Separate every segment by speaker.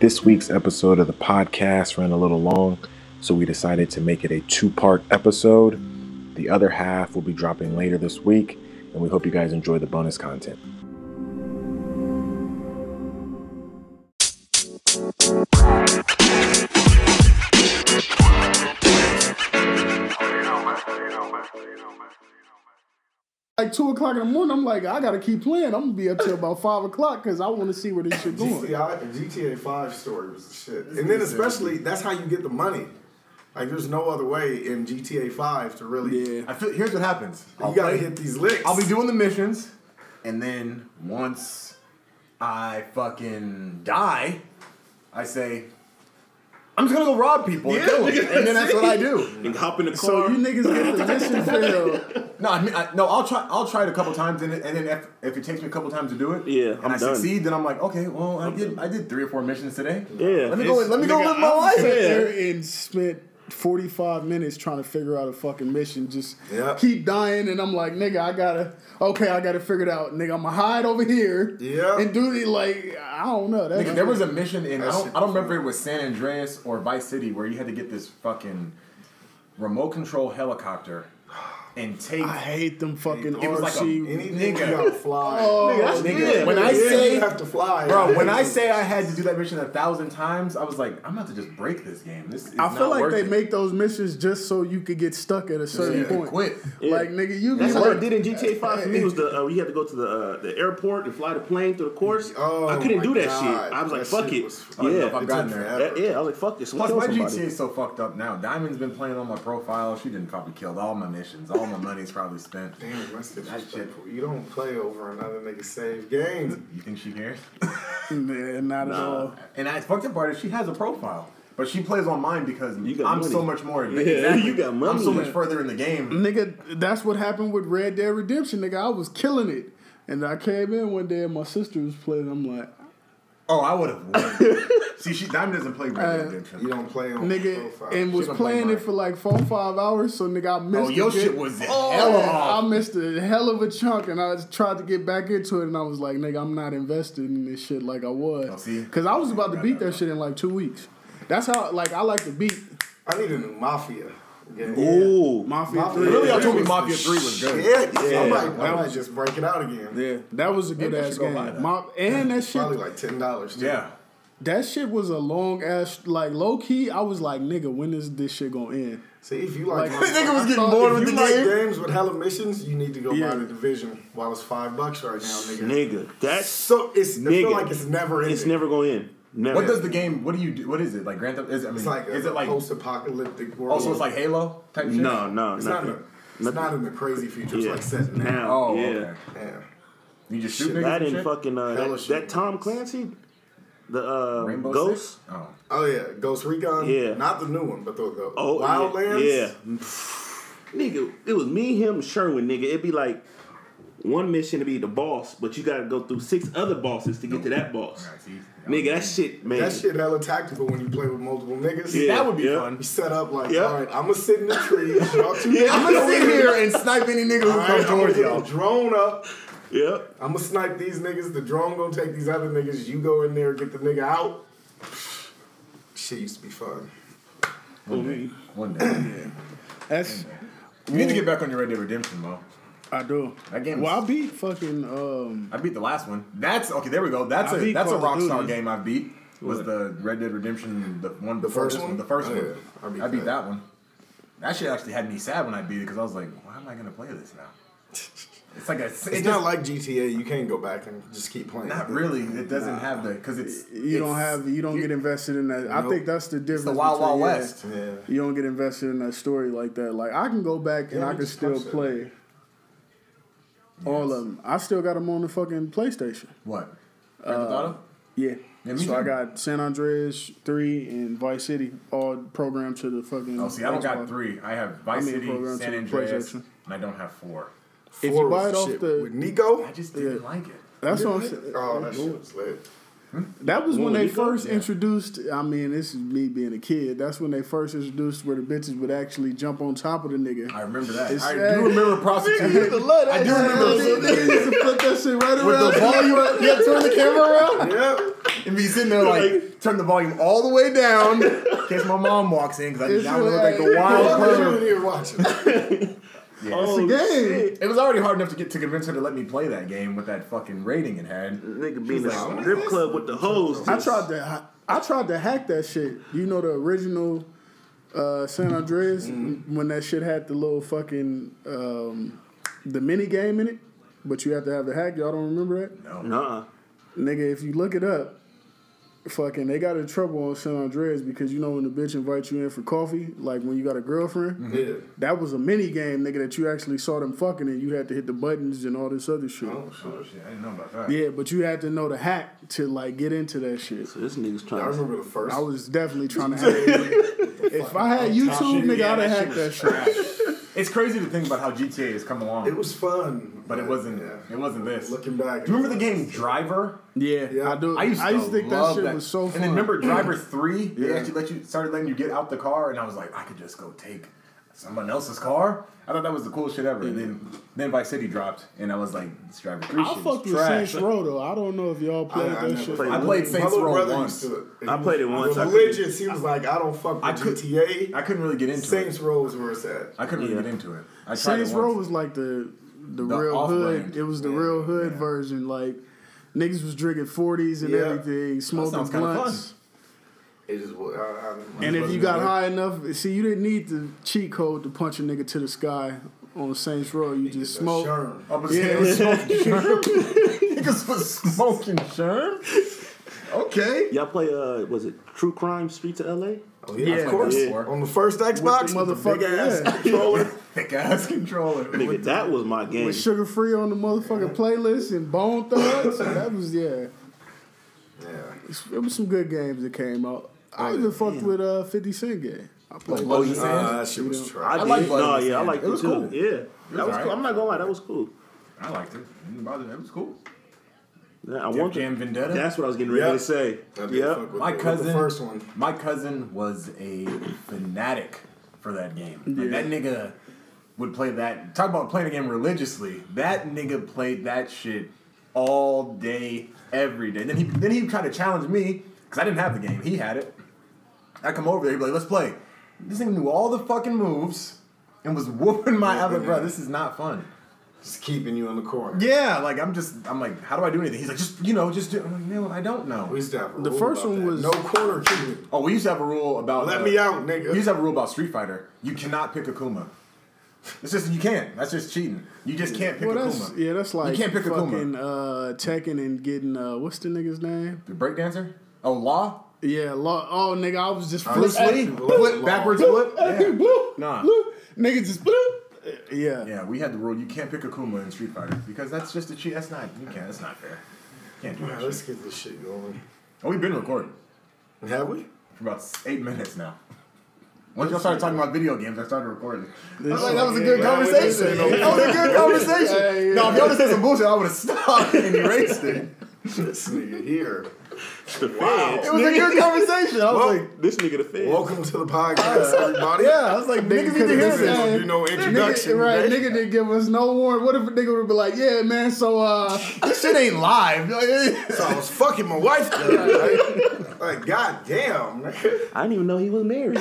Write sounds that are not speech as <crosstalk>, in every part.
Speaker 1: This week's episode of the podcast ran a little long, so we decided to make it a two part episode. The other half will be dropping later this week, and we hope you guys enjoy the bonus content.
Speaker 2: Like two o'clock in the morning, I'm like, I gotta keep playing. I'm gonna be up till
Speaker 3: <laughs>
Speaker 2: about five o'clock because I want to see where this shit going.
Speaker 4: GTA, GTA 5 story was the shit. And then especially, that's how you get the money. Like, there's no other way in GTA 5 to really...
Speaker 3: I feel here's what happens. I'll
Speaker 4: You gotta
Speaker 3: play-
Speaker 4: hit these licks.
Speaker 3: I'll be doing the missions, and then once I fucking die, I say, I'm just gonna go rob people and kill 'em." and then that's what I do.
Speaker 5: and hop in the car.
Speaker 2: <laughs> So you niggas get the <laughs> mission
Speaker 3: <laughs>
Speaker 2: failed.
Speaker 3: No, I mean, I, no, I'll try. I'll try it a couple times, and, it- and then if, if it takes me a couple times to do it,
Speaker 5: Yeah,
Speaker 3: and
Speaker 5: I'm
Speaker 3: I
Speaker 5: done.
Speaker 3: succeed, then I'm like, okay, well, I did. I did three or four missions today.
Speaker 5: yeah,
Speaker 3: Let me go.
Speaker 5: it's-
Speaker 3: Let me go
Speaker 5: nigga,
Speaker 3: live my
Speaker 5: I'm-
Speaker 3: life.
Speaker 2: Sat there
Speaker 5: Yeah.
Speaker 2: and spent 45 minutes trying to figure out a fucking mission. Just
Speaker 4: Yeah.
Speaker 2: keep dying, and I'm like, nigga, I gotta. Okay, I gotta figure it out, nigga. I'm gonna hide over here.
Speaker 4: Yeah.
Speaker 2: And do the like, I don't know. That's
Speaker 3: <laughs> Nigga, there was a mission in I
Speaker 4: That
Speaker 3: don't,
Speaker 4: shit
Speaker 3: I don't
Speaker 4: was
Speaker 3: remember if it was San Andreas or Vice City where you had to get this fucking remote control helicopter and take.
Speaker 2: I hate them fucking
Speaker 3: It was like a-
Speaker 2: RC.
Speaker 4: Anything
Speaker 3: Nigga.
Speaker 4: you gotta fly.
Speaker 3: Nigga,
Speaker 5: yeah.
Speaker 3: when
Speaker 4: Yeah,
Speaker 3: I say,
Speaker 4: you have to fly. <laughs>
Speaker 3: bro, when I say I had to do that mission a thousand times, I was like, I'm about to just break this game. This is
Speaker 2: I feel
Speaker 3: not
Speaker 2: like
Speaker 3: worth
Speaker 2: they
Speaker 3: it.
Speaker 2: make those missions just so you could get stuck at a certain
Speaker 3: You
Speaker 2: point.
Speaker 3: quit.
Speaker 2: Like nigga, you
Speaker 5: That's
Speaker 2: get
Speaker 5: how they
Speaker 2: work.
Speaker 5: did in GTA Five for me. Was the uh, we had to go to the uh, the airport and fly the plane through the course?
Speaker 4: Oh,
Speaker 5: I couldn't
Speaker 4: my
Speaker 5: do that
Speaker 4: God.
Speaker 5: shit. I was like,
Speaker 4: That
Speaker 5: fuck
Speaker 4: shit
Speaker 5: it.
Speaker 4: was- I don't
Speaker 5: yeah,
Speaker 3: know if I've gotten there.
Speaker 4: It took
Speaker 5: That- yeah. I was like, fuck this.
Speaker 3: Plus,
Speaker 5: kill
Speaker 3: my
Speaker 5: somebody.
Speaker 3: GTA is so fucked up now. Diamond's been playing on my profile. She didn't probably killed all my missions. All my money's probably spent.
Speaker 4: Damn, that's disrespectful. You don't play over another nigga's save game.
Speaker 3: You think she cares? <laughs>
Speaker 2: Nah, not at all.
Speaker 3: And I fucked up part is she has a profile, but she plays on mine because
Speaker 5: You got
Speaker 3: I'm so
Speaker 5: money.
Speaker 3: much more.
Speaker 5: Yeah,
Speaker 3: advanced.
Speaker 5: you got
Speaker 3: I'm
Speaker 5: money.
Speaker 3: so much further in the game.
Speaker 2: Nigga, that's what happened with Red Dead Redemption. Nigga, I was killing it, and I came in one day and my sister was playing. I'm like,
Speaker 3: Oh, I would have won. See, she Diamond doesn't play Red Dead Redemption.
Speaker 4: You don't play on
Speaker 2: nigga,
Speaker 4: profile.
Speaker 2: and was
Speaker 3: She don't play
Speaker 2: playing it
Speaker 3: mine.
Speaker 2: for like four five hours. So nigga, I missed.
Speaker 3: Oh, your
Speaker 2: a good-
Speaker 3: shit was
Speaker 2: Oh,
Speaker 3: hella
Speaker 2: yeah,
Speaker 3: off.
Speaker 2: I missed a hell of a chunk, and I just tried to get back into it, and I was like, nigga, I'm not invested in this shit like I
Speaker 3: Oh,
Speaker 2: was,
Speaker 3: see?
Speaker 2: because I was about to
Speaker 3: Right,
Speaker 2: beat
Speaker 3: right,
Speaker 2: that
Speaker 3: right.
Speaker 2: shit in like two weeks. That's how like I like to beat
Speaker 4: I need a new Mafia game.
Speaker 5: Ooh,
Speaker 2: Mafia.
Speaker 4: Mafia.
Speaker 2: three.
Speaker 3: Really, I told me
Speaker 4: Yeah.
Speaker 3: Mafia Three was good.
Speaker 4: Yeah, I might, I might just break it out again.
Speaker 2: Yeah, that was a good
Speaker 3: I should
Speaker 2: ass
Speaker 3: go buy
Speaker 2: game.
Speaker 3: that.
Speaker 2: My, and that shit,
Speaker 4: Probably like ten dollars.
Speaker 3: Yeah.
Speaker 2: that shit was a long ass. Like low key, I was like, nigga, when is this shit gonna end?
Speaker 4: See if you like.
Speaker 2: Like,
Speaker 4: Mafia-
Speaker 3: Nigga was
Speaker 4: I
Speaker 3: getting
Speaker 4: thought
Speaker 3: bored
Speaker 4: if
Speaker 3: with
Speaker 4: you
Speaker 3: the
Speaker 4: like
Speaker 3: game.
Speaker 4: Games with hella missions, you need to go
Speaker 2: Yeah.
Speaker 4: buy the division while it's five bucks right now, nigga.
Speaker 5: nigga, that's
Speaker 4: So it's I
Speaker 5: Nigga.
Speaker 4: feel like it's never ending.
Speaker 5: it's never going in. Never.
Speaker 3: What does the game? What do you do? What is it like? Grand Theft? Is it, I mean,
Speaker 4: It's like
Speaker 3: is
Speaker 4: a
Speaker 3: it like? Oh,
Speaker 4: post-apocalyptic world.
Speaker 3: so it's like Halo type shit.
Speaker 5: no, no,
Speaker 4: it's not.
Speaker 5: nothing.
Speaker 4: In, it's not in the crazy future. It's
Speaker 5: Yeah.
Speaker 4: like set now.
Speaker 5: now.
Speaker 3: Oh,
Speaker 5: yeah.
Speaker 3: okay.
Speaker 4: Damn.
Speaker 3: You just shoot niggas
Speaker 5: That
Speaker 3: and
Speaker 5: and
Speaker 3: shit?
Speaker 5: fucking uh,
Speaker 4: Hella
Speaker 5: that,
Speaker 4: shit.
Speaker 5: that Tom Clancy, the uh,
Speaker 3: Rainbow
Speaker 5: Ghost.
Speaker 3: Six? Oh,
Speaker 4: Oh yeah, Ghost Recon.
Speaker 5: Yeah.
Speaker 4: Not the new one, but the, the
Speaker 5: Oh,
Speaker 4: Wildlands.
Speaker 5: Yeah. yeah. nigga, it was me, him, and Sherwin, nigga. It'd be like one mission to be the boss, but you gotta go through six other bosses to get to that boss.
Speaker 3: Alright, see?
Speaker 5: Nigga, that shit, man.
Speaker 4: That shit hella tactical when you play with multiple niggas.
Speaker 5: Yeah,
Speaker 3: that would be
Speaker 5: yeah.
Speaker 4: You
Speaker 3: fun.
Speaker 4: set up like,
Speaker 5: Yeah.
Speaker 4: all right, I'm gonna sit in the
Speaker 3: <laughs>
Speaker 4: tree. Y'all two yeah,
Speaker 3: I'm gonna sit here and snipe any nigga who
Speaker 4: All right,
Speaker 3: comes
Speaker 4: I'm gonna
Speaker 3: towards
Speaker 4: get a
Speaker 3: y'all.
Speaker 4: drone up.
Speaker 5: Yep.
Speaker 4: I'm gonna snipe these niggas. The drone gonna take these other niggas. You go in there, get the nigga out. Shit used to be fun.
Speaker 3: One day,
Speaker 2: That's
Speaker 3: you need to get back on your Red Dead Redemption, bro.
Speaker 2: I do.
Speaker 3: That game
Speaker 2: Well,
Speaker 3: was-
Speaker 2: I beat fucking um.
Speaker 3: I beat the last one. That's okay. There we go. That's
Speaker 2: I
Speaker 3: a
Speaker 2: beat
Speaker 3: that's a
Speaker 2: Call of
Speaker 3: Rockstar
Speaker 2: Duty.
Speaker 3: game I beat. Was the Red Dead Redemption the one before
Speaker 4: first
Speaker 3: this
Speaker 4: one?
Speaker 3: The first
Speaker 4: Oh,
Speaker 3: one.
Speaker 4: yeah.
Speaker 3: I
Speaker 4: I
Speaker 3: beat,
Speaker 4: beat
Speaker 3: that.
Speaker 4: that.
Speaker 3: one. That shit actually had me sad when I beat it because I was like, why am I gonna play this now? It's like a. It's,
Speaker 4: It's
Speaker 3: just,
Speaker 4: not like GTA. You can't go back and just keep playing.
Speaker 3: not really. It doesn't have the because it's
Speaker 2: You don't have you don't get invested in that. I
Speaker 4: Nope.
Speaker 2: think that's the difference.
Speaker 3: the Wild
Speaker 2: between-
Speaker 3: Wild
Speaker 2: yeah.
Speaker 3: West.
Speaker 4: Yeah.
Speaker 2: You don't get invested in that story like that. Like I can go back and
Speaker 4: Yeah,
Speaker 2: I
Speaker 4: we
Speaker 2: can
Speaker 4: just
Speaker 2: still
Speaker 4: touched that.
Speaker 2: play all of them. I still got them on the fucking PlayStation.
Speaker 3: What? Grand Theft Auto?
Speaker 2: Yeah.
Speaker 3: Yeah, me
Speaker 2: so I
Speaker 3: too.
Speaker 2: got San Andreas three and Vice City all programmed to the fucking.
Speaker 3: Oh, see, I don't got
Speaker 2: Xbox.
Speaker 3: three. I have Vice
Speaker 2: I mean,
Speaker 3: City,
Speaker 2: program
Speaker 3: San
Speaker 2: to
Speaker 3: Andreas,
Speaker 2: PlayStation.
Speaker 3: and I don't have four.
Speaker 2: If
Speaker 4: Four
Speaker 2: you buy
Speaker 4: was
Speaker 2: it
Speaker 4: the
Speaker 2: off
Speaker 4: shit
Speaker 2: the-
Speaker 4: with Nico.
Speaker 3: I just didn't like it.
Speaker 2: That's what I'm saying.
Speaker 4: Oh, that shit was lit.
Speaker 2: That was when
Speaker 5: Ooh,
Speaker 2: they
Speaker 5: you go-
Speaker 2: first introduced. I mean, this is me being a kid. That's when they first introduced where the bitches would actually jump on top of the nigga.
Speaker 3: I remember that.
Speaker 2: It's
Speaker 3: I
Speaker 2: sad.
Speaker 3: do <laughs> remember
Speaker 2: <laughs>
Speaker 3: prostituting. I do remember
Speaker 2: They used to flip that shit right
Speaker 3: with
Speaker 2: around.
Speaker 3: the ball you had, you had to turn the camera around.
Speaker 4: Yeah.
Speaker 3: and be sitting there like, turn the volume all the way <laughs> down in case my mom walks in because I do
Speaker 2: It's
Speaker 3: not want to
Speaker 2: really-
Speaker 3: look like the <laughs> wild
Speaker 4: Why was
Speaker 3: bird.
Speaker 4: you in here watching?
Speaker 5: oh,
Speaker 2: game.
Speaker 5: shit.
Speaker 3: It was already hard enough to get to convince her to let me play that game with that fucking rating it had.
Speaker 5: Nigga be in
Speaker 3: like,
Speaker 5: a
Speaker 3: "What
Speaker 5: strip club with the hoes.
Speaker 2: I
Speaker 5: just-
Speaker 2: tried to ha- I tried to hack that shit. You know the original uh, San Andreas
Speaker 3: Mm-hmm.
Speaker 2: when that shit had the little fucking um, the mini game in it, but you have to have the hack. Y'all don't remember that,
Speaker 5: Nah.
Speaker 2: nigga? If you look it up, fucking they got in trouble on San Andreas because you know when the bitch invites you in for coffee, like when you got a girlfriend,
Speaker 4: Yeah.
Speaker 2: that was a mini game, nigga. That you actually saw them fucking and you had to hit the buttons and all this other shit.
Speaker 4: Oh, shit.
Speaker 3: shit, I didn't know about that.
Speaker 2: Yeah, but you had to know the hack to like get into that shit.
Speaker 5: So this nigga's
Speaker 4: I
Speaker 5: trying to.
Speaker 4: remember the first.
Speaker 2: I was definitely trying to hack it. If I had YouTube, nigga, I'd have hacked that shit.
Speaker 3: It's crazy to think about how GTA has come along,
Speaker 4: it was fun,
Speaker 3: but it wasn't. uh,
Speaker 4: yeah.
Speaker 3: It wasn't this. Do
Speaker 4: Looking back,
Speaker 3: you remember the game Driver?
Speaker 2: Yeah, I do.
Speaker 3: I used,
Speaker 2: to think that
Speaker 3: love
Speaker 2: shit was so fun.
Speaker 3: And then remember
Speaker 2: <clears throat>
Speaker 3: Driver Three? They
Speaker 4: Yeah.
Speaker 3: actually let you started letting you get out the car, and I was like, I could just go take someone else's car. I thought that was the coolest shit ever. And then then Vice City dropped, and I was like, this Driver Three
Speaker 2: I
Speaker 3: shit
Speaker 2: fucked
Speaker 3: is
Speaker 2: with
Speaker 3: trash.
Speaker 2: Saints Row though. I don't know if y'all played
Speaker 4: I, I,
Speaker 2: that
Speaker 4: never
Speaker 2: shit.
Speaker 4: played
Speaker 3: I
Speaker 4: it.
Speaker 3: played Saints
Speaker 4: My little
Speaker 3: Row
Speaker 4: brother
Speaker 3: once.
Speaker 4: used to it.
Speaker 5: I played it once. I couldn't-
Speaker 4: Religious. He was like, I don't fuck with
Speaker 3: I could-
Speaker 4: GTA.
Speaker 3: I couldn't really get into
Speaker 4: Saints
Speaker 3: it.
Speaker 4: Row is where it's at.
Speaker 3: I couldn't
Speaker 5: Yeah.
Speaker 3: really get into it. I tried
Speaker 2: Saints
Speaker 3: it
Speaker 2: Row
Speaker 3: once.
Speaker 2: was like the the,
Speaker 3: The
Speaker 2: real
Speaker 3: off-brand.
Speaker 2: hood. It was the real hood version. Like niggas was drinking forties and
Speaker 4: Yeah.
Speaker 2: everything, smoking
Speaker 3: sounds kinda
Speaker 2: blunts.
Speaker 4: It just was. I, I, I
Speaker 2: And if
Speaker 4: wasn't
Speaker 2: you got
Speaker 4: really-
Speaker 2: high enough, see, you didn't need the cheat code to punch a nigga to the sky on Saints Row. You just
Speaker 4: a
Speaker 2: smoked. <laughs>
Speaker 4: uh, sherm.
Speaker 3: I was <laughs> yeah. was smoking sherm.
Speaker 2: <laughs>
Speaker 3: Niggas was smoking sherm. Okay.
Speaker 5: Y'all play, uh, was it True Crime Streets of LA?
Speaker 4: Oh, yeah,
Speaker 2: Yeah.
Speaker 4: of course.
Speaker 5: Yeah.
Speaker 4: On the first Xbox,
Speaker 2: With the
Speaker 4: with the big ass
Speaker 2: motherfucker, yeah.
Speaker 4: controller.
Speaker 3: Thick ass controller.
Speaker 5: Nigga, that was my game.
Speaker 2: with Sugar Free on the motherfucking playlist and Bone Thugs. so that was yeah.
Speaker 4: yeah.
Speaker 2: It's- It was some good games that came out.
Speaker 3: Oh,
Speaker 2: I even fucked with uh Fifty Cent game. I played.
Speaker 3: Blood in the Sand?
Speaker 4: Uh, that shit was
Speaker 5: I,
Speaker 4: trash.
Speaker 5: did.
Speaker 3: like Blood
Speaker 5: no,
Speaker 3: in the
Speaker 5: yeah, I
Speaker 3: Sand.
Speaker 5: liked
Speaker 3: It
Speaker 5: it,
Speaker 3: was
Speaker 5: too.
Speaker 3: cool.
Speaker 5: Yeah, that was
Speaker 3: alright.
Speaker 5: cool. I'm not gonna lie, that was cool.
Speaker 3: I liked it. It didn't bother me. It was cool.
Speaker 5: Yeah, I
Speaker 3: Def
Speaker 5: want
Speaker 3: Jam
Speaker 5: to,
Speaker 3: Vendetta.
Speaker 5: That's what I was getting ready
Speaker 4: Yeah.
Speaker 5: to say.
Speaker 4: I did
Speaker 5: Yeah,
Speaker 4: fuck with
Speaker 3: my
Speaker 4: the, with
Speaker 3: cousin.
Speaker 4: The first one.
Speaker 3: My cousin was a fanatic for that game. Like, that nigga would play that. Talk about playing a game religiously. That nigga played that shit all day, every day. Then he then he tried to challenge me because I didn't have the game. He had it. I come over there. He'd be like, "Let's play." This nigga knew all the fucking moves and was <laughs> whooping my other bro. This is not fun.
Speaker 4: Just keeping you in the corner.
Speaker 3: Yeah, like I'm just, I'm like, how do I do anything? He's like, just, you know, just do. I'm like, no, I don't
Speaker 4: We
Speaker 3: know.
Speaker 4: used to have a
Speaker 2: The
Speaker 4: rule
Speaker 2: first
Speaker 4: about
Speaker 2: one
Speaker 4: that.
Speaker 2: was-
Speaker 4: no corner kicking.
Speaker 3: Oh, we used to have a rule about. uh,
Speaker 4: Let me out, nigga.
Speaker 3: We used to have a rule about Street Fighter. You cannot pick Akuma. It's just you can't. That's just cheating. You just can't pick
Speaker 2: Well, that's
Speaker 3: Akuma.
Speaker 2: yeah, that's like
Speaker 3: can't pick Akuma.
Speaker 2: fucking uh, Tekken and getting uh, what's the nigga's name?
Speaker 3: The breakdancer? Oh, Law? Uh,
Speaker 2: Yeah, lo- oh nigga, I was just
Speaker 3: Bruce
Speaker 2: flipping-
Speaker 3: <laughs> Lee?
Speaker 4: Law.
Speaker 3: Flip, backwards flip? Yeah.
Speaker 2: Bloop,
Speaker 3: Nah.
Speaker 2: bloop. nigga just bloop. Yeah,
Speaker 3: yeah, we had the rule you can't pick Akuma in Street Fighter because that's just a cheat. That's not, you can't, that's not fair. Can't do
Speaker 4: All right,
Speaker 3: that
Speaker 4: let's
Speaker 3: shit.
Speaker 4: get this shit going.
Speaker 3: Oh, we've been recording
Speaker 4: Have we?
Speaker 3: for about eight minutes now. <laughs> Once y'all started talking about video games, I started recording. I was like, that was a good
Speaker 4: Yeah, I wouldn't say
Speaker 3: conversation. That was a good conversation.
Speaker 2: Yeah, yeah.
Speaker 3: No, if y'all just said some bullshit, I would have stopped and
Speaker 4: <laughs>
Speaker 3: erased it.
Speaker 4: This nigga here.
Speaker 5: the feds.
Speaker 3: It was a <laughs> good conversation. I was
Speaker 4: Well,
Speaker 3: like,
Speaker 5: This nigga the feds.
Speaker 4: Welcome to the podcast, everybody.
Speaker 3: yeah, I was like, niggas need to
Speaker 2: could've
Speaker 3: hear
Speaker 2: listened.
Speaker 3: this.
Speaker 4: Don't do no introduction.
Speaker 2: Nigga, right,
Speaker 4: today.
Speaker 2: nigga didn't give us no warning. What if a nigga would be like, yeah, man, so uh,
Speaker 3: <laughs> This shit ain't live. <laughs>
Speaker 4: So I was fucking my wife. the other night. like, goddamn. nigga.
Speaker 5: I didn't even know he was married.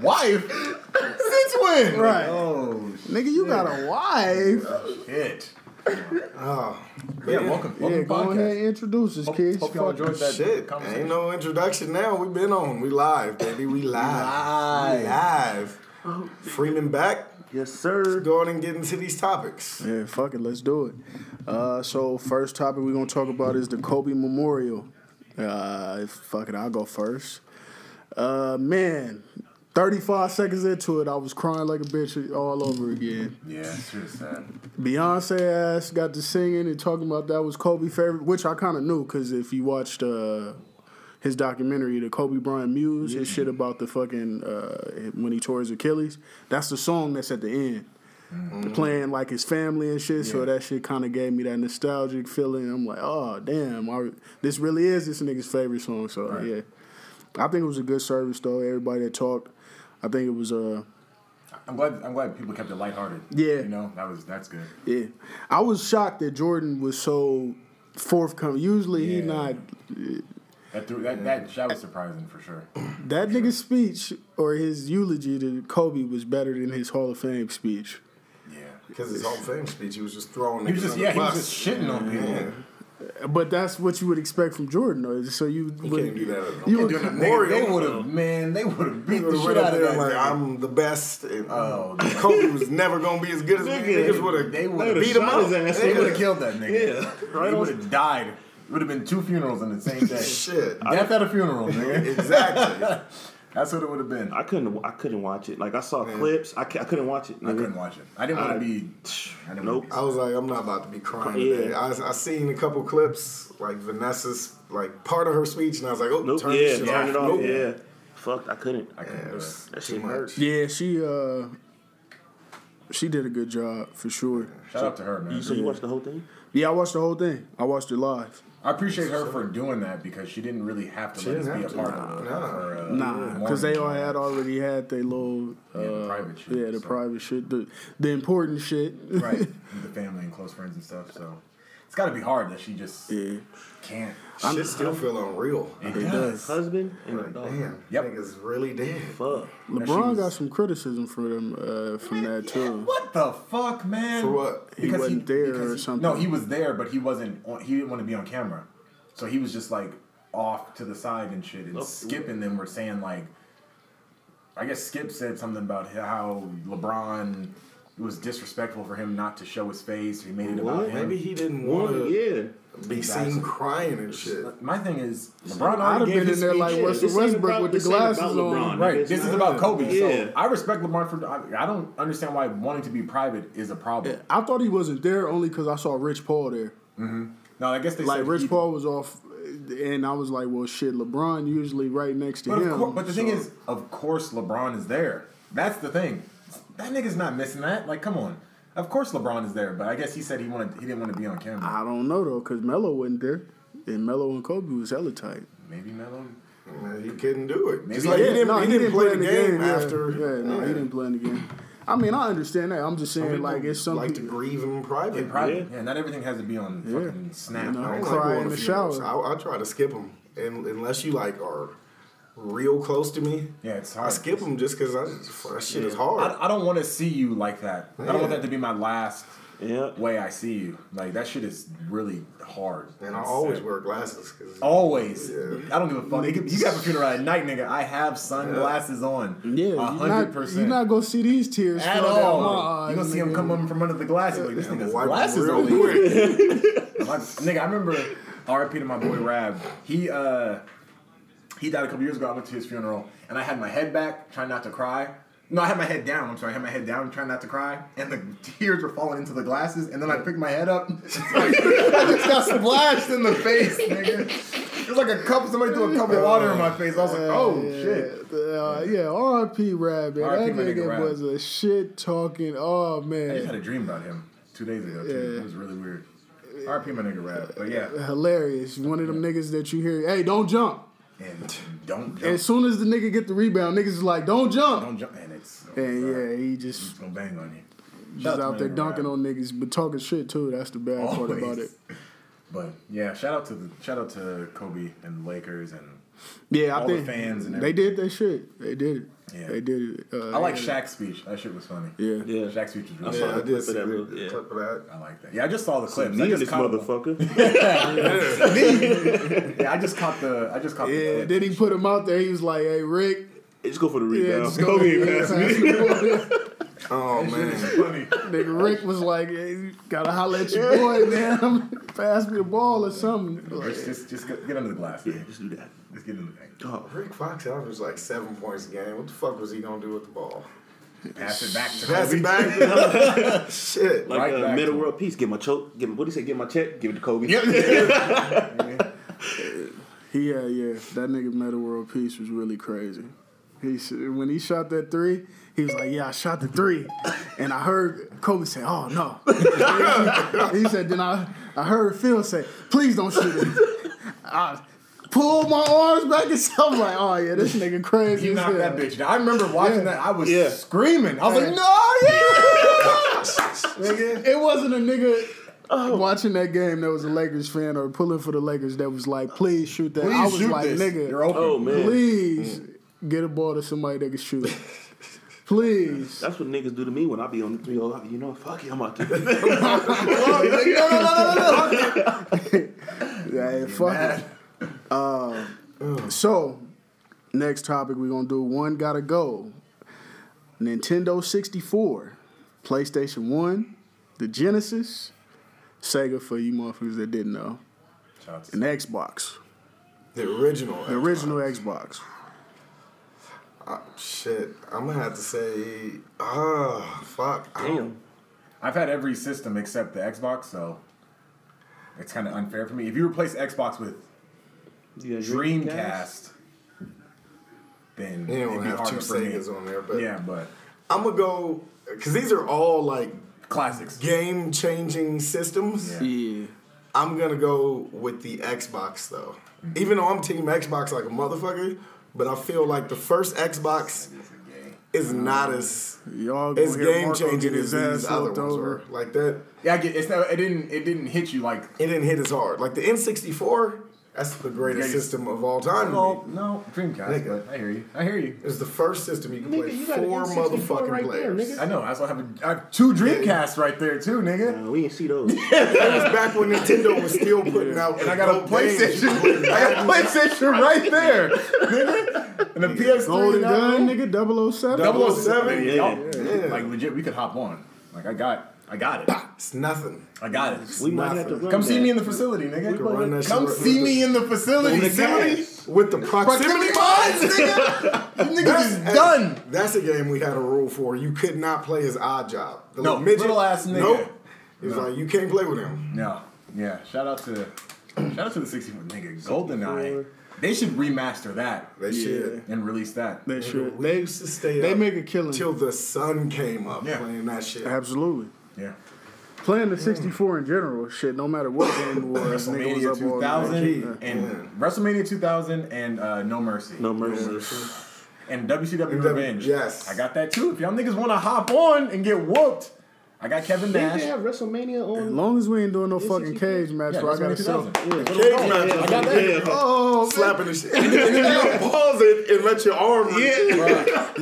Speaker 3: Wife? Since when?
Speaker 2: Right.
Speaker 3: Oh,
Speaker 2: nigga, you got a wife.
Speaker 3: shit.
Speaker 4: Oh,
Speaker 3: Yeah, welcome. Welcome
Speaker 2: Yeah,
Speaker 3: to the
Speaker 2: go ahead
Speaker 3: podcast.
Speaker 2: and introduce us,
Speaker 3: Hope,
Speaker 2: kids.
Speaker 3: hope y'all
Speaker 2: Fuck.
Speaker 3: enjoyed that
Speaker 4: shit. Ain't
Speaker 3: conversation.
Speaker 4: no introduction now. We've been on. We live, baby. We live. Oh, We live. Freeman back.
Speaker 5: <laughs> yes, sir.
Speaker 4: Go on and get into these topics.
Speaker 2: Yeah, fuck it, let's do it. Uh, so first topic we're gonna talk about is the Kobe Memorial. Uh, if- fuck it, I'll go first. Uh, man, thirty five seconds into it, I was crying like a bitch all over again.
Speaker 3: Yeah, shit is sad.
Speaker 2: Beyonce ass got to singing and talking about that was Kobe favorite, which I kind of knew because if you watched uh, his documentary, the Kobe Bryant Muse, his shit about the fucking uh, when he tore his Achilles, that's the song that's at the end, playing like his family and shit. So
Speaker 3: Yeah.
Speaker 2: that shit kind of gave me that nostalgic feeling. I'm like, oh damn, I, this really is this nigga's favorite song. So yeah, I think it was a good service though. Everybody that talked, I think it was uh
Speaker 3: I'm glad. I'm glad people kept it lighthearted.
Speaker 2: Yeah.
Speaker 3: you know that was that's good.
Speaker 2: Yeah, I was shocked that Jordan was so forthcoming. Usually he
Speaker 3: Yeah.
Speaker 2: not.
Speaker 3: That, threw, that, that, that was surprising for sure.
Speaker 2: That nigga's speech or his eulogy to Kobe was better than his Hall of Fame speech.
Speaker 3: Yeah.
Speaker 4: Because his whole fame speech, he was just throwing
Speaker 3: He was
Speaker 4: niggas
Speaker 3: just,
Speaker 4: under
Speaker 3: yeah,
Speaker 4: the
Speaker 3: he was
Speaker 4: bus.
Speaker 3: just shitting on people.
Speaker 2: But that's what you would expect from Jordan, though. So you
Speaker 4: You
Speaker 2: would
Speaker 4: can't do that. At
Speaker 2: you
Speaker 4: you
Speaker 2: would-
Speaker 3: Dude,
Speaker 4: doing
Speaker 3: nigga, they would have, man, they would have beat the shit out of that.
Speaker 4: like,
Speaker 3: nigga.
Speaker 4: I'm the best. And
Speaker 3: Oh,
Speaker 4: Kobe was never gonna be as good as me.
Speaker 5: Nigga,
Speaker 4: Niggas would have.
Speaker 3: they would
Speaker 5: They
Speaker 3: have
Speaker 5: would've
Speaker 3: beat him
Speaker 5: shot
Speaker 3: up.
Speaker 4: <laughs>
Speaker 5: his ass.
Speaker 3: They
Speaker 5: Yeah.
Speaker 3: would have killed that nigga.
Speaker 5: Yeah.
Speaker 3: They would have died. It would have been two funerals in the
Speaker 4: <laughs>
Speaker 3: same day.
Speaker 4: Shit.
Speaker 3: Death at a funeral,
Speaker 4: <laughs>
Speaker 3: nigga.
Speaker 4: Exactly.
Speaker 3: <laughs> That's what it would have been. I
Speaker 5: I couldn't. I couldn't watch it. Like I saw clips. I, ca- I couldn't watch it. nigga. <sighs>
Speaker 3: couldn't watch it. I didn't want to be. I didn't
Speaker 5: Nope.
Speaker 3: want to
Speaker 4: I was like, I'm not about to be crying
Speaker 5: Yeah.
Speaker 4: today. I, I seen a couple clips, like Vanessa's, like part of her speech, and I was like, oh,
Speaker 5: Nope.
Speaker 4: turn
Speaker 5: yeah.
Speaker 4: this shit
Speaker 5: Turn
Speaker 4: off.
Speaker 5: it off.
Speaker 4: Nope.
Speaker 5: Yeah. Fuck. I couldn't.
Speaker 3: be. I couldn't
Speaker 4: It
Speaker 3: do it.
Speaker 4: was
Speaker 5: That
Speaker 4: too
Speaker 5: shit
Speaker 4: much.
Speaker 5: hurt.
Speaker 2: Yeah, she uh she did a good job for sure.
Speaker 3: uh, Shout out to her, man.
Speaker 5: So you watched the whole thing?
Speaker 2: Yeah, I watched the whole thing. I watched it live.
Speaker 3: I appreciate her for doing that because she didn't really have to let us
Speaker 4: didn't
Speaker 3: be a
Speaker 4: have
Speaker 3: part
Speaker 4: to.
Speaker 3: of it.
Speaker 4: Nah.
Speaker 3: Her, uh,
Speaker 2: Nah,
Speaker 3: mourning.
Speaker 2: because they all had already had their little uh,
Speaker 3: Yeah, the private shit,
Speaker 2: Yeah, the
Speaker 3: so.
Speaker 2: private shit, the the important shit. <laughs>
Speaker 3: right with the family and close friends and stuff. So it's got to be hard that she just
Speaker 2: Yeah.
Speaker 3: can't.
Speaker 4: Shit still feel unreal.
Speaker 3: It does.
Speaker 5: Husband and a
Speaker 4: Like,
Speaker 5: dog.
Speaker 4: damn,
Speaker 3: Yep.
Speaker 4: niggas really dead.
Speaker 5: Fuck.
Speaker 2: LeBron
Speaker 3: was-
Speaker 2: got some criticism for them uh, from that too.
Speaker 3: What the fuck, man?
Speaker 4: For what?
Speaker 2: He wasn't there
Speaker 3: because
Speaker 2: or
Speaker 3: he-
Speaker 2: something.
Speaker 3: No, he was there, but he wasn't. On, he didn't want to be on camera, so he was just like off to the side and shit. And
Speaker 5: Oh.
Speaker 3: Skip and them were saying like, I guess Skip said something about how LeBron it was disrespectful for him not to show his face. He made it about him.
Speaker 4: Maybe he didn't want
Speaker 5: One.
Speaker 4: to
Speaker 5: Yeah.
Speaker 4: be
Speaker 3: Exactly.
Speaker 4: seen crying and shit.
Speaker 3: My thing is, LeBron
Speaker 2: I'd
Speaker 3: already
Speaker 2: have
Speaker 3: gave
Speaker 2: been
Speaker 3: his
Speaker 2: in there
Speaker 3: speech.
Speaker 2: like
Speaker 5: Yeah, this
Speaker 2: Russell
Speaker 5: ain't
Speaker 2: Westbrook
Speaker 5: about-
Speaker 2: with the
Speaker 5: this ain't about
Speaker 2: glasses on.
Speaker 5: LeBron.
Speaker 3: Right.
Speaker 5: It's
Speaker 3: This is
Speaker 5: not-
Speaker 3: about Kobe.
Speaker 5: Yeah.
Speaker 3: So I respect LeBron for. I, I don't understand why wanting to be private is a problem.
Speaker 2: I thought he wasn't there only because I saw Rich Paul there.
Speaker 3: No, I guess they
Speaker 2: Like
Speaker 3: said
Speaker 2: Rich
Speaker 3: he-
Speaker 2: Paul was off, and I was like, well, shit. LeBron usually right next to
Speaker 3: But,
Speaker 2: him.
Speaker 3: of cour- but the thing
Speaker 2: so-
Speaker 3: is, of course, LeBron is there. That's the thing. That nigga's not missing that. Like, come on. Of course, LeBron is there. But I guess he said he wanted. He didn't want to be on camera.
Speaker 2: I don't know though, cause Melo wasn't there, and Melo and Kobe was hella tight.
Speaker 3: Maybe Melo.
Speaker 4: Man, he couldn't do it. Just
Speaker 3: Maybe
Speaker 4: like
Speaker 3: he
Speaker 4: he didn't,
Speaker 2: no,
Speaker 4: he didn't, play, the game,
Speaker 2: yeah.
Speaker 4: after.
Speaker 2: Yeah, no, he didn't play in the game. I mean, I understand that. I'm just saying,
Speaker 3: people
Speaker 2: like, it's
Speaker 4: Like,
Speaker 2: something.
Speaker 4: to grieve in private.
Speaker 3: In private. Yeah. Not everything has to be on fucking Snap.
Speaker 2: No.
Speaker 4: I don't
Speaker 2: Cry
Speaker 4: going
Speaker 2: in
Speaker 4: to
Speaker 2: the
Speaker 4: funerals.
Speaker 2: shower.
Speaker 4: I, I try to skip them, and unless you like are real close to me,
Speaker 3: Yeah, it's hard.
Speaker 4: I skip them just because I just, that shit is hard.
Speaker 3: I, I don't want to see you like that. I don't want
Speaker 4: Yeah.
Speaker 3: that to be my last
Speaker 5: Yeah.
Speaker 3: way I see you. Like that shit is really hard.
Speaker 4: and I
Speaker 3: It's
Speaker 4: always
Speaker 3: sad.
Speaker 4: wear glasses because
Speaker 3: Oh, Always.
Speaker 4: Yeah.
Speaker 3: I don't give a fuck. It could- You have a funeral at night, nigga. I have sunglasses on.
Speaker 2: yeah, you're
Speaker 3: a
Speaker 2: not,
Speaker 3: hundred
Speaker 2: you're
Speaker 3: percent.
Speaker 2: not gonna see these tears
Speaker 3: At
Speaker 2: flow down
Speaker 3: all.
Speaker 2: my
Speaker 3: You gonna
Speaker 2: eyes,
Speaker 3: see him
Speaker 2: nigga.
Speaker 3: come up from under the glass. Like this nigga's glasses
Speaker 4: real
Speaker 3: on. Like,
Speaker 4: quick.
Speaker 3: nigga, I remember RIP to my boy Rab. He uh he died a couple years ago. I went to his funeral and I had my head back, trying not to cry. No, I had my head down. I'm sorry, I had my head down, trying not to cry, and the tears were falling into the glasses. And then I picked my head up. <laughs> I just got splashed in the face, nigga. It was like a cup. Somebody threw a cup of water in my face. I was like, oh shit.
Speaker 2: Uh, yeah, R.I.P. Rab, man.
Speaker 3: R.I.P.
Speaker 2: that
Speaker 3: my nigga
Speaker 2: nigga
Speaker 3: Rab.
Speaker 2: was a shit talking. Oh
Speaker 3: I just had
Speaker 2: man,
Speaker 3: a dream about him two days ago. Too. It was really weird. RP my nigga rap, but yeah,
Speaker 2: hilarious. One of them niggas that you hear, hey, don't jump.
Speaker 3: and don't jump,
Speaker 2: As soon as the nigga get the rebound, niggas is like, don't jump.
Speaker 3: don't jump, and it's
Speaker 2: And
Speaker 3: it's
Speaker 2: yeah, he just
Speaker 3: gonna bang on you.
Speaker 2: Just out there dunking on niggas, but talking shit too. That's the bad part
Speaker 3: Always.
Speaker 2: about it.
Speaker 3: But yeah, shout out to the shout out to Kobe and the Lakers, and
Speaker 2: Yeah, I
Speaker 3: All the
Speaker 2: think
Speaker 3: fans and
Speaker 2: they did that shit. They did it.
Speaker 3: Yeah.
Speaker 2: They did it. Uh,
Speaker 3: I like
Speaker 2: yeah.
Speaker 3: Shaq's speech. That shit was funny.
Speaker 2: Yeah.
Speaker 5: Yeah.
Speaker 3: Shaq's speech was really.
Speaker 4: Yeah,
Speaker 5: saw
Speaker 4: I
Speaker 3: funny.
Speaker 5: that.
Speaker 4: did see
Speaker 5: Clip of that
Speaker 4: that
Speaker 5: real- yeah.
Speaker 4: clip of that.
Speaker 3: I like that. Yeah, I just saw the clips. I
Speaker 5: Knee
Speaker 3: just
Speaker 5: this
Speaker 3: caught <laughs>
Speaker 5: motherfucker.
Speaker 3: Yeah, I just caught the. I just caught the
Speaker 2: Uh, Yeah,
Speaker 3: clip.
Speaker 2: then he put him out there. He was like, "Hey, Rick,
Speaker 5: Just go for the
Speaker 2: yeah,
Speaker 5: rebound.
Speaker 2: just
Speaker 3: <laughs>
Speaker 2: go ahead and pass me the ball."
Speaker 4: Oh man,
Speaker 3: funny.
Speaker 2: Nigga, Rick was like, hey, "Gotta holler at your <laughs> boy, man. Pass me the ball or something." Like,
Speaker 3: Just, just, just get get under the glass.
Speaker 5: Yeah,
Speaker 3: man.
Speaker 5: just do that.
Speaker 3: Just get under the glass.
Speaker 5: Oh,
Speaker 4: Rick Fox averaged like seven points a game. What the fuck was he gonna do with the ball?
Speaker 3: <laughs> Pass it back to Kobe.
Speaker 4: Pass it <laughs> back. shit.
Speaker 5: like
Speaker 3: Right
Speaker 5: uh,
Speaker 3: back
Speaker 5: middle
Speaker 3: to
Speaker 5: world peace. Give my choke. Give what do you say? Give my check. Give it to Kobe.
Speaker 2: he, yeah, yeah, that nigga Metal World Peace was really crazy. He s- when he shot that three, he was like, "Yeah, I shot the three. and I heard Kobe say, "Oh no." <laughs> he said, "Then I, I heard Phil say, please don't shoot it.' I pulled my arms back and so I'm like, "Oh yeah, this nigga crazy."
Speaker 3: <laughs> He
Speaker 2: as
Speaker 3: knocked
Speaker 2: hell.
Speaker 3: that bitch down. I remember watching
Speaker 2: Yeah.
Speaker 3: that. I was
Speaker 5: Yeah.
Speaker 3: screaming. I was
Speaker 2: Yeah.
Speaker 3: like, no, yeah.
Speaker 2: It wasn't a nigga watching that game that was a Lakers fan or pulling for the Lakers that was like, please shoot that. I was like, nigga,
Speaker 3: You're open.
Speaker 5: <laughs> Oh man,
Speaker 2: please get a ball to somebody that can shoot. please.
Speaker 5: that's what niggas do to me when I be on the three. oh, You know, fuck you, I'm
Speaker 3: <laughs>
Speaker 5: out there.
Speaker 2: <laughs> Yeah, fuck it. Um, so, next topic we're gonna do one gotta go. Nintendo 64, PlayStation 1, the Genesis, Sega for you motherfuckers that didn't know,
Speaker 3: Shots.
Speaker 2: and Xbox.
Speaker 4: The original. Ah,
Speaker 2: The original Xbox.
Speaker 4: Shit, I'm gonna have to say, ah, fuck. I don't-
Speaker 5: <laughs> Damn.
Speaker 3: I've had every system except the Xbox, so it's kind of unfair for me. If you replace Xbox with
Speaker 5: You got
Speaker 3: Dreamcast, then
Speaker 4: You
Speaker 3: it'd
Speaker 4: don't
Speaker 3: be
Speaker 4: have two
Speaker 3: harder for me.
Speaker 4: Segas on there, but
Speaker 3: yeah, but
Speaker 4: I'm gonna go because these are all like
Speaker 3: classics.
Speaker 4: game changing systems.
Speaker 3: Yeah.
Speaker 2: Yeah.
Speaker 4: I'm gonna go with the Xbox though,
Speaker 3: Mm-hmm.
Speaker 4: even though I'm team Xbox like a motherfucker. But I feel like the first Xbox is not as
Speaker 2: Y'all gonna
Speaker 4: as
Speaker 2: hear
Speaker 4: game
Speaker 2: Marco get
Speaker 4: changing as
Speaker 2: his ass
Speaker 4: these other
Speaker 2: looked
Speaker 4: ones
Speaker 2: over.
Speaker 4: were. Like that,
Speaker 3: Yeah, I get it's not, it didn't it didn't hit you like
Speaker 4: it didn't hit as hard. Like the N64, that's the greatest
Speaker 3: Greatest.
Speaker 4: system of all time. to me.
Speaker 3: no no Dreamcast,
Speaker 4: Nigga.
Speaker 3: but I hear you. I hear you.
Speaker 4: It was the first system you could play four motherfucking players.
Speaker 3: I know. I also have, a, I have two Dreamcasts right there too, nigga.
Speaker 5: Nah, we ain't see those.
Speaker 4: That was back when Nintendo was still putting out.
Speaker 3: And I got a
Speaker 4: dope games.
Speaker 3: PlayStation. <laughs> I got
Speaker 4: <laughs>
Speaker 3: a PlayStation right there, nigga. And a PS3.
Speaker 2: Golden
Speaker 3: and all
Speaker 2: Gun,
Speaker 3: that.
Speaker 2: nigga, 007.
Speaker 3: 007.
Speaker 5: Yeah.
Speaker 3: Y'all-
Speaker 4: Yeah.
Speaker 3: Like legit, we could hop on. Like I got, I got it.
Speaker 4: It's nothing.
Speaker 3: I got it.
Speaker 5: We might have to run
Speaker 3: Come see
Speaker 5: that.
Speaker 3: me in the facility,
Speaker 4: can run
Speaker 3: nigga.
Speaker 4: that
Speaker 3: Come
Speaker 4: shit.
Speaker 3: see me in the facility. Facility.
Speaker 4: With the proximity.
Speaker 3: Proximity mines, nigga. <laughs> You niggas is done.
Speaker 4: That's a game we had a rule for. You could not play as odd job. The
Speaker 3: No, little ass nigga.
Speaker 4: Nope. It was like you can't play with him.
Speaker 3: No. Yeah. Shout out to shout out to the 64 nigga. GoldenEye. They should remaster that
Speaker 4: That shit.
Speaker 3: and release that.
Speaker 2: That shit.
Speaker 4: We
Speaker 2: They,
Speaker 4: used to stay
Speaker 2: they
Speaker 4: up
Speaker 2: make a killing.
Speaker 4: till the sun came up
Speaker 3: Yeah.
Speaker 4: playing that shit.
Speaker 2: Absolutely.
Speaker 3: Yeah.
Speaker 2: Playing the 64 in general, shit, no matter what game
Speaker 4: <coughs>
Speaker 2: it was, nigga was
Speaker 3: WrestleMania
Speaker 2: up all night.
Speaker 3: 2000
Speaker 4: Yeah.
Speaker 3: and WrestleMania 2000 and uh, No Mercy
Speaker 5: No mercy.
Speaker 3: and WCW
Speaker 4: And W-
Speaker 3: Revenge.
Speaker 4: yes.
Speaker 3: I got that too. If y'all niggas want to hop on and get whooped, I got Kevin
Speaker 5: Didn't they
Speaker 3: Nash.
Speaker 5: have WrestleMania
Speaker 2: As
Speaker 5: on?
Speaker 2: long as we ain't doing no fucking cage match
Speaker 3: Yeah,
Speaker 2: where I
Speaker 3: WrestleMania
Speaker 2: gotta sell.
Speaker 3: 2000.
Speaker 4: Cage match.
Speaker 5: yeah,
Speaker 4: I got that.
Speaker 5: yeah.
Speaker 2: Oh,
Speaker 4: Slapping the shit. and then you pause it and let your arm reach. You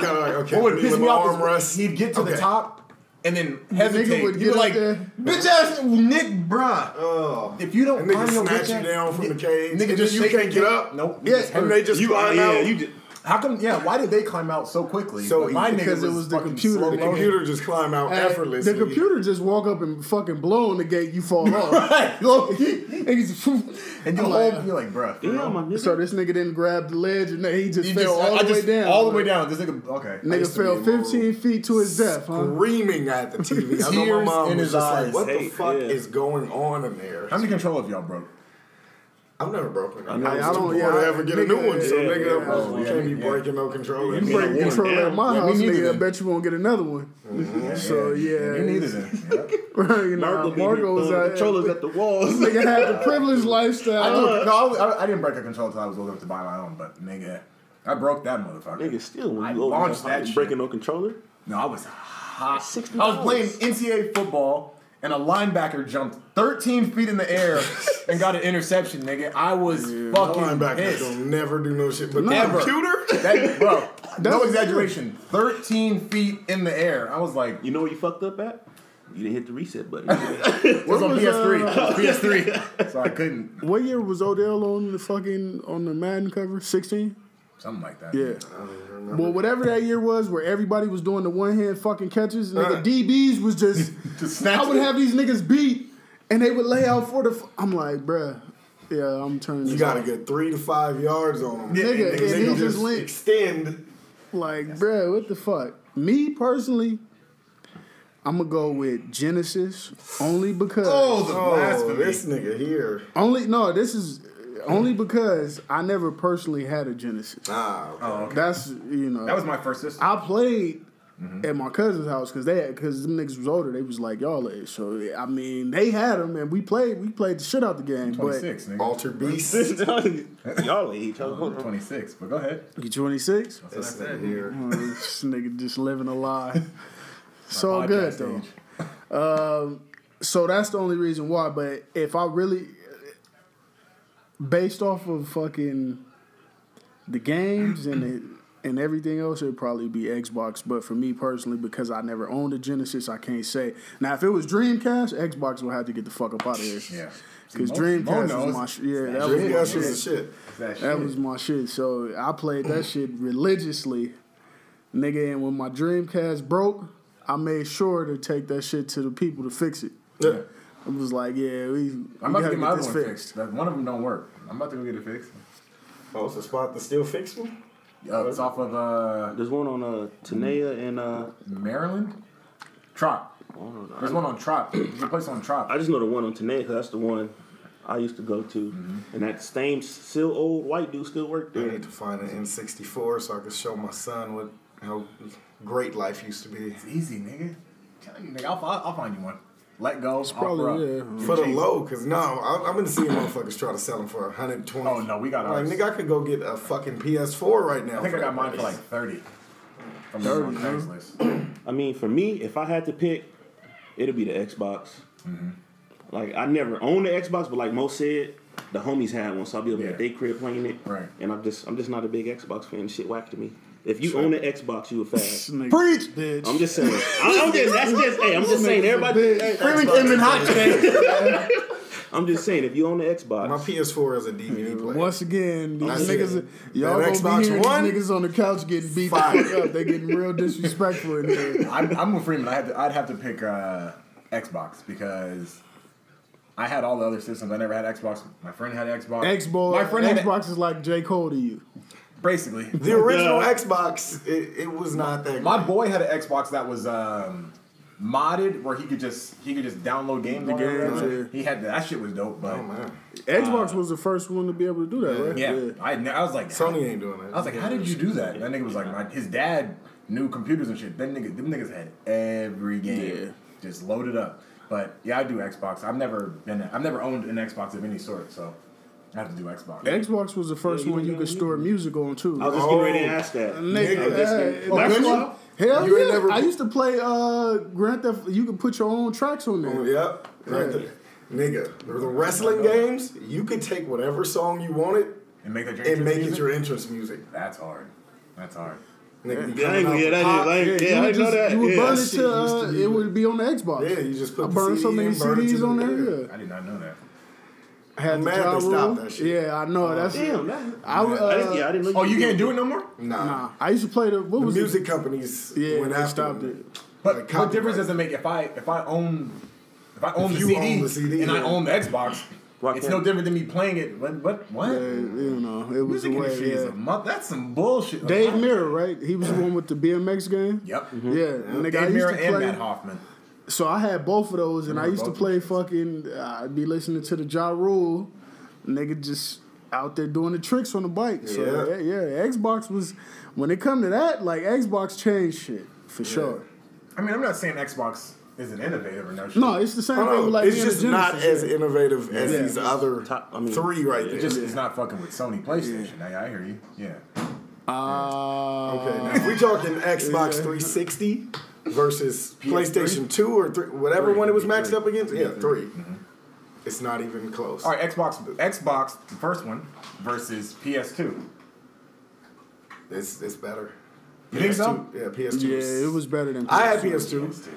Speaker 4: gotta like, okay,
Speaker 3: What would
Speaker 4: me
Speaker 3: piss
Speaker 4: with
Speaker 3: me
Speaker 4: my
Speaker 3: off
Speaker 4: arm
Speaker 3: is
Speaker 4: rest.
Speaker 3: he'd get to the
Speaker 4: Okay.
Speaker 3: top and then hesitate.
Speaker 2: would get
Speaker 3: He'd be
Speaker 2: up
Speaker 3: like,
Speaker 2: there.
Speaker 3: bitch ass Nick Bruh. if you don't
Speaker 4: And niggas
Speaker 3: find your
Speaker 4: snatch
Speaker 3: bitch
Speaker 4: you
Speaker 3: ass-
Speaker 4: down from the
Speaker 3: Yeah,
Speaker 4: cage,
Speaker 3: nigga
Speaker 4: and
Speaker 3: just
Speaker 4: then you
Speaker 3: shake
Speaker 4: can't
Speaker 3: your
Speaker 4: get
Speaker 3: dick.
Speaker 4: up.
Speaker 3: Nope.
Speaker 2: Yeah,
Speaker 3: just
Speaker 4: And
Speaker 3: hurt.
Speaker 4: they just
Speaker 5: You, uh,
Speaker 4: climb
Speaker 5: yeah,
Speaker 4: out.
Speaker 5: you just,
Speaker 3: How come? Yeah, why did they climb out so quickly?
Speaker 4: So
Speaker 3: But my
Speaker 4: easy.
Speaker 3: nigga
Speaker 2: Because it
Speaker 3: was
Speaker 2: was the
Speaker 3: fucking
Speaker 2: computer.
Speaker 3: slow
Speaker 4: the
Speaker 3: motion.
Speaker 4: computer just climb out
Speaker 2: Hey,
Speaker 4: effortlessly.
Speaker 2: The computer just walk up and fucking blow on the gate, you
Speaker 4: <laughs>
Speaker 2: fall off.
Speaker 3: Right, low key.
Speaker 2: <laughs> and he's- <laughs>
Speaker 3: And you
Speaker 2: I'm
Speaker 3: hold,
Speaker 4: uh,
Speaker 2: like,
Speaker 3: you're like, bruh.
Speaker 5: yeah, my nigga.
Speaker 2: so this nigga didn't grab the ledge and he just
Speaker 3: You
Speaker 2: fell
Speaker 3: just-
Speaker 2: all
Speaker 3: I
Speaker 2: the
Speaker 3: just-
Speaker 2: way down.
Speaker 3: All the way down. This nigga, okay.
Speaker 4: I
Speaker 2: Nigga
Speaker 4: used to be
Speaker 2: fell
Speaker 4: in my room.
Speaker 2: 15 feet to his death, huh?
Speaker 4: screaming at the TV. I know my
Speaker 3: Tears
Speaker 4: mom
Speaker 3: in
Speaker 4: was
Speaker 3: his
Speaker 4: just
Speaker 3: eyes.
Speaker 4: like, "What the
Speaker 5: Hate,
Speaker 4: fuck
Speaker 5: yeah.
Speaker 4: is going on in there?"
Speaker 3: How many controllers y'all broke?
Speaker 4: I've never broken. I,
Speaker 5: know.
Speaker 4: I,
Speaker 5: I
Speaker 4: don't
Speaker 2: don't-
Speaker 4: want
Speaker 2: yeah,
Speaker 4: to ever get a new
Speaker 2: nigga,
Speaker 4: one, so
Speaker 5: yeah,
Speaker 4: nigga,
Speaker 5: yeah,
Speaker 4: I'm
Speaker 5: yeah.
Speaker 4: like, you can't be
Speaker 3: Yeah.
Speaker 4: breaking no controller.
Speaker 3: You
Speaker 4: Yeah.
Speaker 3: break-
Speaker 2: You
Speaker 5: one
Speaker 2: Control
Speaker 5: down.
Speaker 2: at my
Speaker 3: Yeah, me
Speaker 2: house,
Speaker 3: neither
Speaker 2: nigga. I
Speaker 3: then.
Speaker 2: bet you won't get another one. So, yeah. <laughs>
Speaker 3: Me neither then. Yep.
Speaker 2: you
Speaker 5: Marco,
Speaker 2: know,
Speaker 5: be
Speaker 2: Marco was
Speaker 5: throwing
Speaker 2: out
Speaker 5: controllers
Speaker 2: there.
Speaker 5: at
Speaker 3: <laughs>
Speaker 5: the walls.
Speaker 2: Nigga had the privileged
Speaker 3: I,
Speaker 2: lifestyle.
Speaker 3: don't- no, I was- I, I didn't break a controller until I was old enough to buy my own, but nigga, I broke that motherfucker.
Speaker 5: Nigga, still
Speaker 3: I
Speaker 5: when you open
Speaker 3: launched
Speaker 5: that
Speaker 3: that
Speaker 5: house,
Speaker 3: shit.
Speaker 5: breaking no controller.
Speaker 3: No, I was hot.
Speaker 5: $60.
Speaker 3: I was playing NCAA football, and a linebacker jumped 13 feet in the air and got an interception, nigga. I was
Speaker 4: My
Speaker 3: fucking
Speaker 4: linebacker
Speaker 3: pissed.
Speaker 4: don't never do no shit, but the
Speaker 3: Never.
Speaker 4: computer.
Speaker 3: That, bro, no
Speaker 2: That's-
Speaker 3: exaggeration. 13 feet in the air. I was like,
Speaker 5: You know what you fucked up at? You didn't hit the reset button.
Speaker 3: it was on
Speaker 2: was,
Speaker 3: PS3. PS3. So I couldn't.
Speaker 2: What year was Odell on the fucking on the Madden cover? Sixteen.
Speaker 3: Something like that.
Speaker 2: Yeah. Well, whatever that year was, where everybody was doing the one hand fucking catches, and nigga
Speaker 4: Uh.
Speaker 2: DBs was just.
Speaker 3: <laughs> Just snatch
Speaker 2: I would
Speaker 3: it.
Speaker 2: have these niggas beat, and they would lay out for the. F- I'm like, bruh, yeah, I'm turning.
Speaker 4: You
Speaker 2: this
Speaker 4: got a
Speaker 2: off.
Speaker 4: good three to five yards on him.
Speaker 2: Nigga,
Speaker 4: Nigga
Speaker 2: and he
Speaker 4: just
Speaker 2: just linked.
Speaker 4: extend.
Speaker 2: Like, bruh, what the fuck? Me personally, I'm gonna go with Genesis only because.
Speaker 3: Oh, the
Speaker 4: Oh,
Speaker 3: blasphemy.
Speaker 4: this nigga here.
Speaker 2: Only no, this is only because I never personally had a Genesis.
Speaker 4: Nah, okay.
Speaker 2: That's you know.
Speaker 3: Oh, That was my first system.
Speaker 2: I played at my cousin's house because they had because them niggas was older. They was like y'all age. So I mean, they had them and we played. We played the shit out the game.
Speaker 3: 26, nigga.
Speaker 4: alter beast. this
Speaker 5: Y'all <laughs> age. Y'all hold on.
Speaker 3: 26, but go ahead.
Speaker 2: But you <laughs> 26.
Speaker 3: That's what I said.
Speaker 4: nigga here.
Speaker 2: this nigga just living a lie. so
Speaker 3: Podcast
Speaker 2: good though.
Speaker 3: age.
Speaker 2: So that's the only reason why. But if I really, based off of fucking the games and the, and everything else, it'd probably be Xbox. But for me personally, because I never owned a Genesis, I can't say. Now, if it was Dreamcast, Xbox would have to get the fuck up out of here.
Speaker 3: Yeah.
Speaker 2: Because
Speaker 3: Mo- Mo
Speaker 2: Dreamcast
Speaker 3: knows.
Speaker 2: was my sh- yeah, that was my
Speaker 4: Dreamcast
Speaker 2: shit.
Speaker 4: was the shit.
Speaker 3: That,
Speaker 2: That
Speaker 3: shit.
Speaker 2: was my shit. So I played that shit religiously, nigga. And when my Dreamcast broke, I made sure to take that shit to the people to fix it.
Speaker 4: Yeah.
Speaker 2: I was like, yeah, we.
Speaker 3: I'm
Speaker 2: we
Speaker 3: about to
Speaker 2: gotta
Speaker 3: get my other
Speaker 2: this
Speaker 3: one fixed. That- One of them don't work. I'm about to go get it fixed.
Speaker 4: Oh, it's a spot to still fix one?
Speaker 3: Uh, it's off of uh,
Speaker 5: There's one on uh Tanea and uh
Speaker 3: Maryland. Trop. There's one on Trop. There's a place on Trop.
Speaker 5: I just know the one on Tanea 'cause that's the one I used to go to, and that same still old white dude still worked
Speaker 4: I
Speaker 5: there.
Speaker 4: need to find an N64 so I can show my son what how great life used to be.
Speaker 3: It's easy, nigga. i telling you, nigga. I'll, I'll, I'll find you one. Let go. It's
Speaker 2: Probably yeah.
Speaker 4: For the low, because no, I- I've been seeing motherfuckers try to sell them for 120.
Speaker 3: Oh, no, we got
Speaker 4: Like,
Speaker 3: ours.
Speaker 4: nigga, I could go get a fucking PS4 right now.
Speaker 3: I think I got mine for like 30. From the on Craigslist.
Speaker 5: I mean, for me, if I had to pick, it'd be the Xbox. Mm-hmm. Like I never owned the Xbox, but like Mo said, the homies had one, so I'll be over
Speaker 3: Yeah.
Speaker 5: at their crib playing it.
Speaker 3: Right.
Speaker 5: And I'm just I'm just not a big Xbox fan. Shit whack to me. If you own an Xbox, you a <laughs> fag.
Speaker 2: Preach, bitch.
Speaker 5: I'm just saying. I, am just that's just hey. I'm just saying. Everybody.
Speaker 2: Remington and hot
Speaker 5: I'm just saying. If you own the
Speaker 4: My
Speaker 5: Xbox,
Speaker 4: PS4 is a DVD player.
Speaker 2: Once again, these
Speaker 4: That's
Speaker 2: niggas,
Speaker 4: it.
Speaker 2: y'all
Speaker 4: That
Speaker 2: gonna
Speaker 4: Xbox
Speaker 2: be hearing
Speaker 4: One?
Speaker 2: these niggas on the couch getting beat the
Speaker 4: Fire.
Speaker 2: fuck up. They getting real disrespectful in here.
Speaker 3: I'm, I'm with Freeman. I had to, I'd have to pick uh, Xbox because I had all the other systems. I never had Xbox. <laughs> My friend had Xbox.
Speaker 2: Xbox,
Speaker 3: My friend had
Speaker 2: Xbox is like J Cole to you.
Speaker 3: Basically.
Speaker 4: The original
Speaker 5: uh,
Speaker 4: Xbox, it, it was not that
Speaker 3: My boy had an Xbox that was um, modded where he could just he could just download games. on it or
Speaker 2: games,
Speaker 3: whatever.
Speaker 2: yeah.
Speaker 3: He had that shit was dope, but
Speaker 4: good. Oh, man.
Speaker 2: Xbox was the first one to be able to do that, right?
Speaker 3: yeah, I, had ne- I was like
Speaker 4: Sony ain't doing that.
Speaker 3: I was like, how did you do that? That nigga was like, my, his dad knew computers and shit. Them niggas, them niggas had every game,
Speaker 2: Yeah.
Speaker 3: just loaded up. But yeah, I do Xbox. I've never been, I've never owned an Xbox of any sort, so I have to do Xbox.
Speaker 2: Xbox was the first
Speaker 5: you
Speaker 2: one you
Speaker 5: got
Speaker 2: could
Speaker 5: me.
Speaker 2: store music on too.
Speaker 5: I was just
Speaker 4: Oh.
Speaker 5: getting ready to ask that. I
Speaker 2: Nigga,
Speaker 5: was just
Speaker 2: hey,
Speaker 5: getting-
Speaker 2: that's
Speaker 5: That's
Speaker 2: why-
Speaker 5: why-
Speaker 2: Hell
Speaker 4: You ain't
Speaker 2: yeah!
Speaker 4: never-
Speaker 2: I used to play uh, Grand Theft. You could put your own tracks on there.
Speaker 4: Yep. Right there. Nigga, the the wrestling games, you could take whatever song you wanted
Speaker 3: and make that your
Speaker 4: and
Speaker 3: entrance
Speaker 4: make
Speaker 3: music?
Speaker 4: it your entrance music.
Speaker 3: That's hard. That's hard.
Speaker 4: Nigga,
Speaker 5: Yeah, I ain't- yeah,
Speaker 4: yeah,
Speaker 5: that is. I ain't-
Speaker 2: you
Speaker 5: Yeah, I
Speaker 2: would
Speaker 5: ain't know
Speaker 2: just-
Speaker 5: that.
Speaker 2: You would
Speaker 5: Yeah,
Speaker 2: burn
Speaker 5: that
Speaker 2: it
Speaker 5: shit
Speaker 2: to.
Speaker 5: used to
Speaker 2: Uh,
Speaker 5: be-
Speaker 2: it would be on the Xbox.
Speaker 4: yeah, you just put
Speaker 2: I
Speaker 4: the
Speaker 2: burned
Speaker 4: CD
Speaker 2: so many
Speaker 4: in, burn it
Speaker 2: CDs
Speaker 4: to
Speaker 2: on
Speaker 4: the-
Speaker 2: there. Yeah.
Speaker 3: I did not know that.
Speaker 2: I had
Speaker 4: I'm
Speaker 2: the
Speaker 4: mad
Speaker 2: Ja
Speaker 4: they stopped
Speaker 2: Rule.
Speaker 4: that shit.
Speaker 2: Yeah, I know. That's
Speaker 5: Damn, that,
Speaker 2: Oh, I would,
Speaker 5: I didn't,
Speaker 2: uh,
Speaker 5: yeah, I didn't know.
Speaker 3: Oh, you can't do it no more.
Speaker 4: Nah.
Speaker 2: Nah, I used to play the what
Speaker 4: The
Speaker 2: was it?
Speaker 4: music companies
Speaker 2: Yeah,
Speaker 4: went
Speaker 2: they
Speaker 4: after
Speaker 2: stopped
Speaker 4: them.
Speaker 2: it.
Speaker 4: Like
Speaker 3: But what difference
Speaker 4: copyright.
Speaker 3: does it make if I if I own if I
Speaker 4: If
Speaker 3: own, the,
Speaker 4: you
Speaker 3: CD
Speaker 4: own the CD,
Speaker 3: and I
Speaker 4: yeah.
Speaker 3: own the Xbox?
Speaker 5: Why
Speaker 3: it's
Speaker 5: can't-
Speaker 3: no different than me playing it. What? What? what?
Speaker 2: Uh, you know, it was
Speaker 3: Music
Speaker 2: the way.
Speaker 3: industry is a
Speaker 2: Yeah.
Speaker 3: month. That's some bullshit.
Speaker 2: Dave Mirror, right? He was the one with the BMX game.
Speaker 3: Yep.
Speaker 5: Mm-hmm.
Speaker 2: Yeah, nigga, I
Speaker 3: Dave
Speaker 2: used
Speaker 3: Mirra
Speaker 2: to
Speaker 3: and
Speaker 2: play.
Speaker 3: Matt Hoffman.
Speaker 2: So I had both of those, and I used to
Speaker 3: both of
Speaker 2: play fucking. I'd be listening to the Ja Rule, nigga, just out there doing the tricks on the bike. So
Speaker 4: Yeah.
Speaker 2: yeah, yeah, Xbox was when it come to that, like Xbox changed shit for sure.
Speaker 3: I mean, I'm not saying Xbox isn't innovative or no shit.
Speaker 2: No, it's the same
Speaker 4: I
Speaker 2: thing.
Speaker 4: don't
Speaker 2: with
Speaker 4: know.
Speaker 2: like
Speaker 4: it's
Speaker 2: being a
Speaker 4: just not
Speaker 2: Genesis,
Speaker 4: as
Speaker 2: yeah.
Speaker 4: innovative as
Speaker 2: Yeah.
Speaker 4: these other
Speaker 5: Top- I mean,
Speaker 4: three right
Speaker 3: it
Speaker 4: there.
Speaker 3: just it's not fucking with Sony PlayStation. I, I hear you. Yeah.
Speaker 2: Uh,
Speaker 4: okay, now, if we talking Xbox 360 versus PlayStation 2 or three, whatever one it was maxed up against, yeah, 3 It's not even close.
Speaker 3: All right, Xbox, Xbox, the first one versus PS2. You
Speaker 4: It's it's better.
Speaker 3: think so?
Speaker 4: Yeah, PS2.
Speaker 2: Yeah, it was better than.
Speaker 4: I had
Speaker 2: PS2.
Speaker 4: PS2.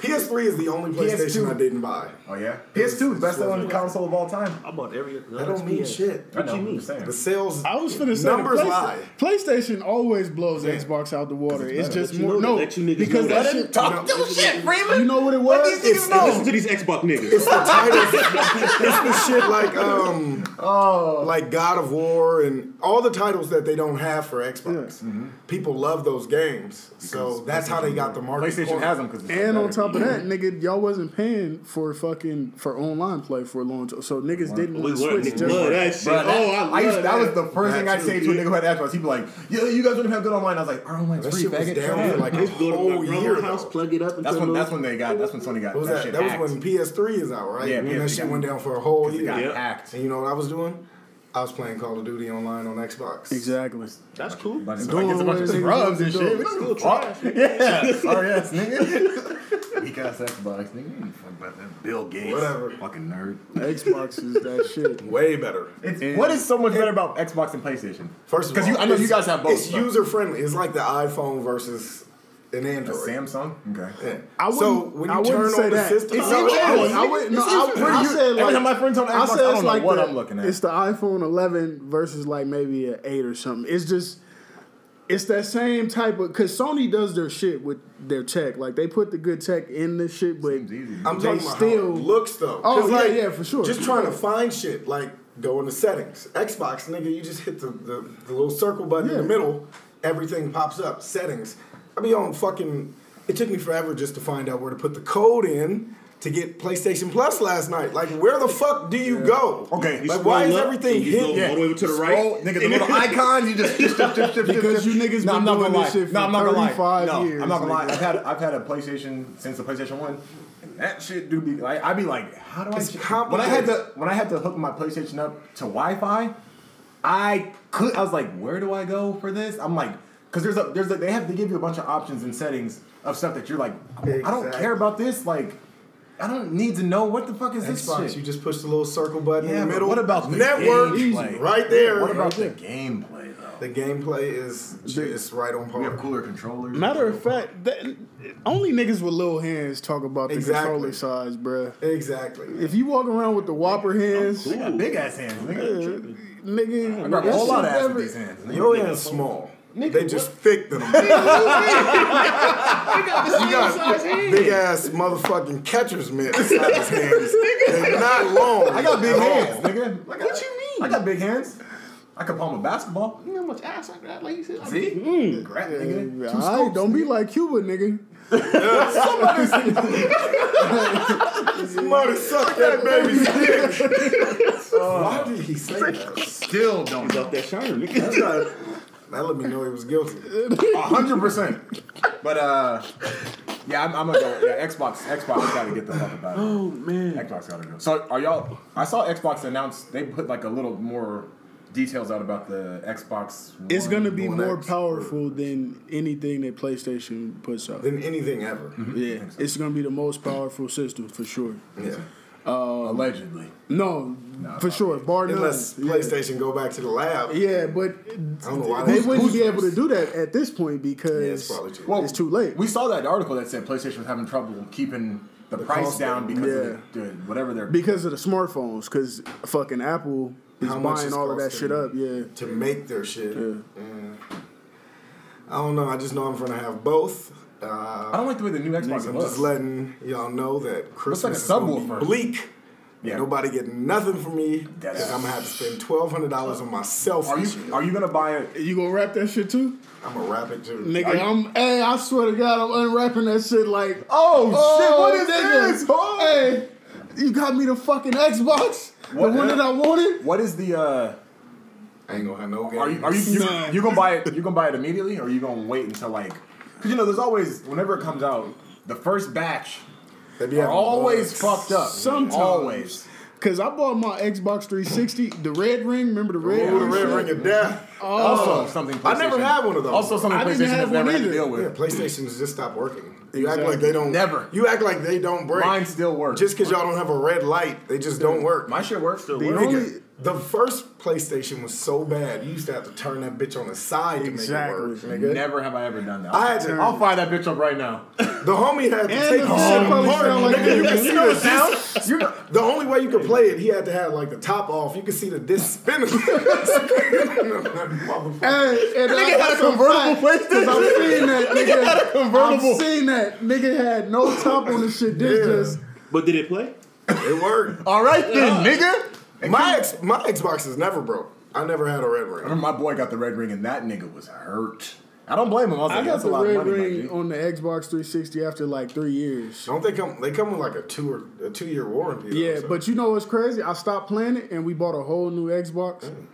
Speaker 4: PS3 is the only PlayStation
Speaker 3: PS2.
Speaker 4: I didn't buy.
Speaker 3: Oh yeah. PS2 is best selling console of all time.
Speaker 5: I bought every.
Speaker 4: That don't mean shit.
Speaker 3: I know. I'm just saying.
Speaker 4: The sales
Speaker 2: I was finna say
Speaker 4: Numbers
Speaker 2: the Playsta-
Speaker 4: lie.
Speaker 2: PlayStation always blows Xbox out the water. It's, just
Speaker 5: Let you
Speaker 2: more
Speaker 5: know
Speaker 2: no
Speaker 5: that you niggas
Speaker 2: because
Speaker 5: know
Speaker 2: that
Speaker 5: that.
Speaker 2: shit.
Speaker 3: Talk your shit, Freeman.
Speaker 2: You know what it was?
Speaker 3: these niggas know?
Speaker 5: Listen to these Xbox niggas.
Speaker 4: It's the titles. it's the shit like um, like God of War and all the titles that they don't have for Xbox.
Speaker 3: Mm-hmm.
Speaker 4: People love those games, so that's how they got the market.
Speaker 3: PlayStation
Speaker 4: corner.
Speaker 3: has them because
Speaker 2: And on top of that, nigga, y'all wasn't paying for fucking for online play for a long time, so niggas didn't
Speaker 5: We
Speaker 2: want to
Speaker 5: were
Speaker 2: switch.
Speaker 5: niggas
Speaker 2: just-
Speaker 5: love that shit.
Speaker 3: Bro, that,
Speaker 5: oh, I, love
Speaker 3: used,
Speaker 5: that.
Speaker 3: that was the first thing I
Speaker 4: That
Speaker 3: say
Speaker 4: too.
Speaker 3: to a nigga who had Xbox. He'd be like, "Yo, you guys don't even have good online." I was like, "Our online's
Speaker 4: That
Speaker 3: free,
Speaker 4: shit was
Speaker 3: faggot."
Speaker 4: down
Speaker 3: Yeah.
Speaker 4: for
Speaker 3: <laughs>
Speaker 4: like a
Speaker 5: Go to my
Speaker 4: whole
Speaker 5: grandma's
Speaker 4: year.
Speaker 5: house,
Speaker 4: though.
Speaker 5: plug it up. and
Speaker 3: That's
Speaker 5: turn
Speaker 3: when
Speaker 5: it
Speaker 3: that's
Speaker 5: on.
Speaker 3: when they got. That's when Sony got.
Speaker 4: What was that?
Speaker 3: shit
Speaker 4: That was
Speaker 3: hacked.
Speaker 4: when PS3 is out, right?
Speaker 3: Yeah,
Speaker 4: and
Speaker 3: PS3
Speaker 4: that shit
Speaker 3: got-
Speaker 4: went down for a whole
Speaker 3: It
Speaker 4: year.
Speaker 3: got
Speaker 5: Yeah.
Speaker 3: hacked.
Speaker 4: And you know what I was doing? I was playing Call of Duty online on Xbox.
Speaker 2: Exactly.
Speaker 5: That's cool.
Speaker 3: But it's
Speaker 2: Doing
Speaker 3: like it's a bunch
Speaker 2: what
Speaker 3: of
Speaker 2: niggas
Speaker 3: scrubs and <laughs>
Speaker 2: wanted to
Speaker 3: shit.
Speaker 2: do.
Speaker 3: <laughs> We don't give a fuck. Yeah, sorry ass nigga. He got Xbox. Nigga, you ain't fuck about that. Bill Gates.
Speaker 4: Whatever.
Speaker 3: Fucking nerd.
Speaker 2: Xbox is that shit.
Speaker 4: Way better.
Speaker 3: It's, what is so much better about Xbox and PlayStation?
Speaker 4: First of all,
Speaker 3: because I know you
Speaker 4: it's-
Speaker 3: guys have both.
Speaker 4: It's
Speaker 3: so-
Speaker 4: user friendly. It's like the iPhone versus an
Speaker 3: A
Speaker 4: Android.
Speaker 3: Samsung. Okay.
Speaker 4: Yeah.
Speaker 2: I
Speaker 4: so
Speaker 2: wouldn't-
Speaker 4: when
Speaker 2: I
Speaker 4: you
Speaker 2: wouldn't
Speaker 4: turn
Speaker 2: say
Speaker 4: on the
Speaker 2: that.
Speaker 4: system,
Speaker 2: It's
Speaker 4: I would- I would-
Speaker 2: infinite. I wouldn't. No,
Speaker 3: It's
Speaker 2: I,
Speaker 3: infinite.
Speaker 2: I said
Speaker 3: Every
Speaker 2: like
Speaker 3: time my friend's on Xbox, I
Speaker 2: said
Speaker 3: don't
Speaker 2: it's
Speaker 3: know what
Speaker 2: the-
Speaker 3: I'm looking at.
Speaker 2: It's the iPhone 11 versus like maybe an 8 or something. It's just it's that same type of because Sony does their shit with their tech. Like they put the good tech in this shit, but
Speaker 3: Seems easy.
Speaker 2: They
Speaker 4: I'm talking about
Speaker 2: still-
Speaker 4: how it looks though.
Speaker 2: Oh,
Speaker 4: 'Cause,
Speaker 2: yeah,
Speaker 4: like,
Speaker 2: yeah, for sure.
Speaker 4: Just trying to find shit like go into settings. Xbox, nigga, you just hit the, the, the little circle button in
Speaker 2: Yeah.
Speaker 4: the middle, everything pops up. Settings. I be on fucking. It took me forever just to find out where to put the code in to get PlayStation Plus last night. Like, where the fuck do you go?
Speaker 3: Okay.
Speaker 4: like why is
Speaker 5: Scroll up,
Speaker 4: everything
Speaker 5: and you
Speaker 4: hidden?
Speaker 5: go all the way over to the right.
Speaker 3: Scroll, nigga, the little icons, you just shift, shift, shift, shift,
Speaker 2: Because
Speaker 3: shift.
Speaker 2: you niggas
Speaker 3: no,
Speaker 2: been
Speaker 3: I'm not
Speaker 2: doing
Speaker 3: gonna lie.
Speaker 2: this shit for
Speaker 3: no, I'm not gonna lie.
Speaker 2: 35
Speaker 3: no,
Speaker 2: years,
Speaker 3: I'm not gonna lie.
Speaker 2: nigga.
Speaker 3: I've had I've had a PlayStation since the PlayStation One. and That shit do be like I'd be like, how do I?
Speaker 4: It's
Speaker 3: ch- when I had to
Speaker 4: complicated.
Speaker 3: when I had to hook my PlayStation up to Wi-Fi, I could I was like, where do I go for this? I'm like, because there's a there's a, they have to give you a bunch of options and settings of stuff that you're like, I don't
Speaker 4: Exactly.
Speaker 3: care about this. Like, I don't need to know what the fuck is this
Speaker 4: Xbox,
Speaker 3: shit.
Speaker 4: you just push the little circle button
Speaker 3: Yeah,
Speaker 4: in the
Speaker 3: but
Speaker 4: middle.
Speaker 3: what about the
Speaker 4: network?
Speaker 3: gameplay?
Speaker 4: Right there.
Speaker 3: what about
Speaker 4: the,
Speaker 3: the gameplay though?
Speaker 4: gameplay? Is it's right on par.
Speaker 3: We have cooler controllers.
Speaker 2: matter of fact, that, only niggas with little hands talk about the
Speaker 4: Exactly.
Speaker 2: controller size, bruh.
Speaker 4: Exactly.
Speaker 2: If you walk around with the whopper hands,
Speaker 3: they got big ass hands, nigga. Oh,
Speaker 2: nigga,
Speaker 3: I got a
Speaker 2: that
Speaker 3: whole lot of
Speaker 2: shit
Speaker 3: ass
Speaker 2: never-
Speaker 3: with
Speaker 2: <laughs>
Speaker 3: these hands. nigga.
Speaker 4: Your hands small. they just thick than them. you got big ass motherfucking catcher's mitt inside his hands. They're not long.
Speaker 3: I got big
Speaker 4: at all.
Speaker 3: hands, nigga. I got,
Speaker 5: What you mean?
Speaker 3: I got big hands. I could palm a basketball.
Speaker 5: You know how much ass I got? Like you said, I-
Speaker 3: See? Grab, nigga. Two
Speaker 2: All right,
Speaker 3: scoops.
Speaker 2: Mm. don't be like Cuba, nigga.
Speaker 4: Somebody suck that baby's dick. Uh, Why did he say that?
Speaker 3: Still don't.
Speaker 5: Off that shiner, nigga.
Speaker 4: That let me know he was guilty.
Speaker 3: hundred percent. But uh, yeah, I'm, I'm gonna go. Yeah, Xbox. Xbox gotta get the fuck about it.
Speaker 5: Oh man.
Speaker 3: Xbox gotta go. So are y'all? I saw Xbox announce they put like a little more details out about the Xbox.
Speaker 2: <laughs> It's
Speaker 3: One,
Speaker 2: gonna be
Speaker 3: One
Speaker 2: more
Speaker 3: X.
Speaker 2: powerful than anything that PlayStation puts out.
Speaker 4: Than anything ever.
Speaker 3: Mm-hmm.
Speaker 2: Yeah, it's gonna be the most powerful system for sure.
Speaker 4: Yeah.
Speaker 3: allegedly.
Speaker 2: No, for sure, bar none.
Speaker 4: Unless
Speaker 2: yeah.
Speaker 4: PlayStation go back to the lab.
Speaker 2: Yeah, but
Speaker 4: I don't know why
Speaker 2: they
Speaker 4: they-
Speaker 2: wouldn't be able to do that at this point
Speaker 4: Yeah,
Speaker 2: because
Speaker 4: it's probably true.
Speaker 2: it's too late.
Speaker 3: We saw that article that said PlayStation was having trouble keeping the, price
Speaker 4: cost
Speaker 3: down
Speaker 4: down.
Speaker 3: because
Speaker 2: Yeah.
Speaker 3: of the, the, whatever they're.
Speaker 2: because of the smartphones, because fucking Apple is
Speaker 4: How much
Speaker 2: buying
Speaker 4: it's
Speaker 2: all of that
Speaker 4: costing.
Speaker 2: shit up. Yeah,
Speaker 4: to make their shit. Yeah. I don't know. I just know I'm gonna have both.
Speaker 3: I
Speaker 4: Uh,
Speaker 3: don't like the way the new Xbox
Speaker 4: I'm
Speaker 3: looks.
Speaker 4: just letting y'all know that Christmas
Speaker 3: like a
Speaker 4: is gonna
Speaker 3: subwoofer.
Speaker 4: be bleak.
Speaker 3: Yeah.
Speaker 4: Nobody getting nothing from me
Speaker 3: Dead
Speaker 4: because
Speaker 3: ass.
Speaker 4: I'm gonna have to spend twelve hundred dollars on myself.
Speaker 3: are
Speaker 4: this
Speaker 3: you
Speaker 4: year.
Speaker 3: are you gonna buy it?
Speaker 2: you gonna wrap that shit too,
Speaker 4: I'm gonna wrap it too.
Speaker 2: nigga? I'm hey, I swear to God, I'm unwrapping that shit like
Speaker 3: Oh,
Speaker 2: shit, what is this? Hey, you got me the fucking Xbox,
Speaker 3: What
Speaker 2: the one
Speaker 3: the-
Speaker 2: that I wanted.
Speaker 3: What is the? uh
Speaker 4: I ain't gonna have no game.
Speaker 3: Are you are you you,
Speaker 2: Nah.
Speaker 3: you gonna buy it? You gonna buy it immediately, or you gonna wait until like? Because you know, there's always whenever it comes out, the first batch
Speaker 4: They be
Speaker 3: are
Speaker 4: having
Speaker 3: always
Speaker 4: bugs.
Speaker 3: fucked up.
Speaker 2: Sometimes.
Speaker 3: always.
Speaker 2: Cause I bought my Xbox 360, the red ring. Remember the red
Speaker 4: Ooh, Oh, the
Speaker 2: ring?
Speaker 4: red
Speaker 2: shit?
Speaker 4: ring of death. Oh.
Speaker 2: Oh.
Speaker 3: also, something
Speaker 4: I never
Speaker 3: PlayStation-
Speaker 4: had one of those.
Speaker 3: Also, something
Speaker 2: I didn't
Speaker 3: PlayStation
Speaker 2: have
Speaker 3: has
Speaker 2: one
Speaker 3: never had to
Speaker 2: either.
Speaker 3: deal with.
Speaker 4: Yeah, PlayStations just stopped working. You
Speaker 2: Exactly.
Speaker 4: act like they don't.
Speaker 3: Never.
Speaker 4: You act like they don't break.
Speaker 3: Mine still works.
Speaker 4: Just because y'all don't have a red light, they just don't work.
Speaker 3: My shit works still.
Speaker 2: The
Speaker 3: works.
Speaker 2: only-
Speaker 4: Nigga, the first PlayStation was so bad, you used to have to turn that bitch on the side to make it
Speaker 2: Exactly.
Speaker 4: work, nigga.
Speaker 3: Never have I ever done that.
Speaker 4: I had to-
Speaker 3: I'll fire that bitch up
Speaker 2: <laughs>
Speaker 3: right now.
Speaker 4: The homie had
Speaker 2: And
Speaker 4: to take
Speaker 2: the
Speaker 4: the
Speaker 2: fan
Speaker 4: shit
Speaker 2: probably
Speaker 4: apart.
Speaker 2: sound like
Speaker 4: nigga, you
Speaker 2: that.
Speaker 4: can see
Speaker 2: You know
Speaker 4: the disc.
Speaker 3: You're not.
Speaker 4: The only way you could play it, he had to have like the top off. You could see the disc spinning. <laughs> Motherfucker.
Speaker 2: Hey, and I,
Speaker 3: had a
Speaker 2: that's a
Speaker 3: convertible
Speaker 2: fact, 'cause I've seen that nigga.
Speaker 3: had a convertible.
Speaker 2: I've seen that nigga had no top on the shit. This
Speaker 3: <laughs>
Speaker 4: Yeah.
Speaker 2: just
Speaker 5: But did it play?
Speaker 4: It worked.
Speaker 3: All right then, nigga.
Speaker 4: My ex, my Xbox is never broke. I never had a red ring.
Speaker 3: Remember, my boy got the red ring, and that nigga was hurt. I don't blame him. I was
Speaker 2: I
Speaker 3: like,
Speaker 2: got
Speaker 3: that's a
Speaker 2: the
Speaker 3: lot of
Speaker 2: red
Speaker 3: money. my
Speaker 2: ring
Speaker 3: dude.
Speaker 2: on the Xbox 360 after like three years.
Speaker 4: Don't they come? They come with like a two or a two year warranty.
Speaker 2: Yeah,
Speaker 4: though, so-
Speaker 2: but you know what's crazy? I stopped playing it and we bought a whole new Xbox.
Speaker 3: Mm.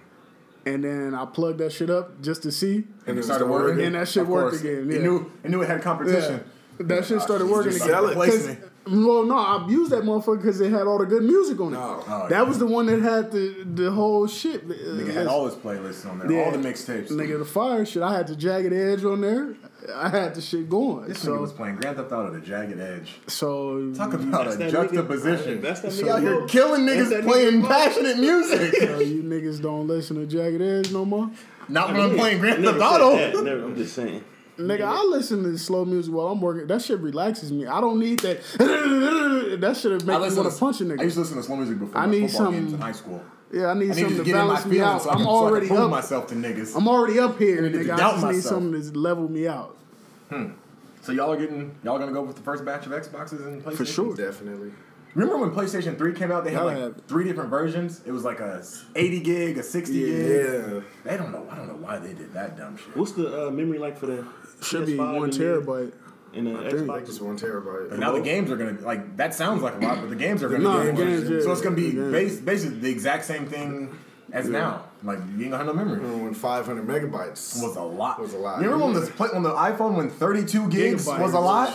Speaker 2: And then I plugged that shit up just to see.
Speaker 4: and
Speaker 3: It
Speaker 4: it
Speaker 3: started
Speaker 4: started
Speaker 3: working,
Speaker 2: And that shit
Speaker 3: Of
Speaker 2: worked
Speaker 3: course.
Speaker 2: again,
Speaker 3: It
Speaker 2: yeah.
Speaker 3: knew, it knew it had
Speaker 2: Yeah.
Speaker 3: competition.
Speaker 2: That shit started
Speaker 3: he's
Speaker 2: working
Speaker 3: Ah, just
Speaker 2: again.
Speaker 4: selling.
Speaker 2: 'Cause- Well, no, I used that motherfucker because it had all the good music on it.
Speaker 4: Oh.
Speaker 3: Oh,
Speaker 2: that was the one that had the the whole shit.
Speaker 3: Nigga had all his playlists on there,
Speaker 2: Yeah.
Speaker 3: all the mixtapes.
Speaker 2: Nigga, the fire shit. I had the jagged edge on there. I had the shit going.
Speaker 3: This nigga
Speaker 2: so
Speaker 3: was playing Grand Theft Auto: The Jagged Edge.
Speaker 2: so
Speaker 3: Talk about a
Speaker 5: that nigga-
Speaker 2: <laughs>
Speaker 3: juxtaposition.
Speaker 5: That's that
Speaker 3: we
Speaker 5: nigga
Speaker 3: out here
Speaker 5: Mo.
Speaker 3: killing
Speaker 5: That's
Speaker 3: niggas
Speaker 5: that nigga
Speaker 3: playing
Speaker 5: Mo.
Speaker 3: passionate
Speaker 2: so
Speaker 3: music.
Speaker 2: you niggas don't listen to Jagged Edge no more.
Speaker 3: <laughs> Not when I'm playing Grand
Speaker 5: Never
Speaker 3: Theft
Speaker 5: said
Speaker 3: Auto.
Speaker 5: that. Never, I'm just saying.
Speaker 2: Nigga, I listen to slow music while I'm working. That shit relaxes me. I don't need that. <laughs> that should have
Speaker 3: I
Speaker 2: made me
Speaker 3: listen
Speaker 2: want to punch a
Speaker 3: I used
Speaker 2: nigga.
Speaker 3: to listen to slow music before
Speaker 2: I
Speaker 3: my
Speaker 2: need
Speaker 3: football
Speaker 2: some-
Speaker 3: games in high school.
Speaker 2: Yeah, I need
Speaker 3: I need
Speaker 2: something
Speaker 3: to
Speaker 2: to,
Speaker 3: get in my
Speaker 2: balance me out.
Speaker 3: feelings so I
Speaker 2: I'm
Speaker 3: can,
Speaker 2: already
Speaker 3: so I can prove
Speaker 2: up.
Speaker 3: myself to niggas.
Speaker 2: I'm already up here,
Speaker 3: I need to
Speaker 2: nigga. I
Speaker 3: doubt
Speaker 2: just need
Speaker 3: myself.
Speaker 2: something to level me out.
Speaker 3: so y'all are getting y'all gonna go with the first batch of Xboxes and PlayStation.
Speaker 2: For sure.
Speaker 4: Definitely.
Speaker 3: Remember when PlayStation 3 came out? They had
Speaker 2: Y'all
Speaker 3: like
Speaker 2: have-
Speaker 3: three different versions. It was like a s- 80 gig, a 60 gig.
Speaker 4: Yeah.
Speaker 3: They don't know. I don't know why they did that dumb shit.
Speaker 5: What's the uh, memory like for that?
Speaker 2: Should be one terabyte.
Speaker 5: And the
Speaker 4: Like
Speaker 5: Xbox.
Speaker 4: just one terabyte.
Speaker 3: But now the games are gonna be like that sounds like a lot, but the games are gonna
Speaker 2: No,
Speaker 3: be
Speaker 2: the games, yeah.
Speaker 3: so it's gonna be
Speaker 2: The games.
Speaker 3: base, basically the exact same thing as now. Like you ain't gonna have no memory.
Speaker 4: When 500 megabytes.
Speaker 3: Was a lot.
Speaker 4: Mm. Was a lot.
Speaker 3: You remember when the pla- on the iPhone when 32 gigs
Speaker 2: Gigabytes.
Speaker 3: was a lot?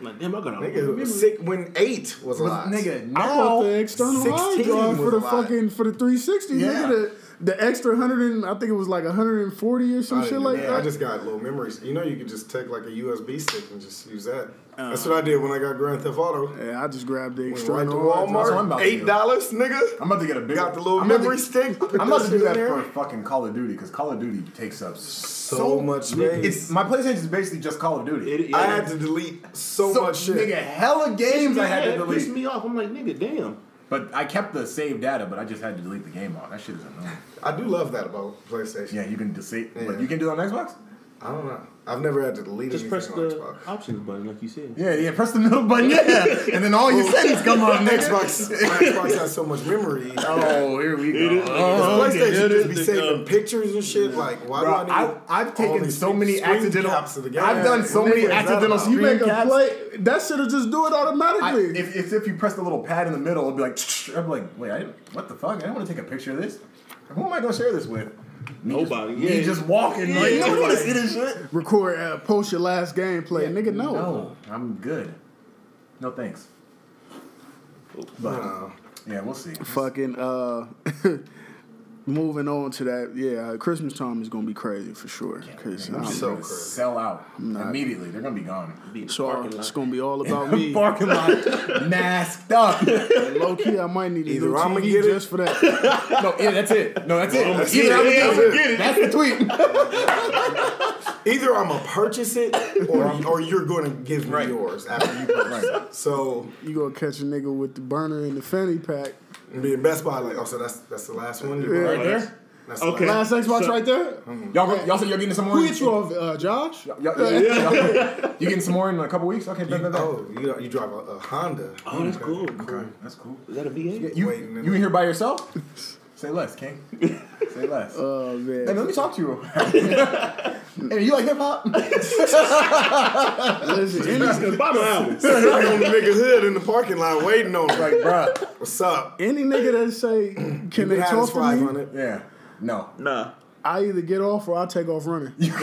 Speaker 5: I'm like, damn, I got a
Speaker 4: Nigga, sick when eight was a
Speaker 3: Was-
Speaker 4: lot.
Speaker 2: I
Speaker 3: nigga,
Speaker 2: bought
Speaker 3: now
Speaker 2: the external hard
Speaker 3: 16
Speaker 2: drive for
Speaker 4: was
Speaker 2: the
Speaker 4: a lot.
Speaker 2: fucking for the 360.
Speaker 3: Yeah.
Speaker 2: Nigga, the, the extra hundred and I think it was like 140 or some
Speaker 4: I
Speaker 2: shit
Speaker 4: didn't
Speaker 2: like
Speaker 4: know. I
Speaker 2: that.
Speaker 4: just got little memories. You know, you could just take like a USB stick and just use that.
Speaker 5: Uh-huh.
Speaker 4: That's what I did when I got Grand Theft Auto.
Speaker 2: yeah, I just grabbed the
Speaker 4: Went right to
Speaker 2: external hard drive.
Speaker 3: That's what I'm about
Speaker 4: Walmart,
Speaker 3: to do.
Speaker 4: eight dollars, nigga.
Speaker 3: I'm about to get a big
Speaker 4: Got the little
Speaker 3: I'm about to-
Speaker 4: memory stick. Put
Speaker 3: I'm about to do
Speaker 4: shit
Speaker 3: that
Speaker 4: in there.
Speaker 3: for fucking Call of Duty because Call of Duty takes up so,
Speaker 4: so much space.
Speaker 3: It's my PlayStation is basically just Call of Duty.
Speaker 5: It-
Speaker 4: I
Speaker 5: yeah.
Speaker 4: had to delete so, much shit.
Speaker 3: Nigga, hella games I had
Speaker 5: Yeah,
Speaker 3: to
Speaker 5: it pissed
Speaker 3: delete.
Speaker 5: me off. I'm like, nigga, damn.
Speaker 3: But I kept the saved data, but I just had to delete the game off. That shit is annoying.
Speaker 4: I do love that about PlayStation.
Speaker 3: Yeah, you can just say,
Speaker 4: Yeah.
Speaker 3: but you can do it on Xbox?
Speaker 4: I don't know. I've never had to delete
Speaker 5: Just
Speaker 4: anything
Speaker 5: press
Speaker 4: on
Speaker 5: the
Speaker 4: Xbox.
Speaker 5: options button, like you said.
Speaker 3: Yeah, yeah, press the middle button, yeah. <laughs> and then all your settings come on
Speaker 4: Xbox, my Xbox has so much memory.
Speaker 3: <laughs> Oh, here we go. Oh,
Speaker 4: PlayStation
Speaker 3: okay.
Speaker 4: just be saving pictures and shit. Like, why
Speaker 3: Bro,
Speaker 4: do I need?
Speaker 3: I, I've
Speaker 4: all
Speaker 3: taken
Speaker 4: these
Speaker 3: so many
Speaker 4: screen
Speaker 3: accidental.
Speaker 4: caps of the game?
Speaker 3: I've done so
Speaker 4: What
Speaker 3: many
Speaker 4: is that
Speaker 3: accidental
Speaker 4: about?
Speaker 2: You
Speaker 3: screen
Speaker 2: make a
Speaker 3: caps.
Speaker 2: play. That shit'll just do it
Speaker 3: I,
Speaker 2: automatically.
Speaker 3: if, if, if you press the little pad in the middle, it'll be like, <laughs> I'm like, wait, I didn't, what the fuck? I didn't want to take a picture of this. Who am I gonna share this with?
Speaker 5: Nobody.
Speaker 3: You
Speaker 5: yeah.
Speaker 3: just walking, like, <laughs> you don't want to see this shit.
Speaker 2: Record, uh, post your last gameplay, nigga. No.
Speaker 3: No, I'm good. No thanks. But
Speaker 4: Uh,
Speaker 3: yeah, we'll see.
Speaker 2: Fucking. uh <laughs> Moving on to that, yeah, uh, Christmas time is gonna be crazy for sure. Cause I'm-
Speaker 4: so
Speaker 3: They're gonna
Speaker 4: crazy.
Speaker 3: sell out immediately. They're gonna be gone.
Speaker 2: so
Speaker 5: Parking lot.
Speaker 2: it's gonna be all
Speaker 3: <laughs>
Speaker 2: about me.
Speaker 3: Parking lot
Speaker 4: <laughs>
Speaker 3: masked up. No,
Speaker 2: Low key, I might need a
Speaker 4: Either
Speaker 2: new
Speaker 4: I'ma
Speaker 2: TV
Speaker 4: get it-
Speaker 2: just for that.
Speaker 3: yeah, that's it. No, that's it.
Speaker 4: that's
Speaker 3: Either
Speaker 4: it.
Speaker 3: I'm
Speaker 4: Yeah,
Speaker 3: gonna
Speaker 4: that's
Speaker 3: get it. That's the tweet.
Speaker 4: either I'm gonna purchase it, or or you're gonna give me
Speaker 3: Right.
Speaker 4: yours after you <laughs> purchase it. So
Speaker 2: You gonna catch a nigga with the burner and the fanny pack?
Speaker 4: be in Best Buy, like, oh, so that's that's the last one. You
Speaker 2: Yeah.
Speaker 4: bought?
Speaker 3: Right there.
Speaker 4: That's
Speaker 5: Okay.
Speaker 4: The last.
Speaker 2: Last Xbox right there.
Speaker 3: Y'all, y'all said y'all getting some more.
Speaker 2: Who
Speaker 3: in-
Speaker 2: hit you off, uh, Josh?
Speaker 3: Y'all, y'all- you getting some more in a couple weeks? Okay, bet, bet, bet.
Speaker 4: Oh, you, you drive a, a Honda.
Speaker 5: Oh, that's cool. cool.
Speaker 3: Okay, that's cool.
Speaker 5: Is that a V8?
Speaker 3: You, you
Speaker 4: Waiting in
Speaker 3: in
Speaker 4: the-
Speaker 3: here by
Speaker 4: <laughs>
Speaker 3: yourself? Say less, King. Say less.
Speaker 4: Uh,
Speaker 2: Oh
Speaker 3: Hey,
Speaker 2: man,
Speaker 3: let me talk to
Speaker 4: <laughs>
Speaker 3: you. hey, you like hip hop? <laughs>
Speaker 2: listen, any,
Speaker 5: <laughs> Bottom album.
Speaker 4: Sitting on the <laughs> nigga hood in the parking lot waiting on him.
Speaker 3: like,
Speaker 4: Like,
Speaker 3: bruh.
Speaker 4: what's up?
Speaker 2: any nigga that say can
Speaker 4: You
Speaker 2: they
Speaker 4: can have
Speaker 2: talk
Speaker 4: his
Speaker 2: to me,
Speaker 4: 500.
Speaker 3: Yeah. No.
Speaker 5: Nah.
Speaker 2: I either get off or I take off running. <laughs>
Speaker 3: <laughs> Bro,
Speaker 2: Because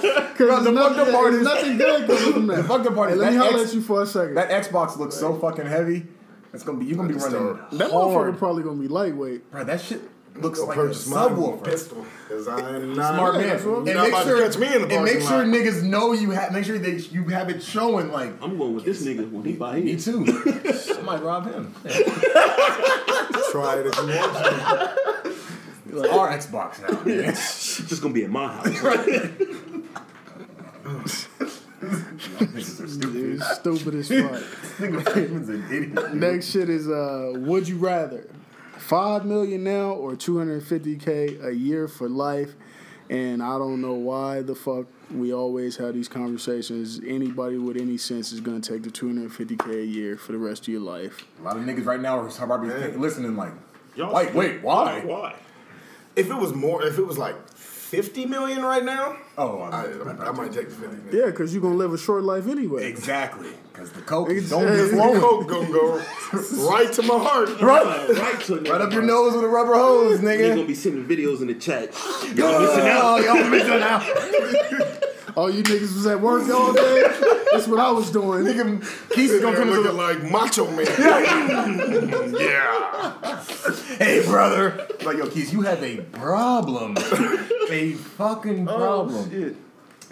Speaker 3: the fucked
Speaker 2: nothing,
Speaker 3: up part is-
Speaker 2: nothing good comes from that.
Speaker 3: <laughs> The fucked up part
Speaker 2: Hey,
Speaker 3: is
Speaker 2: let me
Speaker 3: that
Speaker 2: holler
Speaker 3: X-
Speaker 2: at you for a second. That,
Speaker 3: That Xbox looks so fucking heavy. It's gonna be you gonna be
Speaker 4: Just
Speaker 3: running.
Speaker 4: don't-
Speaker 2: motherfucker
Speaker 3: hard.
Speaker 2: probably gonna be lightweight.
Speaker 3: Bro, that shit looks
Speaker 4: Go
Speaker 3: like a
Speaker 4: purchase mine with a
Speaker 3: subwoofer.
Speaker 4: pistol. Cause I am not
Speaker 3: Smart man.
Speaker 2: that's what-
Speaker 3: And
Speaker 4: You're not
Speaker 3: make
Speaker 4: about to
Speaker 3: sure
Speaker 4: catch me in the
Speaker 3: and make
Speaker 4: parking
Speaker 3: sure
Speaker 4: lot.
Speaker 3: niggas know you have. Make sure they you have it showing. Like
Speaker 5: I'm going with this nigga when he buy
Speaker 3: me <laughs>
Speaker 5: his.
Speaker 3: too. I might rob him.
Speaker 4: Try it if you want to.
Speaker 3: It's our Xbox now. <laughs> man.
Speaker 5: It's just gonna be at my house. Right?
Speaker 3: Niggas are <laughs> stupid.
Speaker 2: It's stupid as
Speaker 3: <laughs>
Speaker 2: fuck.
Speaker 3: Niggas humans are idiots.
Speaker 2: Next shit is uh, would you rather five million now or two hundred fifty k a year for life? And I don't know why the fuck we always have these conversations. Anybody with any sense is gonna take the two hundred fifty k a year for the rest of your life.
Speaker 3: A lot of niggas right now are probably thinking- listening like,
Speaker 5: Y'all
Speaker 3: like
Speaker 5: stupid.
Speaker 3: wait, why?
Speaker 5: Why?
Speaker 4: If it was more, if it was like 50 million right now,
Speaker 3: Oh,
Speaker 4: I,
Speaker 3: I'm-
Speaker 4: I might take the 50 million.
Speaker 2: Yeah, cause you're gonna live a short life anyway.
Speaker 3: exactly. Because the coke is
Speaker 2: Exactly.
Speaker 3: don't be
Speaker 4: The
Speaker 3: flowing.
Speaker 4: coke gonna go right to my heart.
Speaker 3: Right,
Speaker 5: Right, to
Speaker 3: right up your nose with a rubber hose,
Speaker 5: He's
Speaker 3: nigga.
Speaker 5: gonna be sending videos in the chat.
Speaker 3: Y'all missing out. <laughs> Y'all missing out.
Speaker 2: All you niggas was at work all <laughs> day. That's what I was doing.
Speaker 3: Nigga, Keith's
Speaker 4: They're
Speaker 3: gonna come to
Speaker 4: looking
Speaker 3: the
Speaker 4: like macho
Speaker 3: <laughs>
Speaker 4: man. yeah.
Speaker 3: Hey, brother. Like, yo, Keith, you have a problem. a fucking problem.
Speaker 5: Oh, shit.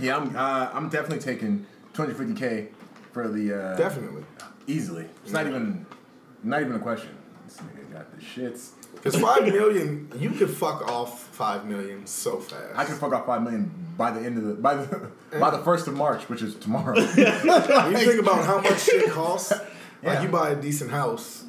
Speaker 3: Yeah, I'm. Uh, I'm definitely taking 250k for the uh,
Speaker 4: Definitely.
Speaker 3: easily. It's not even, not even a question. This nigga got the shits.
Speaker 4: Because five million, you could fuck off five million so fast.
Speaker 3: I can fuck off five million by the end of the by the by the first of March, which is
Speaker 5: <laughs>
Speaker 3: tomorrow.
Speaker 4: When you think about how much
Speaker 3: <laughs>
Speaker 4: shit costs, like you buy a decent house,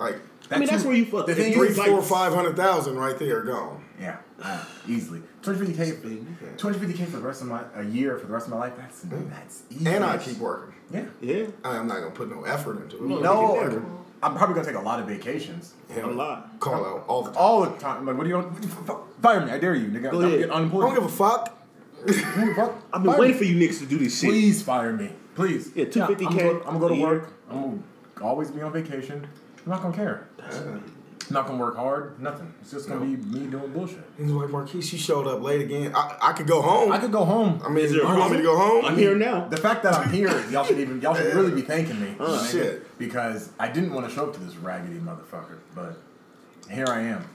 Speaker 4: like
Speaker 5: I mean, that's where you fuck.
Speaker 3: The thing
Speaker 4: three,
Speaker 3: is,
Speaker 4: four,
Speaker 3: like-
Speaker 4: five hundred thousand right there gone.
Speaker 3: Yeah, uh, easily. 250k, 250k for the rest of my a year for the rest of my life. That's that's easy.
Speaker 4: And I keep working.
Speaker 3: Yeah.
Speaker 5: Yeah,
Speaker 4: I'm not gonna put no effort into it.
Speaker 3: No, I'm probably gonna take a lot of vacations.
Speaker 4: Hell,
Speaker 5: a lot.
Speaker 4: Call out all the time.
Speaker 3: All the time. Like, what do you want? Fire me! I dare you, nigga.
Speaker 5: Go
Speaker 3: I'm gonna
Speaker 5: ahead.
Speaker 3: get
Speaker 4: I don't
Speaker 3: unemployed.
Speaker 4: give a fuck.
Speaker 3: fuck.
Speaker 5: I've been
Speaker 3: Fire
Speaker 5: waiting
Speaker 3: me.
Speaker 5: for you niggas to do this shit.
Speaker 3: Please fire me, please.
Speaker 5: Yeah, 250K
Speaker 3: I'm gonna go
Speaker 5: a
Speaker 3: to
Speaker 5: year.
Speaker 3: work. I'm gonna always be on vacation. I'm not gonna care. I'm not gonna work hard. Nothing. It's just gonna be me doing bullshit.
Speaker 4: He's like Marquis. She showed up late again. I, I could go home.
Speaker 3: I
Speaker 4: I,
Speaker 3: could go home.
Speaker 4: mean,
Speaker 5: Is
Speaker 4: you
Speaker 5: there a
Speaker 4: want me to go
Speaker 5: I'm
Speaker 4: home?
Speaker 5: here now.
Speaker 3: The fact that I'm here, y'all should even y'all
Speaker 5: <laughs>
Speaker 3: should really be thanking
Speaker 5: Oh,
Speaker 3: me.
Speaker 4: Uh,
Speaker 3: nigga,
Speaker 4: shit.
Speaker 3: Because I didn't want to show up to this raggedy motherfucker, but here I am.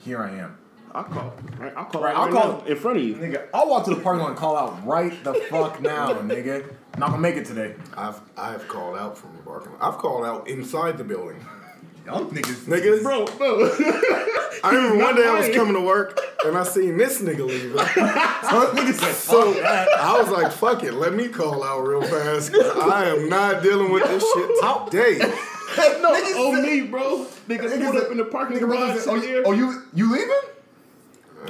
Speaker 3: Here I am.
Speaker 5: I'll call. Right, I'll call.
Speaker 3: Right,
Speaker 5: Right,
Speaker 3: I'll call.
Speaker 5: now, in front of you.
Speaker 3: Nigga, I'll walk to the parking lot and call out right the fuck now, nigga. Not gonna make it today.
Speaker 4: I've I've called out from the parking lot. I've called out inside the
Speaker 3: <laughs>
Speaker 4: building.
Speaker 3: Y'all niggas.
Speaker 4: Niggas,
Speaker 5: Bro, bro. <laughs>
Speaker 4: I remember one day I was
Speaker 3: <laughs>
Speaker 5: lying.
Speaker 4: coming to work and I seen this nigga leaving.
Speaker 3: Oh, niggas said,
Speaker 4: So
Speaker 3: fuck that.
Speaker 4: I was like, fuck it, let me call out real fast. 'cause I am not dealing with this
Speaker 3: <laughs>
Speaker 4: shit today.
Speaker 5: no, oh me, bro. Niggas pulled
Speaker 3: said-
Speaker 5: up in the parking
Speaker 3: Nigga, brother
Speaker 5: garage.
Speaker 3: said, oh, you,
Speaker 5: here.
Speaker 3: oh, you you leaving?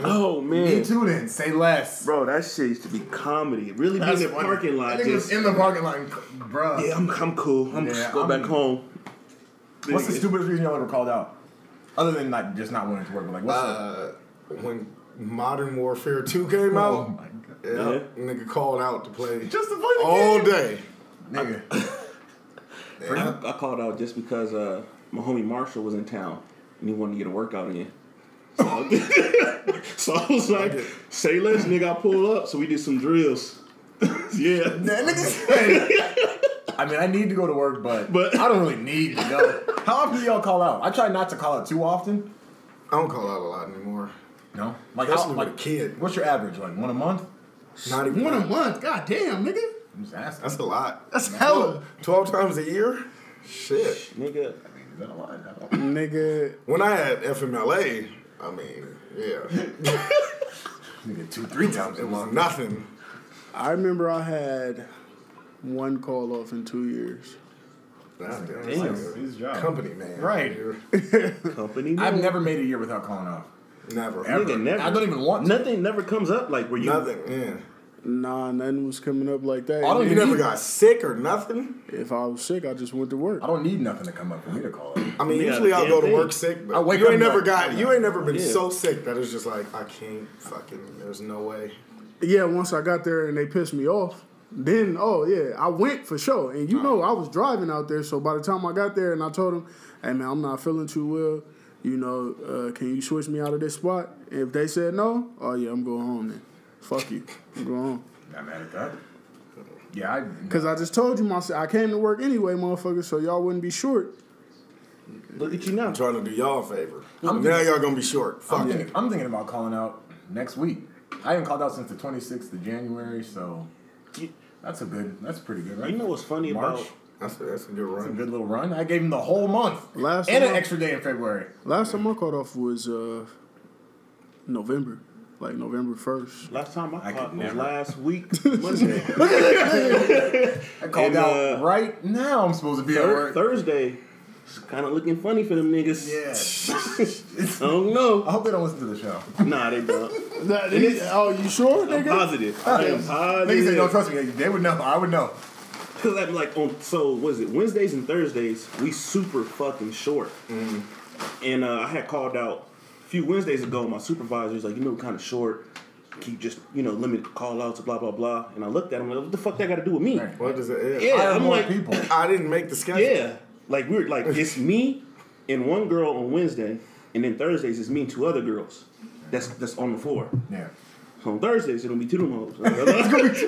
Speaker 5: Oh
Speaker 3: Me
Speaker 5: man,
Speaker 3: too then. Say less.
Speaker 5: bro, that shit used to be comedy. Really, be in
Speaker 3: That's
Speaker 5: the
Speaker 3: funny.
Speaker 5: parking lot,
Speaker 3: That nigga was
Speaker 5: just
Speaker 3: in the parking lot, and c- bruh.
Speaker 5: yeah, I'm, I'm cool. I'm just
Speaker 3: Yeah,
Speaker 5: go
Speaker 3: I'm-
Speaker 5: back home.
Speaker 3: What's the
Speaker 5: Nigga.
Speaker 3: stupidest reason y'all ever called out? Other than like just not wanting to work, but like what's the-
Speaker 4: Uh, when Modern Warfare 2 came
Speaker 3: Oh
Speaker 4: out,
Speaker 3: my god.
Speaker 4: yeah, nigga called out to play
Speaker 3: Just to play the
Speaker 4: all
Speaker 3: game.
Speaker 4: day. <laughs>
Speaker 3: Nigga.
Speaker 5: I, I called out just because uh, my homie Marshall was in town and he wanted to get a workout in. So, so I was <laughs> like, say less, nigga, I pull up. So we did some drills. <laughs> yeah.
Speaker 3: That nigga <laughs> said, I mean, I need to go to work, but,
Speaker 5: But-
Speaker 3: I don't really need to go. How often do y'all call out? I try not to call out too often.
Speaker 4: I don't call out a lot anymore.
Speaker 3: No, like how,
Speaker 4: Especially with a
Speaker 3: like
Speaker 4: kid.
Speaker 3: What's your average? Like one a month?
Speaker 4: Not even
Speaker 3: One a
Speaker 4: that.
Speaker 3: month? God damn, nigga. I'm just asking.
Speaker 4: That's a lot.
Speaker 2: That's hella.
Speaker 4: 12 times a year? Shit.
Speaker 5: Nigga,
Speaker 3: Is that a lot? I don't-
Speaker 2: Nigga,
Speaker 4: When I had FMLA, I mean, yeah,
Speaker 3: <laughs> Nigga, two, three times a
Speaker 4: it was
Speaker 3: month.
Speaker 4: nothing.
Speaker 2: I remember I had one call off in two years.
Speaker 4: Nah, damn,
Speaker 5: Damn.
Speaker 4: it's like
Speaker 3: His
Speaker 4: a
Speaker 3: job.
Speaker 4: Company man.
Speaker 3: Right. <laughs>
Speaker 4: You're-
Speaker 5: company.
Speaker 3: I've
Speaker 5: man.
Speaker 3: never made a year without calling off.
Speaker 4: Never.
Speaker 3: Ever.
Speaker 5: Nigga, never.
Speaker 3: I don't even want to.
Speaker 5: Nothing never comes up like where you.
Speaker 4: Nothing. Yeah.
Speaker 2: Nah, nothing was coming up like that.
Speaker 3: I don't
Speaker 4: You
Speaker 3: even
Speaker 4: never
Speaker 3: Oh, need-
Speaker 4: got sick or nothing.
Speaker 2: if I was sick, I just went to work.
Speaker 3: I don't need nothing to come up for me to call out.
Speaker 5: <coughs>
Speaker 4: I mean,
Speaker 5: Yeah,
Speaker 4: usually I'll
Speaker 5: damn
Speaker 4: go to
Speaker 5: thing.
Speaker 4: work sick, but
Speaker 3: I wake
Speaker 4: you
Speaker 3: up
Speaker 4: ain't
Speaker 3: and
Speaker 4: never got,
Speaker 3: like, oh,
Speaker 4: you ain't never been
Speaker 5: yeah.
Speaker 4: so sick that it's just like I can't fucking. There's no way.
Speaker 2: Yeah, once I got there and they pissed me off, then oh yeah, I went for sure. And you know, I was driving out there, so by the time I got there and I told them, "Hey man, I'm not feeling too well. You know, uh, can you switch me out of this spot?" If they said no, oh yeah, I'm going home then. Fuck you, I'm going home.
Speaker 3: Not mad at that. Yeah, I.
Speaker 2: Cause I just told you, my I came to work anyway, motherfucker. So y'all wouldn't be short.
Speaker 5: Look at you now.
Speaker 4: I'm trying to do y'all a favor.
Speaker 3: I'm
Speaker 4: now
Speaker 3: just-
Speaker 4: y'all gonna be short. Fuck
Speaker 3: I'm
Speaker 4: it.
Speaker 3: thinking, I'm thinking about calling out next week. I haven't called out since the 26th of January, so
Speaker 5: You,
Speaker 3: that's a good. That's pretty good, right?
Speaker 5: you know what's funny
Speaker 3: March,
Speaker 5: about?
Speaker 4: That's a, that's a good
Speaker 3: That's a
Speaker 4: run.
Speaker 3: good little run. I gave him the whole month
Speaker 2: Last
Speaker 3: and an
Speaker 2: month-
Speaker 3: extra day in February.
Speaker 2: Last time I called off was uh, November, like November first.
Speaker 5: Last time I,
Speaker 3: I
Speaker 5: called
Speaker 3: could
Speaker 5: was
Speaker 3: never. <laughs>
Speaker 5: last week Monday.
Speaker 3: I called
Speaker 5: And,
Speaker 3: out
Speaker 5: uh,
Speaker 3: right now. I'm supposed to be at
Speaker 5: Thur-
Speaker 3: work.
Speaker 5: Thursday. It's kind of looking funny for them niggas. <laughs>
Speaker 3: yeah.
Speaker 5: I don't know.
Speaker 3: I hope they don't listen to the show.
Speaker 5: Nah, they don't.
Speaker 2: oh, you sure,
Speaker 3: <laughs>
Speaker 5: I'm positive. I am
Speaker 3: Niggas say, no,
Speaker 5: positive.
Speaker 3: trust me. They would know. I would know.
Speaker 5: Because I'm like on. So was it Wednesdays and Thursdays? We super fucking short.
Speaker 3: Mm-hmm.
Speaker 5: And uh, I had called out a few Wednesdays ago. My supervisor was like, "You know, kind of short. Keep just you know limit call outs, blah blah blah." And I looked at him like, "What the fuck that got to do with me?"
Speaker 3: Right.
Speaker 4: What does it?
Speaker 5: Yeah,
Speaker 3: Hire
Speaker 5: I'm
Speaker 3: more
Speaker 5: like,
Speaker 3: people.
Speaker 4: I didn't make the schedule.
Speaker 5: yeah, like we were like it's me and one girl on Wednesday, and then Thursdays it's me and two other girls. That's that's on the floor.
Speaker 3: Yeah.
Speaker 5: So on Thursdays it'll be two of <laughs> them hoes.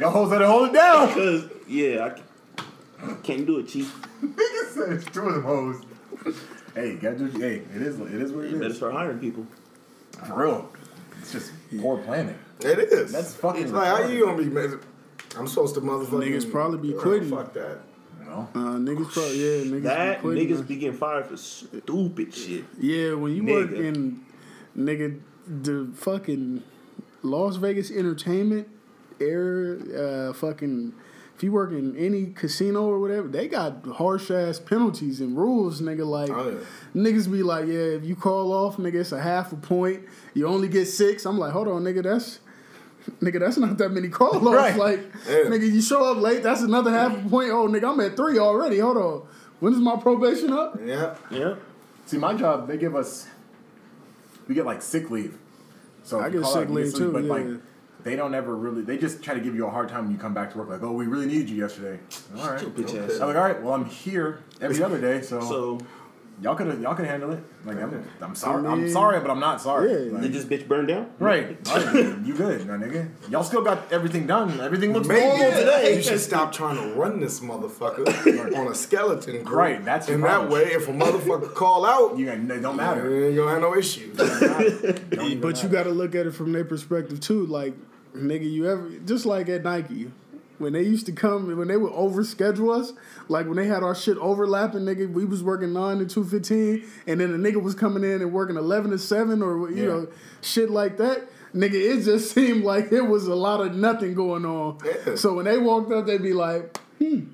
Speaker 3: Y'all hoes that hold
Speaker 2: <laughs>
Speaker 3: it down.
Speaker 5: Cause yeah, I c- can't do it, chief.
Speaker 3: Niggas said it's two of them hoes. Hey, gotta do. Hey, it is. It is what it
Speaker 5: You better
Speaker 3: is.
Speaker 5: start hiring people.
Speaker 3: For real. It's just poor planning.
Speaker 4: It is.
Speaker 3: That's fucking
Speaker 4: It's like, how
Speaker 3: retarded.
Speaker 4: you gonna be? mad- I'm supposed to motherfucking.
Speaker 2: Niggas probably be
Speaker 4: Oh,
Speaker 2: quitting.
Speaker 4: Fuck that.
Speaker 3: You know?
Speaker 2: Uh, niggas, pro- yeah, niggas.
Speaker 5: That
Speaker 2: be quitting,
Speaker 5: niggas
Speaker 2: man.
Speaker 5: be getting fired for stupid shit.
Speaker 2: Yeah, when you work
Speaker 5: Nigga.
Speaker 2: in nigga the fucking Las Vegas entertainment air uh fucking if you work in any casino or whatever, they got harsh ass penalties and rules, nigga. Like
Speaker 4: Oh, yeah.
Speaker 2: niggas be like, yeah, if you call off, nigga, it's a half a point. You only get six. I'm like, hold on, nigga, that's nigga, that's not that many
Speaker 4: <laughs>
Speaker 2: call offs.
Speaker 3: Right.
Speaker 2: Like,
Speaker 4: Yeah.
Speaker 2: nigga, you show up late, that's another half a point. Oh, nigga, I'm at three already. Hold on, when is my probation up?
Speaker 4: Yeah.
Speaker 5: Yeah.
Speaker 3: See, my job, they give us, we get like sick leave. So
Speaker 2: I
Speaker 3: if you
Speaker 2: get
Speaker 3: call out,
Speaker 2: sick
Speaker 3: you
Speaker 2: leave, too,
Speaker 3: But
Speaker 2: yeah.
Speaker 3: like, they don't ever really. They just try to give you a hard time when you come back to work. Like, oh, we really needed you yesterday. All right.
Speaker 5: Stupid
Speaker 4: Okay.
Speaker 5: ass.
Speaker 3: I'm like, all right. Well, I'm here
Speaker 2: <laughs>
Speaker 3: every other day, so,
Speaker 5: So
Speaker 3: y'all could y'all could handle it. Like, I'm, I'm sorry.
Speaker 2: I mean-
Speaker 3: I'm sorry, but I'm not sorry.
Speaker 2: Yeah.
Speaker 3: Like,
Speaker 5: did this bitch burn down?
Speaker 3: <laughs> Right. Right. you good, my nigga. Y'all still got everything done. Everything looks
Speaker 4: Maybe
Speaker 3: normal today.
Speaker 4: you should stop trying to run this motherfucker on a skeleton crew.
Speaker 3: Right, that's the
Speaker 4: and that
Speaker 3: problem.
Speaker 4: way, if a motherfucker call out,
Speaker 3: You ain't- it don't matter.
Speaker 4: you ain't gonna have no issues.
Speaker 2: But you got to look at it from their perspective too. Like, nigga, you ever just like at Nike when they used to come when they would overschedule us. Like when they had our shit overlapping, nigga, we was working nine to two fifteen, and then the nigga was coming in and working eleven to seven or you
Speaker 3: Yeah.
Speaker 2: know shit like that. Nigga, it just <laughs> seemed like it was a lot of nothing going on.
Speaker 4: Yeah.
Speaker 2: So when they walked up, they'd be like,
Speaker 3: The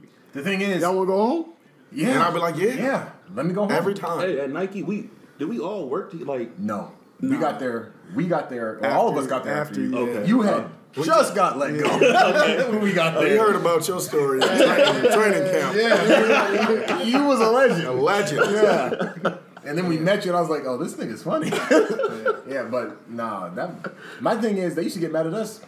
Speaker 3: thing is,
Speaker 2: "Y'all want to go home?"
Speaker 3: yeah,
Speaker 4: And I'll be like, yeah.
Speaker 3: yeah. Let me go home
Speaker 4: Every time.
Speaker 5: Hey, at Nike, we did we all work to, <laughs> like
Speaker 3: No. We got there. We got there. well, all of
Speaker 2: After-
Speaker 3: us got there after,
Speaker 2: after
Speaker 3: you.
Speaker 2: you-
Speaker 5: Okay.
Speaker 3: You
Speaker 4: Uh,
Speaker 3: had just got let go when we got
Speaker 4: We
Speaker 3: there.
Speaker 4: heard about your
Speaker 3: <laughs>
Speaker 4: story in training, training camp.
Speaker 3: Yeah, <laughs> you was a
Speaker 4: A
Speaker 3: legend.
Speaker 4: legend.
Speaker 3: Yeah. <laughs> And then we met you, and I was like, "Oh, this nigga's funny." <laughs> yeah, but nah. That my thing is, they used to get mad at us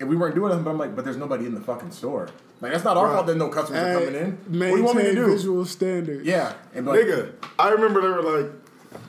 Speaker 3: if we weren't doing nothing. But I'm like, "But there's nobody in the fucking store. Like, that's not our fault that no customers are coming in. What do you want me to
Speaker 2: Maintain
Speaker 3: do?"
Speaker 2: Visual standard.
Speaker 3: Yeah, and be like,
Speaker 4: Nigga, I remember they were like,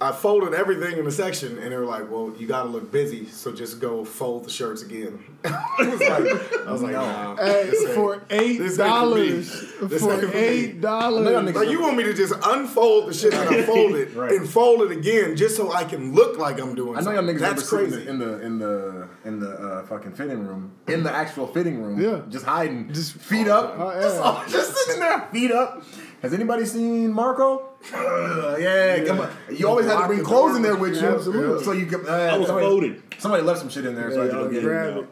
Speaker 4: I folded everything in the section, and they were like, "Well, you gotta look busy, so just go fold the shirts again." <laughs> I was like, I was like,
Speaker 3: No.
Speaker 4: nah.
Speaker 2: Hey,
Speaker 4: this ain't-
Speaker 2: for eight
Speaker 4: this ain't for me.
Speaker 2: dollars.
Speaker 4: This
Speaker 2: For
Speaker 4: ain't for me.
Speaker 2: eight
Speaker 3: Let
Speaker 2: dollars.
Speaker 3: them
Speaker 4: Like you want me to just unfold the shit that I folded
Speaker 3: <laughs> Right.
Speaker 4: and fold it again just so I can look like I'm doing
Speaker 3: I know y'all
Speaker 4: something.
Speaker 3: niggas
Speaker 4: That's
Speaker 3: remember
Speaker 4: crazy.
Speaker 3: sitting in the in the in the uh, fucking fitting room, in the actual fitting room,
Speaker 2: Yeah.
Speaker 3: just hiding,
Speaker 2: Just-
Speaker 3: just feet up,
Speaker 2: Oh, yeah.
Speaker 3: just, <laughs> all- just sitting there, feet up. Has anybody seen Marco? <laughs> Uh, yeah, come on. You always had to bring clothes in there with you,
Speaker 2: Yeah, absolutely.
Speaker 3: so you could. Uh,
Speaker 5: I was
Speaker 3: somebody,
Speaker 5: folded.
Speaker 3: Somebody left some shit in there, so I had to go get it.
Speaker 2: Grab
Speaker 5: now.
Speaker 2: it.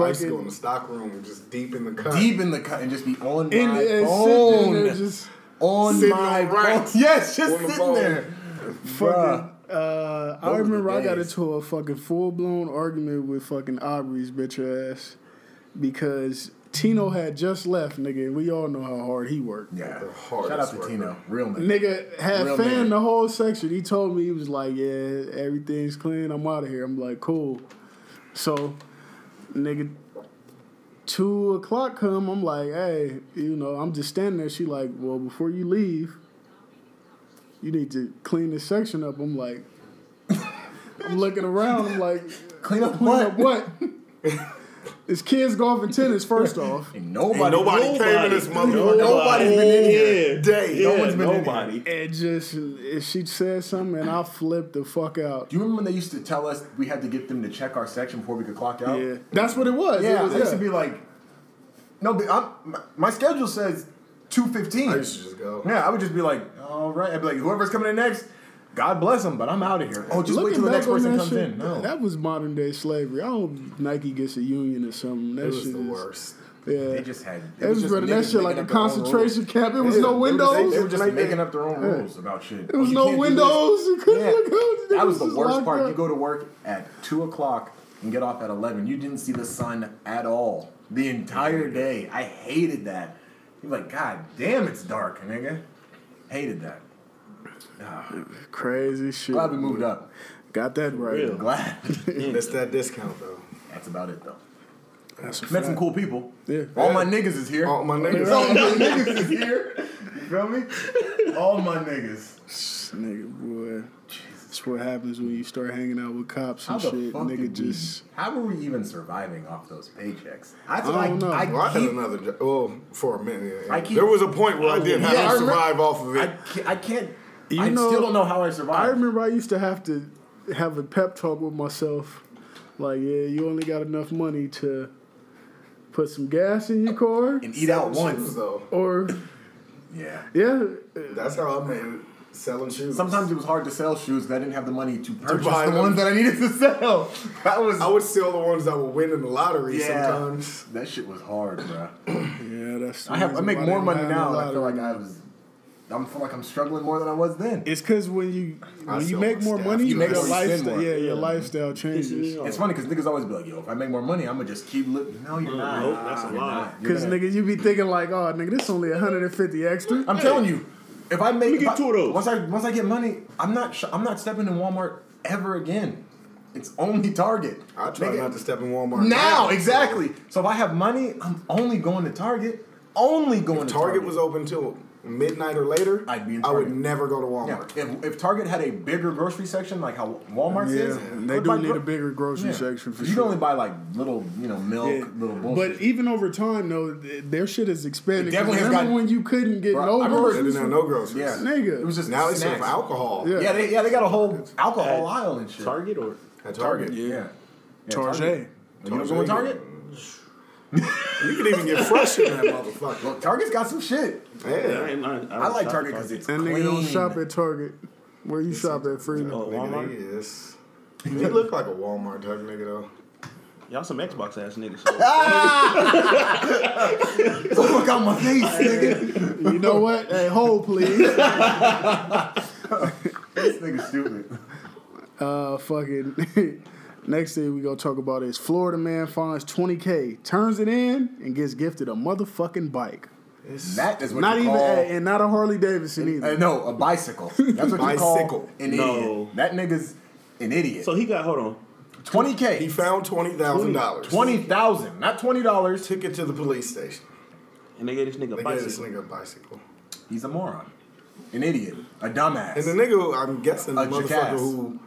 Speaker 4: I used to go in
Speaker 2: Fucking
Speaker 4: the stock room, just deep in the cut.
Speaker 3: Deep in the cut and just be on
Speaker 2: in
Speaker 3: my
Speaker 2: the
Speaker 3: phone,
Speaker 2: phone. Just
Speaker 3: on
Speaker 4: Sitting
Speaker 3: my
Speaker 4: on racks.
Speaker 3: phone. <laughs> Yes, just
Speaker 4: On the
Speaker 3: sitting
Speaker 4: phone.
Speaker 3: there.
Speaker 2: fucking.
Speaker 3: Bruh.
Speaker 2: Uh,
Speaker 3: Those
Speaker 2: I
Speaker 3: were the
Speaker 2: remember I got
Speaker 3: days.
Speaker 2: into a fucking full blown argument with fucking Aubrey's bitch ass because Tino had just left, nigga. and We all know how hard he worked.
Speaker 3: Yeah,
Speaker 4: The hardest
Speaker 3: shout out to
Speaker 4: worker.
Speaker 3: Tino, real nigga.
Speaker 2: Nigga had
Speaker 3: Real
Speaker 2: fanned
Speaker 3: nigga.
Speaker 2: the whole section. He told me he was like, "Yeah, everything's clean. I'm out of here." I'm like, "Cool." So, nigga, two o'clock come. I'm like, "Hey, you know, I'm just standing there." She like, "Well, before you leave, you need to clean this section up." I'm like, <laughs> I'm looking around. I'm like,
Speaker 3: Clean up
Speaker 2: "Clean
Speaker 3: what?
Speaker 2: up what?" <laughs> It's kids golf and tennis. First off,
Speaker 3: Ain't nobody,
Speaker 4: Ain't nobody, came in this motherfucker.
Speaker 3: Nobody's been in here.
Speaker 5: Yeah.
Speaker 4: Day.
Speaker 5: Yeah,
Speaker 4: No one's been in here.
Speaker 5: nobody.
Speaker 2: it just if she said something, and I flipped the fuck out.
Speaker 3: Do you remember when they used to tell us we had to get them to check our section before we could clock out?
Speaker 2: Yeah, that's what it was.
Speaker 3: Yeah,
Speaker 2: it was,
Speaker 3: they used to be like, no, but I'm, my, my schedule says two fifteen.
Speaker 4: I used to just go.
Speaker 3: Yeah, I would just be like, all right. I'd be like, whoever's coming in next, God bless them, but I'm out of here. Oh, just wait till the next person comes
Speaker 2: shit,
Speaker 3: in. No,
Speaker 2: that was modern day slavery. I hope Nike gets a union or something. That
Speaker 4: It was
Speaker 2: shit
Speaker 4: the
Speaker 2: is-
Speaker 4: worst.
Speaker 2: Yeah,
Speaker 3: they just had.
Speaker 2: it was,
Speaker 3: just
Speaker 2: running that
Speaker 3: niggas
Speaker 2: shit like a
Speaker 3: making up their own rules.
Speaker 2: concentration camp. It was no
Speaker 3: They were- They,
Speaker 2: windows.
Speaker 3: they were just
Speaker 4: Like they-
Speaker 3: making up their own rules about shit. Oh,
Speaker 2: There was no windows. You couldn't
Speaker 3: Yeah.
Speaker 2: look out.
Speaker 3: That was
Speaker 2: Niggas
Speaker 3: the
Speaker 2: was
Speaker 3: worst
Speaker 2: locked
Speaker 3: part.
Speaker 2: up.
Speaker 3: You go to work at two o'clock and get off at eleven. You didn't see the sun at all the entire day. I hated that. You're like, God damn, it's dark, nigga. Hated that.
Speaker 2: Crazy shit.
Speaker 3: Glad we moved up.
Speaker 2: Got that right.
Speaker 5: Real.
Speaker 3: Glad. <laughs>
Speaker 4: Mm. That's that discount though.
Speaker 3: That's about it though.
Speaker 2: That's a
Speaker 3: Met some
Speaker 2: fact.
Speaker 3: cool people.
Speaker 2: Yeah.
Speaker 3: All my niggas is here.
Speaker 4: All Oh, my
Speaker 3: <laughs> All
Speaker 2: <laughs>
Speaker 4: niggas.
Speaker 3: my niggas is here. You feel me? All my niggas.
Speaker 2: Nigga, boy. That's what happens when you start hanging out with cops
Speaker 3: How
Speaker 2: and
Speaker 3: the
Speaker 2: shit.
Speaker 3: fuck
Speaker 2: Nigga,
Speaker 3: did we-
Speaker 2: just
Speaker 3: How were we even surviving off those paychecks? I,
Speaker 2: don't know.
Speaker 3: I,
Speaker 4: Well, I had
Speaker 3: keep
Speaker 4: another job. Oh, for a minute. yeah,
Speaker 3: I
Speaker 4: yeah.
Speaker 3: keep-
Speaker 4: there was a point where I did have
Speaker 3: Yeah, I
Speaker 4: to
Speaker 3: remember-
Speaker 4: survive off of
Speaker 3: I
Speaker 4: it.
Speaker 3: can't. I, can't
Speaker 2: You
Speaker 3: I
Speaker 2: know-
Speaker 3: still don't know how I survived.
Speaker 2: I remember I used to have to have a pep talk with myself Like, yeah, you only got enough money to put some gas in your car,
Speaker 3: and eat out
Speaker 4: Selling shoes,
Speaker 3: once.
Speaker 4: though.
Speaker 2: or
Speaker 3: Yeah.
Speaker 2: yeah,
Speaker 4: That's how I made it. Selling shoes.
Speaker 3: Sometimes it was hard to sell shoes because I didn't have the money to purchase
Speaker 4: buy
Speaker 3: the
Speaker 4: them.
Speaker 3: ones that I needed to sell. That was
Speaker 4: I would sell the ones that were winning the lottery sometimes.
Speaker 3: That shit was hard, bro.
Speaker 2: yeah. That's the
Speaker 3: I have I
Speaker 2: reason
Speaker 3: make
Speaker 2: why
Speaker 3: more
Speaker 2: they
Speaker 3: money
Speaker 2: don't have
Speaker 3: now.
Speaker 2: no
Speaker 3: and I feel
Speaker 2: lottery.
Speaker 3: like I was. I'm feel like I'm struggling more than I was then.
Speaker 2: It's because when you
Speaker 4: I
Speaker 2: when you
Speaker 4: sell
Speaker 2: make
Speaker 4: my
Speaker 2: more
Speaker 4: stuff.
Speaker 2: money,
Speaker 3: You make
Speaker 2: your
Speaker 3: more, you spend
Speaker 2: lifestyle
Speaker 3: more.
Speaker 2: yeah, your lifestyle changes.
Speaker 3: It's funny because niggas always be like, "Yo, if I make more money, I'm gonna just keep living." No, you're not.
Speaker 5: nope, that's a
Speaker 3: You're
Speaker 5: lie.
Speaker 3: not. You're
Speaker 2: Because
Speaker 3: gonna-
Speaker 2: nigga, you be thinking like, oh nigga, this only 150 extra.
Speaker 3: I'm telling you, if I make
Speaker 5: me get
Speaker 3: if I-
Speaker 5: two of those.
Speaker 3: once I once I get money, I'm not sh- I'm not stepping in Walmart ever again. It's only Target.
Speaker 4: I try
Speaker 3: Nigga,
Speaker 4: not to step in Walmart.
Speaker 3: now exactly. So if I have money, I'm only going to Target. Only going to
Speaker 4: Target was open till midnight or later.
Speaker 3: I'd be in
Speaker 4: I would
Speaker 3: Target.
Speaker 4: never go to Walmart.
Speaker 3: Yeah, if, if Target had a bigger grocery section like how Walmart is,
Speaker 2: Yeah, they
Speaker 3: I'd
Speaker 2: do
Speaker 3: buy
Speaker 2: need
Speaker 3: gro-
Speaker 2: a bigger grocery
Speaker 3: Yeah.
Speaker 2: section for
Speaker 3: you can
Speaker 2: sure.
Speaker 3: only buy like little, you know, milk, little bullshit.
Speaker 2: But even over time, though, th- their shit has expanded.
Speaker 3: It
Speaker 2: 'Cause
Speaker 3: definitely has
Speaker 2: remember
Speaker 3: gotten-
Speaker 2: when you couldn't get
Speaker 3: Bro, I
Speaker 2: no
Speaker 3: remember-
Speaker 4: They
Speaker 2: groceries?
Speaker 4: didn't have no groceries.
Speaker 3: yeah,
Speaker 2: nigga.
Speaker 3: it was just
Speaker 4: Now they serve
Speaker 3: snacks.
Speaker 4: alcohol
Speaker 2: Yeah.
Speaker 3: Yeah, they, yeah, they got a whole alcohol
Speaker 5: At
Speaker 3: aisle and shit.
Speaker 5: Target or
Speaker 4: at Target.
Speaker 3: Yeah. yeah
Speaker 2: Target.
Speaker 3: You don't go to Target?
Speaker 4: You could even get fresh in that motherfucker.
Speaker 3: Look, Target's got some shit.
Speaker 5: I,
Speaker 4: Yeah.
Speaker 5: ain't- I, ain't-
Speaker 3: I like Target because it's
Speaker 2: And
Speaker 3: clean.
Speaker 2: nigga don't shop
Speaker 3: <laughs>
Speaker 2: at Target. Where you shop at Freedom?
Speaker 5: Oh,
Speaker 4: Nigga,
Speaker 5: Walmart.
Speaker 4: nigga, yes. You look like a Walmart type nigga though.
Speaker 5: Y'all some Xbox ass <laughs> niggas.
Speaker 3: Fuck out my face, nigga.
Speaker 2: <laughs> You know what? Hey, hold please. <laughs>
Speaker 3: this nigga's stupid.
Speaker 2: Uh, fucking. <laughs> Next thing we gonna talk about is Florida man finds 20k, turns it in, and gets gifted a motherfucking bike.
Speaker 3: That is what
Speaker 2: Not
Speaker 3: you
Speaker 2: even,
Speaker 3: call-
Speaker 2: hey, and not a Harley Davidson either.
Speaker 3: Uh, no, a bicycle. That's what you call
Speaker 4: Bicycle.
Speaker 3: an
Speaker 5: No.
Speaker 3: idiot. That nigga's an idiot.
Speaker 5: so he got hold on.
Speaker 3: 20K.
Speaker 4: He found twenty thousand dollars.
Speaker 3: 20,000, not $20.
Speaker 4: Took it to the police station.
Speaker 5: And they gave this nigga a
Speaker 4: They gave this
Speaker 5: bicycle.
Speaker 4: nigga a bicycle.
Speaker 3: He's a moron. An idiot. A dumbass.
Speaker 4: And the nigga, who- I'm guessing the
Speaker 3: A
Speaker 4: motherfucker
Speaker 3: jackass.
Speaker 4: who,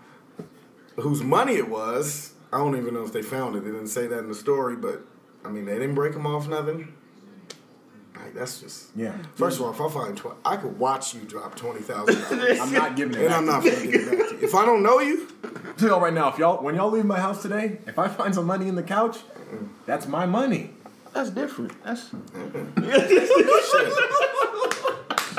Speaker 4: whose money it was. I don't even know if they found it. They didn't say that in the story, but I mean, they didn't break him off nothing. Like that's just.
Speaker 3: yeah.
Speaker 4: First of all, if I find tw- I could watch you drop twenty thousand
Speaker 3: <laughs>
Speaker 4: dollars,
Speaker 3: I'm not giving
Speaker 4: and
Speaker 3: it back
Speaker 4: I'm
Speaker 3: to
Speaker 4: not gonna give it back to you. If I don't know you,
Speaker 3: Tell y'all right now, if y'all when y'all leave my house today, if I find some money in the couch, that's my money.
Speaker 5: That's different. That's
Speaker 3: <laughs>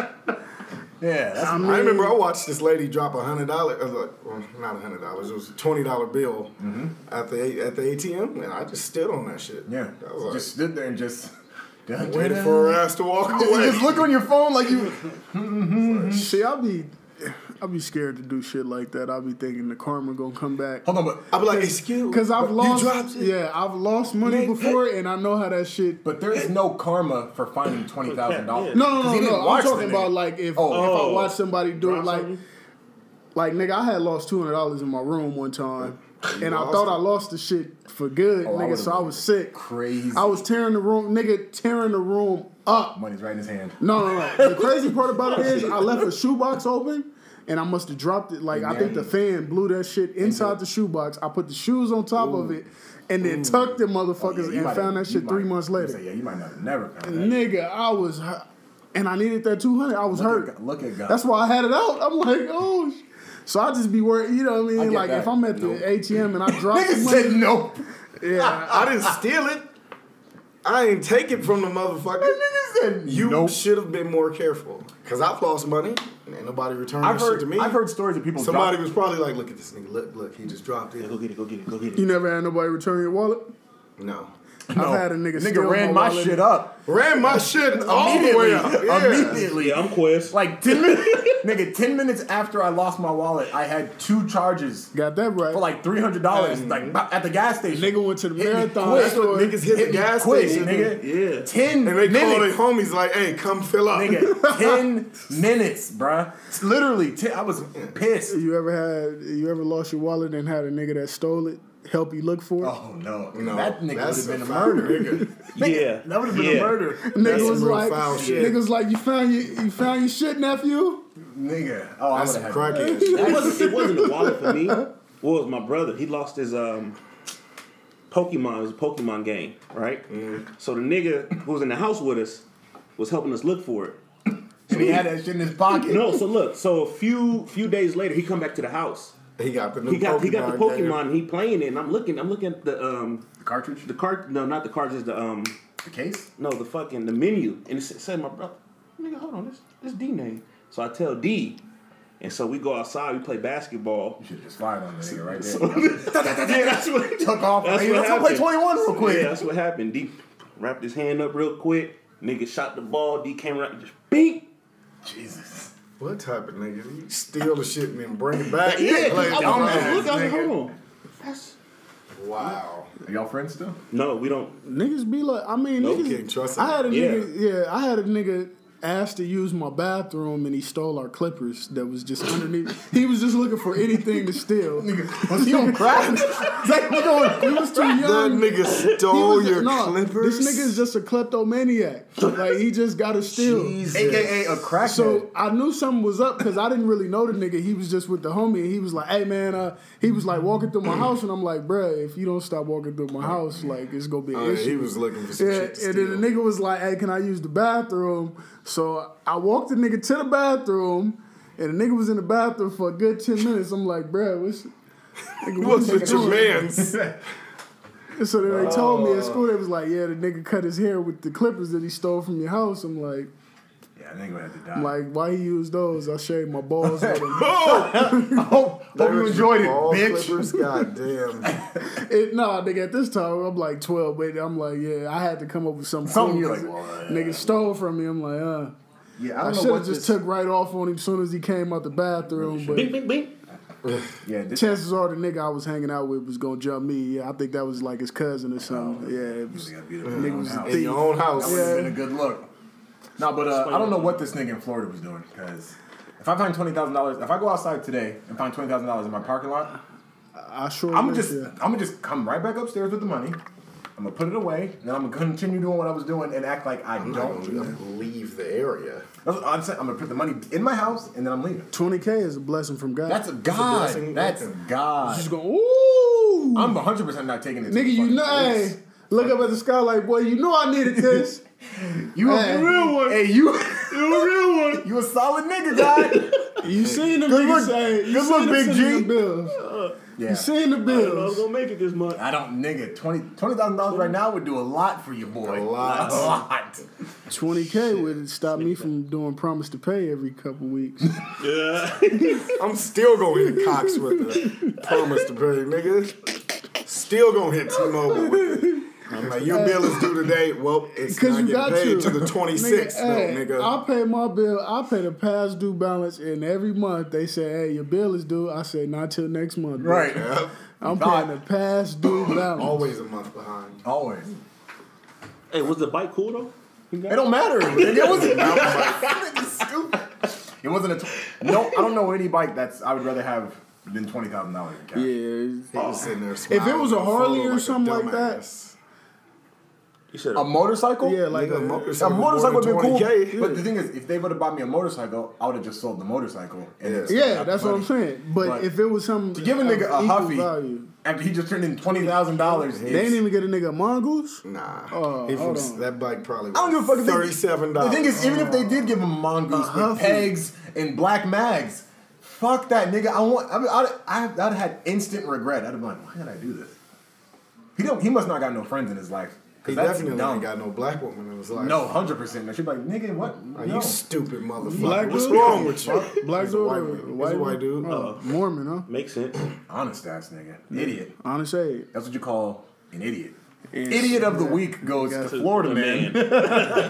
Speaker 3: Yeah, that's
Speaker 2: I mean,
Speaker 4: I remember I watched this lady drop a hundred dollar, well, not a hundred dollars, it was a twenty dollar bill
Speaker 3: Mm-hmm.
Speaker 4: at the at the ATM, and I just stood on that shit.
Speaker 3: yeah.
Speaker 4: I was like,
Speaker 3: just stood there and just <laughs>
Speaker 4: waited for her ass to walk
Speaker 3: You
Speaker 4: away.
Speaker 3: <laughs> just look on your phone like
Speaker 2: <laughs>
Speaker 3: you
Speaker 2: See, I'll be, I'll be scared to do shit like that. I'll be thinking the karma gonna come back.
Speaker 3: Hold on, but
Speaker 4: I'd be like, excuse,
Speaker 2: Cause I've
Speaker 4: you
Speaker 2: lost,
Speaker 4: dropped it?
Speaker 2: yeah, I've lost money before, and I know how that shit.
Speaker 3: but there is no karma for finding twenty thousand dollars.
Speaker 2: No,
Speaker 3: Cause
Speaker 2: no, no,
Speaker 3: he didn't
Speaker 2: no. I'm
Speaker 3: watch the
Speaker 2: talking about
Speaker 3: nigga.
Speaker 2: like if
Speaker 3: Oh.
Speaker 2: if I
Speaker 5: Oh.
Speaker 2: watch somebody do it,
Speaker 5: Drop
Speaker 2: like,
Speaker 5: something?
Speaker 2: like nigga, I had lost two hundred dollars in my room one time, and I
Speaker 4: lost
Speaker 2: thought
Speaker 4: it?
Speaker 2: I lost the shit for good,
Speaker 3: Oh, I
Speaker 2: nigga.
Speaker 3: would've
Speaker 2: So I
Speaker 3: been
Speaker 2: was sick.
Speaker 3: crazy.
Speaker 2: I was tearing the room, nigga, tearing the room up.
Speaker 3: money's right in his hand.
Speaker 2: No, no,
Speaker 3: <laughs>
Speaker 2: no. The crazy part about it is I left a shoebox open and I must have dropped it. Like, I think the fan blew that shit inside the shoebox. I put the shoes on top of it and then tucked the motherfuckers
Speaker 3: Oh, You
Speaker 2: and
Speaker 3: might-
Speaker 2: found that
Speaker 3: you
Speaker 2: shit three
Speaker 3: might-
Speaker 2: months
Speaker 3: you
Speaker 2: later.
Speaker 3: say, yeah, you might not have never found that.
Speaker 2: Nigga, I was hu- And I needed that 200. I was
Speaker 3: Look at
Speaker 2: hurt.
Speaker 3: God- look at God.
Speaker 2: That's why I had it out. I'm like, oh. sh- So I just be worried, you know what I
Speaker 3: I
Speaker 2: mean?
Speaker 3: get
Speaker 2: like,
Speaker 3: that.
Speaker 2: if I'm at
Speaker 3: Nope.
Speaker 2: the ATM and
Speaker 3: <laughs>
Speaker 2: I drop
Speaker 3: Nigga
Speaker 2: some money,
Speaker 3: said no. <laughs>
Speaker 2: yeah,
Speaker 4: I didn't steal it. I ain't take it from the motherfucker.
Speaker 3: Nigga said
Speaker 4: You
Speaker 3: nope.
Speaker 4: should have been more careful, cause I've lost money and ain't nobody returned
Speaker 3: I've
Speaker 4: that shit
Speaker 3: heard.
Speaker 4: to me.
Speaker 3: I've heard stories of people.
Speaker 4: Somebody
Speaker 3: drop-
Speaker 4: was probably like, look at this nigga, look, look, he just dropped it.
Speaker 5: go get it. Go get it. Go get
Speaker 2: you
Speaker 5: it.
Speaker 2: never had nobody return your wallet.
Speaker 4: No.
Speaker 3: No.
Speaker 2: I've had a nigga. steal
Speaker 3: Nigga ran my
Speaker 2: wallet.
Speaker 3: shit up
Speaker 4: Ran my <laughs> shit all the
Speaker 3: immediately.
Speaker 4: way up. Yeah.
Speaker 3: Immediately.
Speaker 5: Yeah, I'm Quest.
Speaker 3: Like ten minutes, nigga. Ten minutes after I lost my wallet, I had two charges
Speaker 2: Got that right.
Speaker 3: for like three hundred dollars, like bu- at the gas station.
Speaker 2: Nigga went to the
Speaker 3: Hit me
Speaker 2: marathon
Speaker 3: quick.
Speaker 2: store.
Speaker 4: Niggas hit,
Speaker 3: Hit
Speaker 4: the
Speaker 3: me
Speaker 4: gas
Speaker 3: quick,
Speaker 4: station,
Speaker 3: nigga.
Speaker 5: Yeah.
Speaker 4: and
Speaker 3: Ten
Speaker 4: they called their
Speaker 3: minutes,
Speaker 4: homies like, "Hey, come fill up." <laughs>
Speaker 3: nigga. Ten minutes, bruh. It's Literally, ten, I was pissed.
Speaker 2: You ever had? You ever lost your wallet and had a nigga that stole it help you look for it?
Speaker 3: Oh no,
Speaker 4: No,
Speaker 3: that nigga would
Speaker 4: that's
Speaker 3: have been a
Speaker 4: foul
Speaker 3: murder.
Speaker 4: nigga.
Speaker 5: Yeah.
Speaker 3: That would have been
Speaker 5: yeah.
Speaker 3: a murder,
Speaker 4: that's
Speaker 2: nigga
Speaker 4: some
Speaker 2: was
Speaker 4: real
Speaker 2: like,
Speaker 4: foul shit.
Speaker 2: nigga was like, you found your, you found your shit, nephew.
Speaker 3: nigga. Oh, I
Speaker 4: That's
Speaker 3: would
Speaker 4: some
Speaker 3: have
Speaker 4: crackhead shit.
Speaker 5: It wasn't, it wasn't a wallet for me. Well, it was my brother. He lost his um, Pokemon. It was a Pokemon game, right? So the nigga who was in the house with us was helping us look for it.
Speaker 3: And he had that shit in his pocket.
Speaker 5: No, so look, so a few few days later, he come back to the house.
Speaker 4: He got the new
Speaker 5: He got
Speaker 4: Pokemon.
Speaker 5: he got the
Speaker 4: game.
Speaker 5: Pokemon. He playing it. And I'm looking. I'm looking at the um
Speaker 3: The cartridge,
Speaker 5: the
Speaker 3: the,
Speaker 5: card. No, not the cartridge. The um
Speaker 3: the case.
Speaker 5: no the fucking the menu. And it sa- said my brother. Nigga, hold on. This this D name. So I tell D, and so we go outside. We play basketball. <laughs>
Speaker 3: You should have just fired on the nigga right there.
Speaker 5: yeah, that's what
Speaker 3: Took off.
Speaker 5: That's
Speaker 3: Hey,
Speaker 5: what
Speaker 3: let's go play
Speaker 5: happened.
Speaker 3: 21 real quick.
Speaker 5: Yeah, that's what happened. D wrapped his hand up real quick. Nigga shot the ball. D came around and just beep.
Speaker 3: Jesus.
Speaker 4: What type of nigga? You steal the shit and then bring it back. You
Speaker 5: <laughs> Yeah,
Speaker 4: play
Speaker 5: I was- I was
Speaker 4: dumbass,
Speaker 5: looking, I was like,
Speaker 4: nigga.
Speaker 5: hold on. That's-
Speaker 4: Wow.
Speaker 3: Are y'all friends still?
Speaker 5: No, we don't.
Speaker 2: Niggas be like, I mean,
Speaker 5: Nope,
Speaker 2: niggas.
Speaker 4: can't trust
Speaker 2: I had a
Speaker 5: that. Yeah.
Speaker 2: nigga, yeah. I had a nigga ask to use my bathroom and he stole our clippers that was just underneath. he was just looking for anything to
Speaker 4: <laughs>
Speaker 2: steal. <laughs>
Speaker 3: Was he on crack? like, nigga,
Speaker 2: <laughs> He was too young.
Speaker 4: That nigga stole
Speaker 2: was-
Speaker 4: your
Speaker 2: nah,
Speaker 4: clippers.
Speaker 2: This nigga is just a kleptomaniac. Like he just got to steal.
Speaker 4: Jesus.
Speaker 3: AKA a crackhead.
Speaker 2: So I knew something was up because I didn't really know the nigga. He was just with the homie, and he was like, "Hey man," uh, he was like walking
Speaker 4: <clears throat>
Speaker 2: through my house, and I'm like, "Bruh, if you don't stop walking through my house, like it's gonna be an
Speaker 4: Oh, yeah,
Speaker 2: issue."
Speaker 4: he was looking for some
Speaker 2: Yeah,
Speaker 4: shit to
Speaker 2: and then the
Speaker 4: steal.
Speaker 2: nigga was like, "Hey, can I use the bathroom?" So I walked the nigga to the bathroom, and the nigga was in the bathroom for a good ten minutes. I'm like, "Bruh, what's?" nigga,
Speaker 4: What's
Speaker 2: what
Speaker 4: with
Speaker 2: you
Speaker 4: your
Speaker 2: doing?"
Speaker 4: man's?
Speaker 2: So then they told me at
Speaker 4: Oh.
Speaker 2: school, they was like, "Yeah, the nigga cut his hair with the clippers that he stole from your house." I'm like,
Speaker 3: yeah, I think we had to die.
Speaker 2: I'm "Like, why he used those? I shaved my balls
Speaker 3: <laughs>
Speaker 2: with them."
Speaker 3: hope, hope you enjoyed it,
Speaker 4: Ball
Speaker 3: bitch.
Speaker 4: Clippers, goddamn.
Speaker 2: It, nah, nigga, at this time, I'm like 12, but I'm like, yeah, I had to come up with something.
Speaker 3: Something
Speaker 2: cool
Speaker 3: you're like,
Speaker 2: 'cause
Speaker 3: what?
Speaker 2: Nigga stole from me. I'm like, uh.
Speaker 3: Yeah,
Speaker 2: I,
Speaker 3: I don't
Speaker 2: should
Speaker 3: know
Speaker 2: have
Speaker 3: what
Speaker 2: just
Speaker 3: this,
Speaker 2: took right off on him as soon as he came out the bathroom,
Speaker 5: Bing,
Speaker 2: but
Speaker 5: bing, bing.
Speaker 3: Yeah,
Speaker 2: <laughs>
Speaker 3: this,
Speaker 2: chances are the nigga I was hanging out with was gonna jump me. Yeah, I think that was like his cousin or something. Yeah, it was,
Speaker 3: Usually gotta be the nigga
Speaker 2: was
Speaker 4: In your own house.
Speaker 3: That would have been a good look. No, but uh, I don't know what this nigga in Florida was doing because if I find twenty thousand dollars, if I go outside today and find twenty thousand dollars in my parking lot,
Speaker 2: I sure
Speaker 3: I'm
Speaker 2: wish,
Speaker 3: just
Speaker 2: yeah.
Speaker 3: I'm gonna just come right back upstairs with the money. I'm gonna put it away, and I'm gonna continue doing what I was doing and act like I
Speaker 4: Don't
Speaker 3: don't. That's
Speaker 4: even leave the area.
Speaker 3: what I'm saying. I'm gonna put the money in my house and then I'm leaving.
Speaker 2: 20K is a blessing from God.
Speaker 3: That's God.
Speaker 4: blessing.
Speaker 3: That's
Speaker 2: just
Speaker 3: God.
Speaker 2: going, ooh!
Speaker 3: I'm 100 percent not taking it. to the
Speaker 2: nigga, you
Speaker 3: fucking
Speaker 2: know,
Speaker 3: police.
Speaker 2: hey, look up at the sky like, boy, you know I needed this.
Speaker 3: you
Speaker 2: hey.
Speaker 3: a real one. Hey, you, you a real one. <laughs> You a solid nigga, <laughs> God.
Speaker 2: You seen them
Speaker 3: Good
Speaker 2: niggas
Speaker 3: look-
Speaker 2: say, you
Speaker 3: good
Speaker 2: seen
Speaker 3: look,
Speaker 2: them
Speaker 3: Big
Speaker 2: send
Speaker 3: G.
Speaker 2: me the bills.
Speaker 3: yeah.
Speaker 2: You seen the
Speaker 5: I don't know, I was
Speaker 2: bills.
Speaker 5: gonna make it this month.
Speaker 3: I don't, nigga. Twenty twenty thousand dollars right now would do a lot for you, boy.
Speaker 4: A lot.
Speaker 2: <laughs>
Speaker 3: A lot.
Speaker 2: 20K would stop me from doing promise to pay every couple weeks.
Speaker 5: Yeah.
Speaker 4: I'm still gonna hit Cox with the promise to pay, nigga. Still gonna hit T-Mobile with it. I'm like, your bill is due today. Well, it's
Speaker 2: Because
Speaker 4: not
Speaker 2: you got
Speaker 4: getting paid
Speaker 2: to. <laughs>
Speaker 4: to the 26th,
Speaker 2: hey,
Speaker 4: though, nigga.
Speaker 2: I pay my bill. I pay the past due balance, and every month they say, "Hey, your bill is due." I say, "Not till next month." bitch."
Speaker 3: Right.
Speaker 4: Yep.
Speaker 2: I'm
Speaker 3: God.
Speaker 2: paying the past due balance.
Speaker 4: Always a month behind.
Speaker 3: Always.
Speaker 5: hey, was the bike cool though? You got
Speaker 3: It don't matter. nigga.
Speaker 2: <laughs>
Speaker 3: It wasn't. Stupid. It wasn't a. Tw- no, I don't know any bike that's I would rather have than twenty thousand dollars in cash.
Speaker 2: Yeah.
Speaker 4: He was sitting there
Speaker 2: If it was a
Speaker 4: smiling,
Speaker 2: Harley
Speaker 4: photo
Speaker 2: or
Speaker 4: like a
Speaker 2: something like that,
Speaker 4: dumbass.
Speaker 5: You said
Speaker 3: A motorcycle?
Speaker 2: yeah, like
Speaker 4: Nigga,
Speaker 2: a,
Speaker 3: A
Speaker 4: motorcycle more
Speaker 3: motorcycle would be
Speaker 4: than
Speaker 3: cool,
Speaker 4: 20K.
Speaker 3: but the thing is, if they would have bought me a motorcycle, I would have just sold the motorcycle. And then still
Speaker 2: yeah,
Speaker 3: got
Speaker 2: that's
Speaker 3: the
Speaker 2: what I'm
Speaker 3: money.
Speaker 2: saying. But,
Speaker 3: But
Speaker 2: if it was some
Speaker 3: to give a nigga a huffy
Speaker 2: value,
Speaker 3: after he just turned in twenty thousand dollars,
Speaker 2: they didn't even get a nigga a mongoose.
Speaker 4: Nah.
Speaker 2: Oh,
Speaker 4: If it
Speaker 2: hold
Speaker 4: was-
Speaker 2: on.
Speaker 4: That bike probably
Speaker 3: I don't give a fuck. if they-
Speaker 4: $37.
Speaker 3: The thing is, even if they did give him a mongoose with
Speaker 2: Huffy.
Speaker 3: pegs and black mags, fuck that nigga. I want. I mean, I'd, I'd, I'd had instant regret. I'd have been like, why did I do this? He don't. He must not got no friends in his life. 'cause
Speaker 4: he
Speaker 3: that's
Speaker 4: definitely
Speaker 3: dumb.
Speaker 4: ain't got no black woman in his life.
Speaker 3: No, hundred percent. She'd be like, nigga, what?
Speaker 4: Are
Speaker 3: no.
Speaker 4: you stupid motherfucker?
Speaker 2: Black
Speaker 4: What's
Speaker 2: dude?
Speaker 4: wrong with you?
Speaker 2: Black
Speaker 4: He's a
Speaker 2: dude,
Speaker 4: white
Speaker 2: or
Speaker 4: man. He's a white dude.
Speaker 2: Oh, Mormon, huh?
Speaker 5: makes sense.
Speaker 3: Honest ass nigga, idiot.
Speaker 2: Honest aid.
Speaker 3: That's what you call an idiot. idiot of the week goes to
Speaker 2: Gotcha.
Speaker 3: Florida man.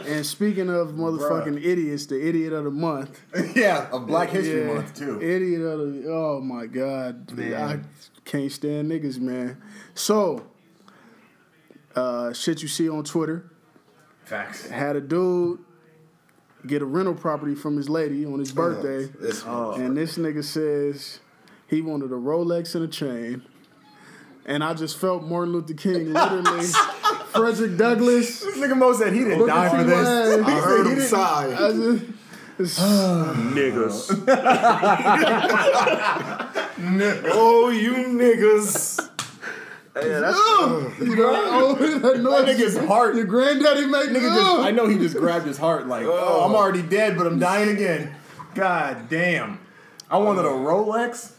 Speaker 2: And speaking of motherfucking idiots, the idiot of the month.
Speaker 3: <laughs> yeah, of Black History
Speaker 2: Yeah,
Speaker 3: Month too.
Speaker 2: Idiot of the oh my god, I can't stand niggas, man. So, uh, shit you see on Twitter
Speaker 3: Facts.
Speaker 2: had a dude get a rental property from his lady on his birthday, Uh,
Speaker 4: This one.
Speaker 2: and this nigga says he wanted a Rolex and a chain. And I just felt Martin Luther King,
Speaker 3: <laughs>
Speaker 2: literally, Frederick Douglass.
Speaker 3: This nigga Mo said he didn't
Speaker 2: Look
Speaker 3: die
Speaker 2: at
Speaker 3: for
Speaker 2: you,
Speaker 3: this.
Speaker 2: man.
Speaker 3: He
Speaker 4: I
Speaker 3: said
Speaker 4: heard
Speaker 3: he
Speaker 4: him
Speaker 3: didn't-
Speaker 4: sigh.
Speaker 2: I just- it's-
Speaker 5: Niggas.
Speaker 4: Oh, you niggas.
Speaker 2: You know, oh, <laughs> that
Speaker 3: That
Speaker 2: noise.
Speaker 3: nigga's heart.
Speaker 2: Your granddaddy make
Speaker 3: Nigga just, I know he just grabbed his heart like, oh, I'm already dead, but I'm dying again. God damn. I wanted a Rolex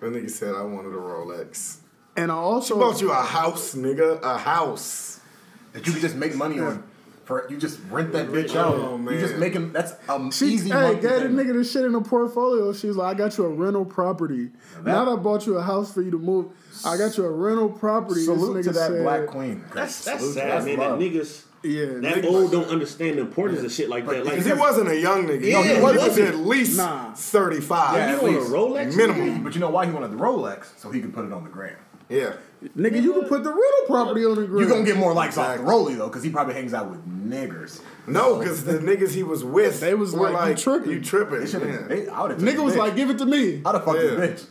Speaker 4: That nigga said I wanted a Rolex.
Speaker 2: And I also
Speaker 4: Bought you a house, nigga. A house.
Speaker 3: that you can just make money on. For you just rent that bitch out.
Speaker 4: Oh,
Speaker 3: You just
Speaker 4: man.
Speaker 3: make him. That's um,
Speaker 2: She
Speaker 3: easy.
Speaker 2: hey,
Speaker 3: money.
Speaker 2: gave the nigga the shit in the portfolio. She's like, I got you a rental property. Now that I bought you a house for you to move, I got you a rental property. This
Speaker 3: Salute to
Speaker 2: nigga
Speaker 3: that
Speaker 2: said-
Speaker 3: black queen.
Speaker 5: That's that's
Speaker 3: Salute.
Speaker 5: sad,
Speaker 3: That's
Speaker 5: man.
Speaker 3: love.
Speaker 5: That niggas
Speaker 2: Yeah,
Speaker 5: that
Speaker 2: nigga-
Speaker 5: old don't understand the importance of shit like that. Like
Speaker 4: Because he wasn't a young nigga.
Speaker 5: Yeah,
Speaker 4: he
Speaker 5: he
Speaker 4: was
Speaker 5: wasn't.
Speaker 4: at least
Speaker 2: Nah.
Speaker 4: 35.
Speaker 3: Yeah,
Speaker 5: you
Speaker 3: at
Speaker 5: on a
Speaker 3: least.
Speaker 5: Rolex
Speaker 4: Minimum.
Speaker 3: But you know why he wanted the Rolex? So he could put it on the gram.
Speaker 4: Yeah.
Speaker 2: nigga, you can put the rental property on the
Speaker 3: You're
Speaker 2: ground.
Speaker 3: gonna get more likes off the Rolly though, because he probably hangs out with niggers.
Speaker 4: No, because the niggas he was with,
Speaker 2: They was
Speaker 4: were
Speaker 2: like, "You tripping."
Speaker 4: You tripping.
Speaker 3: They should
Speaker 4: yeah.
Speaker 3: have. I would have.
Speaker 2: nigga was like, give it to me.
Speaker 3: "How the fuck
Speaker 4: Yeah.
Speaker 3: this bitch?"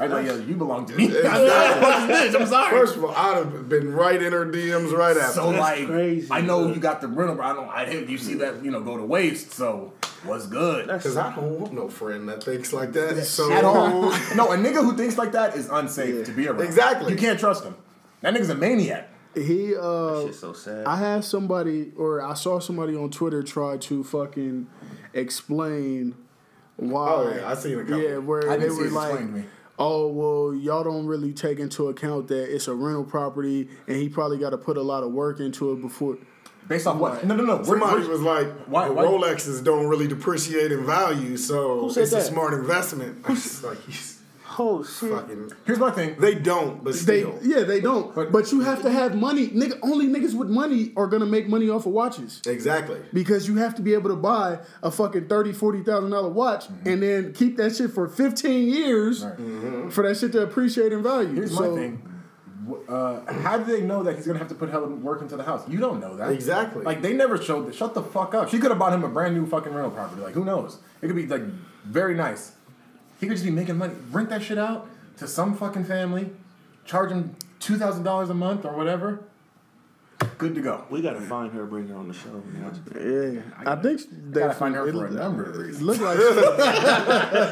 Speaker 3: I was like, "Yeah, you belong to me."
Speaker 5: I'm sorry.
Speaker 4: First of all, I'd have been right in her DMs right after.
Speaker 3: so like,
Speaker 5: crazy,
Speaker 3: I know you got the rental, but I don't. I didn't. You see that? You know, go to waste. So what's good?
Speaker 4: Because I don't want no friend that thinks like that. So
Speaker 3: at all. no, a nigga who thinks like that is unsafe to be around.
Speaker 4: Exactly.
Speaker 3: You can't trust him. That nigga's a maniac.
Speaker 2: He uh,
Speaker 5: Shit's so sad.
Speaker 2: I had somebody, or I saw somebody on Twitter try to fucking explain why.
Speaker 4: Oh, yeah, I seen a couple.
Speaker 2: Yeah, where
Speaker 3: I
Speaker 2: they
Speaker 3: didn't see
Speaker 2: were
Speaker 3: it
Speaker 2: like,
Speaker 3: explained to me.
Speaker 2: "Oh, well, y'all don't really take into account that it's a rental property, and he probably got to put a lot of work into it before."
Speaker 3: Based off what? No, no, no. We're,
Speaker 4: Somebody
Speaker 3: we're-
Speaker 4: was like,
Speaker 3: Why-
Speaker 4: the
Speaker 3: why-
Speaker 4: Rolexes don't really depreciate in value, so
Speaker 2: said
Speaker 4: it's a
Speaker 2: that?
Speaker 4: smart investment. <laughs> I'm just like, he's
Speaker 2: Oh shit!
Speaker 4: fucking.
Speaker 3: here's my thing.
Speaker 4: They don't, but
Speaker 2: They
Speaker 4: still.
Speaker 2: yeah, they don't. But, you have to have money, nigga. Only niggas with money are gonna make money off of watches.
Speaker 4: Exactly.
Speaker 2: Because you have to be able to buy a fucking thirty, forty thousand dollar watch
Speaker 3: Mm-hmm.
Speaker 2: and then keep that shit for fifteen years for that shit to appreciate in value.
Speaker 3: Here's
Speaker 2: so
Speaker 3: my thing. W- Uh, how do they know that he's gonna have to put hella work into the house? You don't know that
Speaker 4: Exactly.
Speaker 3: Like they never showed that. Shut the fuck up. She could have bought him a brand new fucking rental property. Like who knows? It could be like very nice. He could just be making money. Rent that shit out to some fucking family, charge him two thousand dollars a month or whatever. Good to go.
Speaker 5: we gotta find her, bring her on the show. Man.
Speaker 2: Yeah, I, think they
Speaker 3: Gotta find her
Speaker 2: it,
Speaker 3: for a number of reasons.
Speaker 2: looked like <laughs> I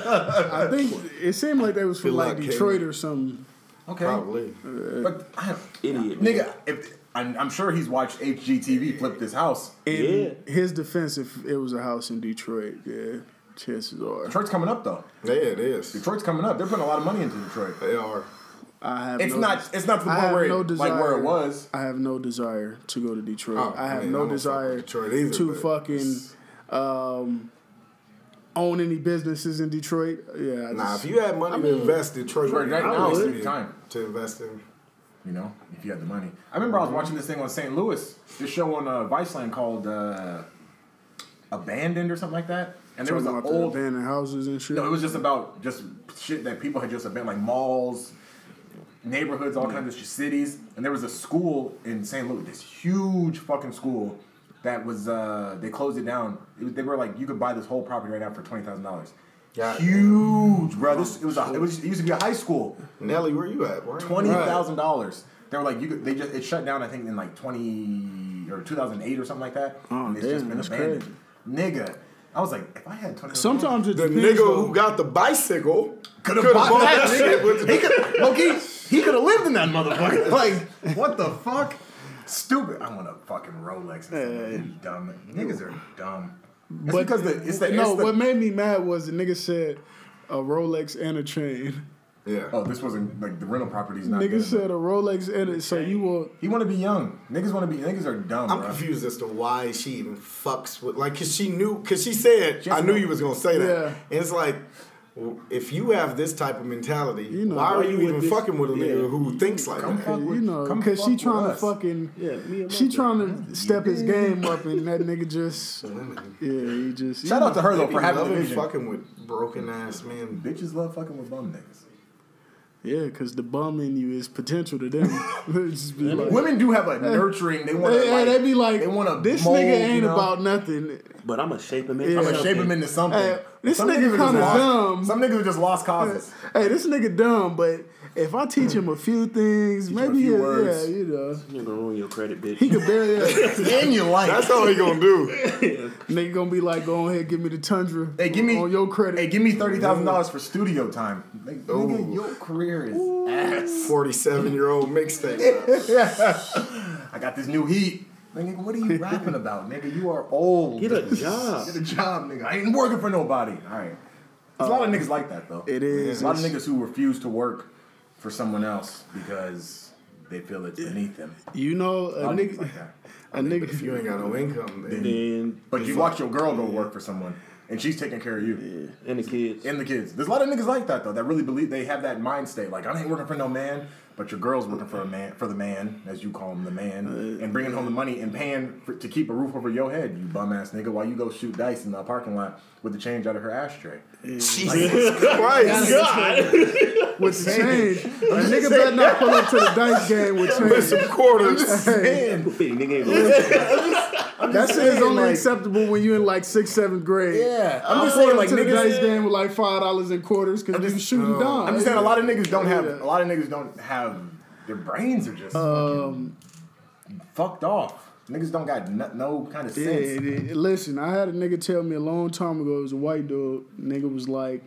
Speaker 2: think it seemed like they was from
Speaker 4: Good
Speaker 2: like
Speaker 4: luck, Kevin.
Speaker 2: Detroit or something.
Speaker 3: Okay,
Speaker 4: Probably.
Speaker 3: but I don't-
Speaker 5: Idiot. man.
Speaker 3: nigga, if I'm, I'm sure he's watched HGTV flip this house.
Speaker 2: In his defense, if it was a house in Detroit, yeah, chances are
Speaker 3: Detroit's coming up though.
Speaker 4: Yeah, it is.
Speaker 3: Detroit's coming up. They're putting a lot of money into Detroit.
Speaker 4: They are.
Speaker 2: I have.
Speaker 3: It's
Speaker 2: no-
Speaker 3: not. It's not to the
Speaker 2: I
Speaker 3: point
Speaker 2: have
Speaker 3: where it,
Speaker 2: no
Speaker 3: like where
Speaker 2: desire.
Speaker 3: it was.
Speaker 2: I have no desire to go to Detroit.
Speaker 4: Oh,
Speaker 2: I have
Speaker 4: man, I
Speaker 2: no
Speaker 4: don't fuck with
Speaker 2: desire
Speaker 4: Detroit either,
Speaker 2: to
Speaker 4: but
Speaker 2: fucking um, own any businesses in Detroit. Yeah, I
Speaker 4: Nah,
Speaker 2: just,
Speaker 4: if you had money to invest, Detroit
Speaker 3: Detroit
Speaker 4: would
Speaker 3: right
Speaker 4: be
Speaker 3: now is
Speaker 4: nice
Speaker 3: the
Speaker 4: to-
Speaker 3: time.
Speaker 4: to invest in.
Speaker 3: You know, if you had the money. I remember I
Speaker 2: Mhm.
Speaker 3: was watching this thing on St. Louis. This show on uh, Viceland called uh, Abandoned or something like that. And there was
Speaker 2: talking
Speaker 3: an
Speaker 2: about the
Speaker 3: old.
Speaker 2: abandoned houses and shit.
Speaker 3: No, it was just about just shit that people had just abandoned, like malls, neighborhoods, all kinds of sh- cities. And there was a school in St. Louis, this huge fucking school that was. Uh, they closed it down. It was, they were like, you could buy this whole property right now for twenty thousand dollars.
Speaker 4: Yeah.
Speaker 3: Huge, bro. This it was. A, it was. It used to be a high school.
Speaker 4: Nelly, where you at? Where
Speaker 3: twenty thousand dollars. They were like, you could, they just it shut down. I think in like twenty or two thousand eight or something like that.
Speaker 2: Oh,
Speaker 3: and it's
Speaker 2: damn,
Speaker 3: just been
Speaker 2: that's
Speaker 3: abandoned. Nigga, I was like, if I had twenty.
Speaker 2: Sometimes it
Speaker 4: The
Speaker 2: depends.
Speaker 4: nigga
Speaker 2: though.
Speaker 4: who got the bicycle
Speaker 3: could have bought, that shit.
Speaker 4: with
Speaker 3: he could, Loki, he could have lived in that <laughs> motherfucker. Like, what the fuck? Stupid. I want a fucking Rolex. Instead. You dumb niggas are dumb. It's
Speaker 2: But-
Speaker 3: because the it's the
Speaker 2: no,
Speaker 3: it's the-
Speaker 2: what made me mad was the nigga said a Rolex and a chain.
Speaker 4: Yeah.
Speaker 3: oh this wasn't like the rental property's not.
Speaker 2: Nigga
Speaker 3: good.
Speaker 2: said a Rolex and it. So you will.
Speaker 3: he want to be young. Niggas want to be niggas are dumb.
Speaker 4: I'm
Speaker 3: bro.
Speaker 4: confused as to why she even fucks with like cause she knew cause she said
Speaker 3: She
Speaker 4: I
Speaker 3: has to
Speaker 4: knew
Speaker 3: know.
Speaker 4: you was gonna say that.
Speaker 2: Yeah.
Speaker 4: And it's like w- if you have this type of mentality,
Speaker 2: know,
Speaker 4: why are
Speaker 5: why
Speaker 4: you
Speaker 5: you
Speaker 4: even
Speaker 5: with this-
Speaker 4: fucking with a nigga
Speaker 5: Yeah.
Speaker 4: who thinks like
Speaker 3: Come
Speaker 4: that?
Speaker 3: fuck
Speaker 2: You
Speaker 3: with-
Speaker 2: know,
Speaker 3: come
Speaker 2: because she
Speaker 3: fuck with
Speaker 2: trying to
Speaker 3: us.
Speaker 2: fucking.
Speaker 5: Yeah, me and my
Speaker 2: She
Speaker 5: girl.
Speaker 2: trying to step his game up, and that nigga just, yeah, he just.
Speaker 3: Shout out to her though for having the
Speaker 4: Loving
Speaker 3: vision.
Speaker 4: fucking with broken ass
Speaker 3: <laughs>
Speaker 4: men.
Speaker 3: Bitches love fucking with bum niggas.
Speaker 2: Yeah, because the bum in you is potential to
Speaker 3: <laughs>
Speaker 2: them. They just be like-
Speaker 3: Women do have a nurturing. They want to.
Speaker 2: Hey, hey,
Speaker 3: Like,
Speaker 2: they be like,
Speaker 3: they want to.
Speaker 2: this nigga ain't about nothing.
Speaker 5: But I'ma shape him into
Speaker 2: I'ma
Speaker 3: I'm gonna
Speaker 5: something.
Speaker 3: shape him into something.
Speaker 2: Hey, this
Speaker 3: Some
Speaker 2: nigga
Speaker 3: niggas are just
Speaker 2: kinda
Speaker 3: lost-
Speaker 2: dumb.
Speaker 3: Some niggas are just lost causes.
Speaker 2: Hey, this nigga dumb, but if I teach him a few things,
Speaker 3: him a
Speaker 2: maybe
Speaker 3: few
Speaker 2: he'll, yeah,
Speaker 3: words.
Speaker 2: you know,
Speaker 5: You're gonna ruin your credit, bitch.
Speaker 2: he could barely.
Speaker 3: <laughs> In your life.
Speaker 4: That's all he gonna do.
Speaker 2: nigga gonna be like, go ahead, give me the tundra.
Speaker 3: Hey, give me
Speaker 2: on your credit.
Speaker 3: Hey, give me thirty thousand dollars for studio time. Like, nigga,
Speaker 4: Ooh.
Speaker 3: your career is ass.
Speaker 4: Forty seven year old mixtape.
Speaker 3: I got this new heat. Like, nigga, what are you rapping about, nigga? You are old.
Speaker 5: Get a job.
Speaker 3: Get a job, nigga. I ain't working for nobody. All right. There's a lot of niggas like that though.
Speaker 2: It is.
Speaker 3: a lot of
Speaker 2: It's-
Speaker 3: niggas who refuse to work for someone else because they feel it's beneath them.
Speaker 2: You know, a
Speaker 3: A lot of niggas
Speaker 2: nigga,
Speaker 3: like that.
Speaker 2: a
Speaker 4: If
Speaker 2: nigga,
Speaker 4: you ain't got no income, then
Speaker 5: and
Speaker 3: But you watch your girl go work for someone, and she's taking care of you
Speaker 5: <laughs> and the kids.
Speaker 3: and the kids. There's a lot of niggas like that though that really believe they have that mind state. Like I ain't working for no man, but your girl's working for a man for the man, as you call him, the man,
Speaker 2: Uh,
Speaker 3: and bringing home the money and paying for, to keep a roof over your head, you bum ass nigga, while you go shoot dice in the parking lot with the change out of her ashtray.
Speaker 4: Jesus Christ.
Speaker 2: with the change,
Speaker 3: <laughs>
Speaker 2: a nigga better not pull up to the dice game <laughs> with
Speaker 4: With
Speaker 2: change.
Speaker 4: some quarters.
Speaker 3: Man,
Speaker 5: Big <laughs> nigga ain't gonna-
Speaker 2: That shit is
Speaker 3: saying,
Speaker 2: only
Speaker 3: like-
Speaker 2: acceptable when you in like sixth, seventh grade.
Speaker 3: yeah, I'm just
Speaker 2: Pull
Speaker 3: saying
Speaker 2: up
Speaker 3: like
Speaker 2: to the
Speaker 3: niggas.
Speaker 2: dice game with like five dollars in quarters because you shooting
Speaker 4: no.
Speaker 2: down.
Speaker 3: I'm just saying a lot of niggas don't have
Speaker 2: Yeah.
Speaker 3: a lot of niggas don't have their brains are just
Speaker 2: Um,
Speaker 3: fucking fucked off. Niggas don't got no, no kind of
Speaker 2: Yeah,
Speaker 3: sense.
Speaker 2: it- it- listen, I had a nigga tell me a long time ago, it was a white dude. Nigga was like,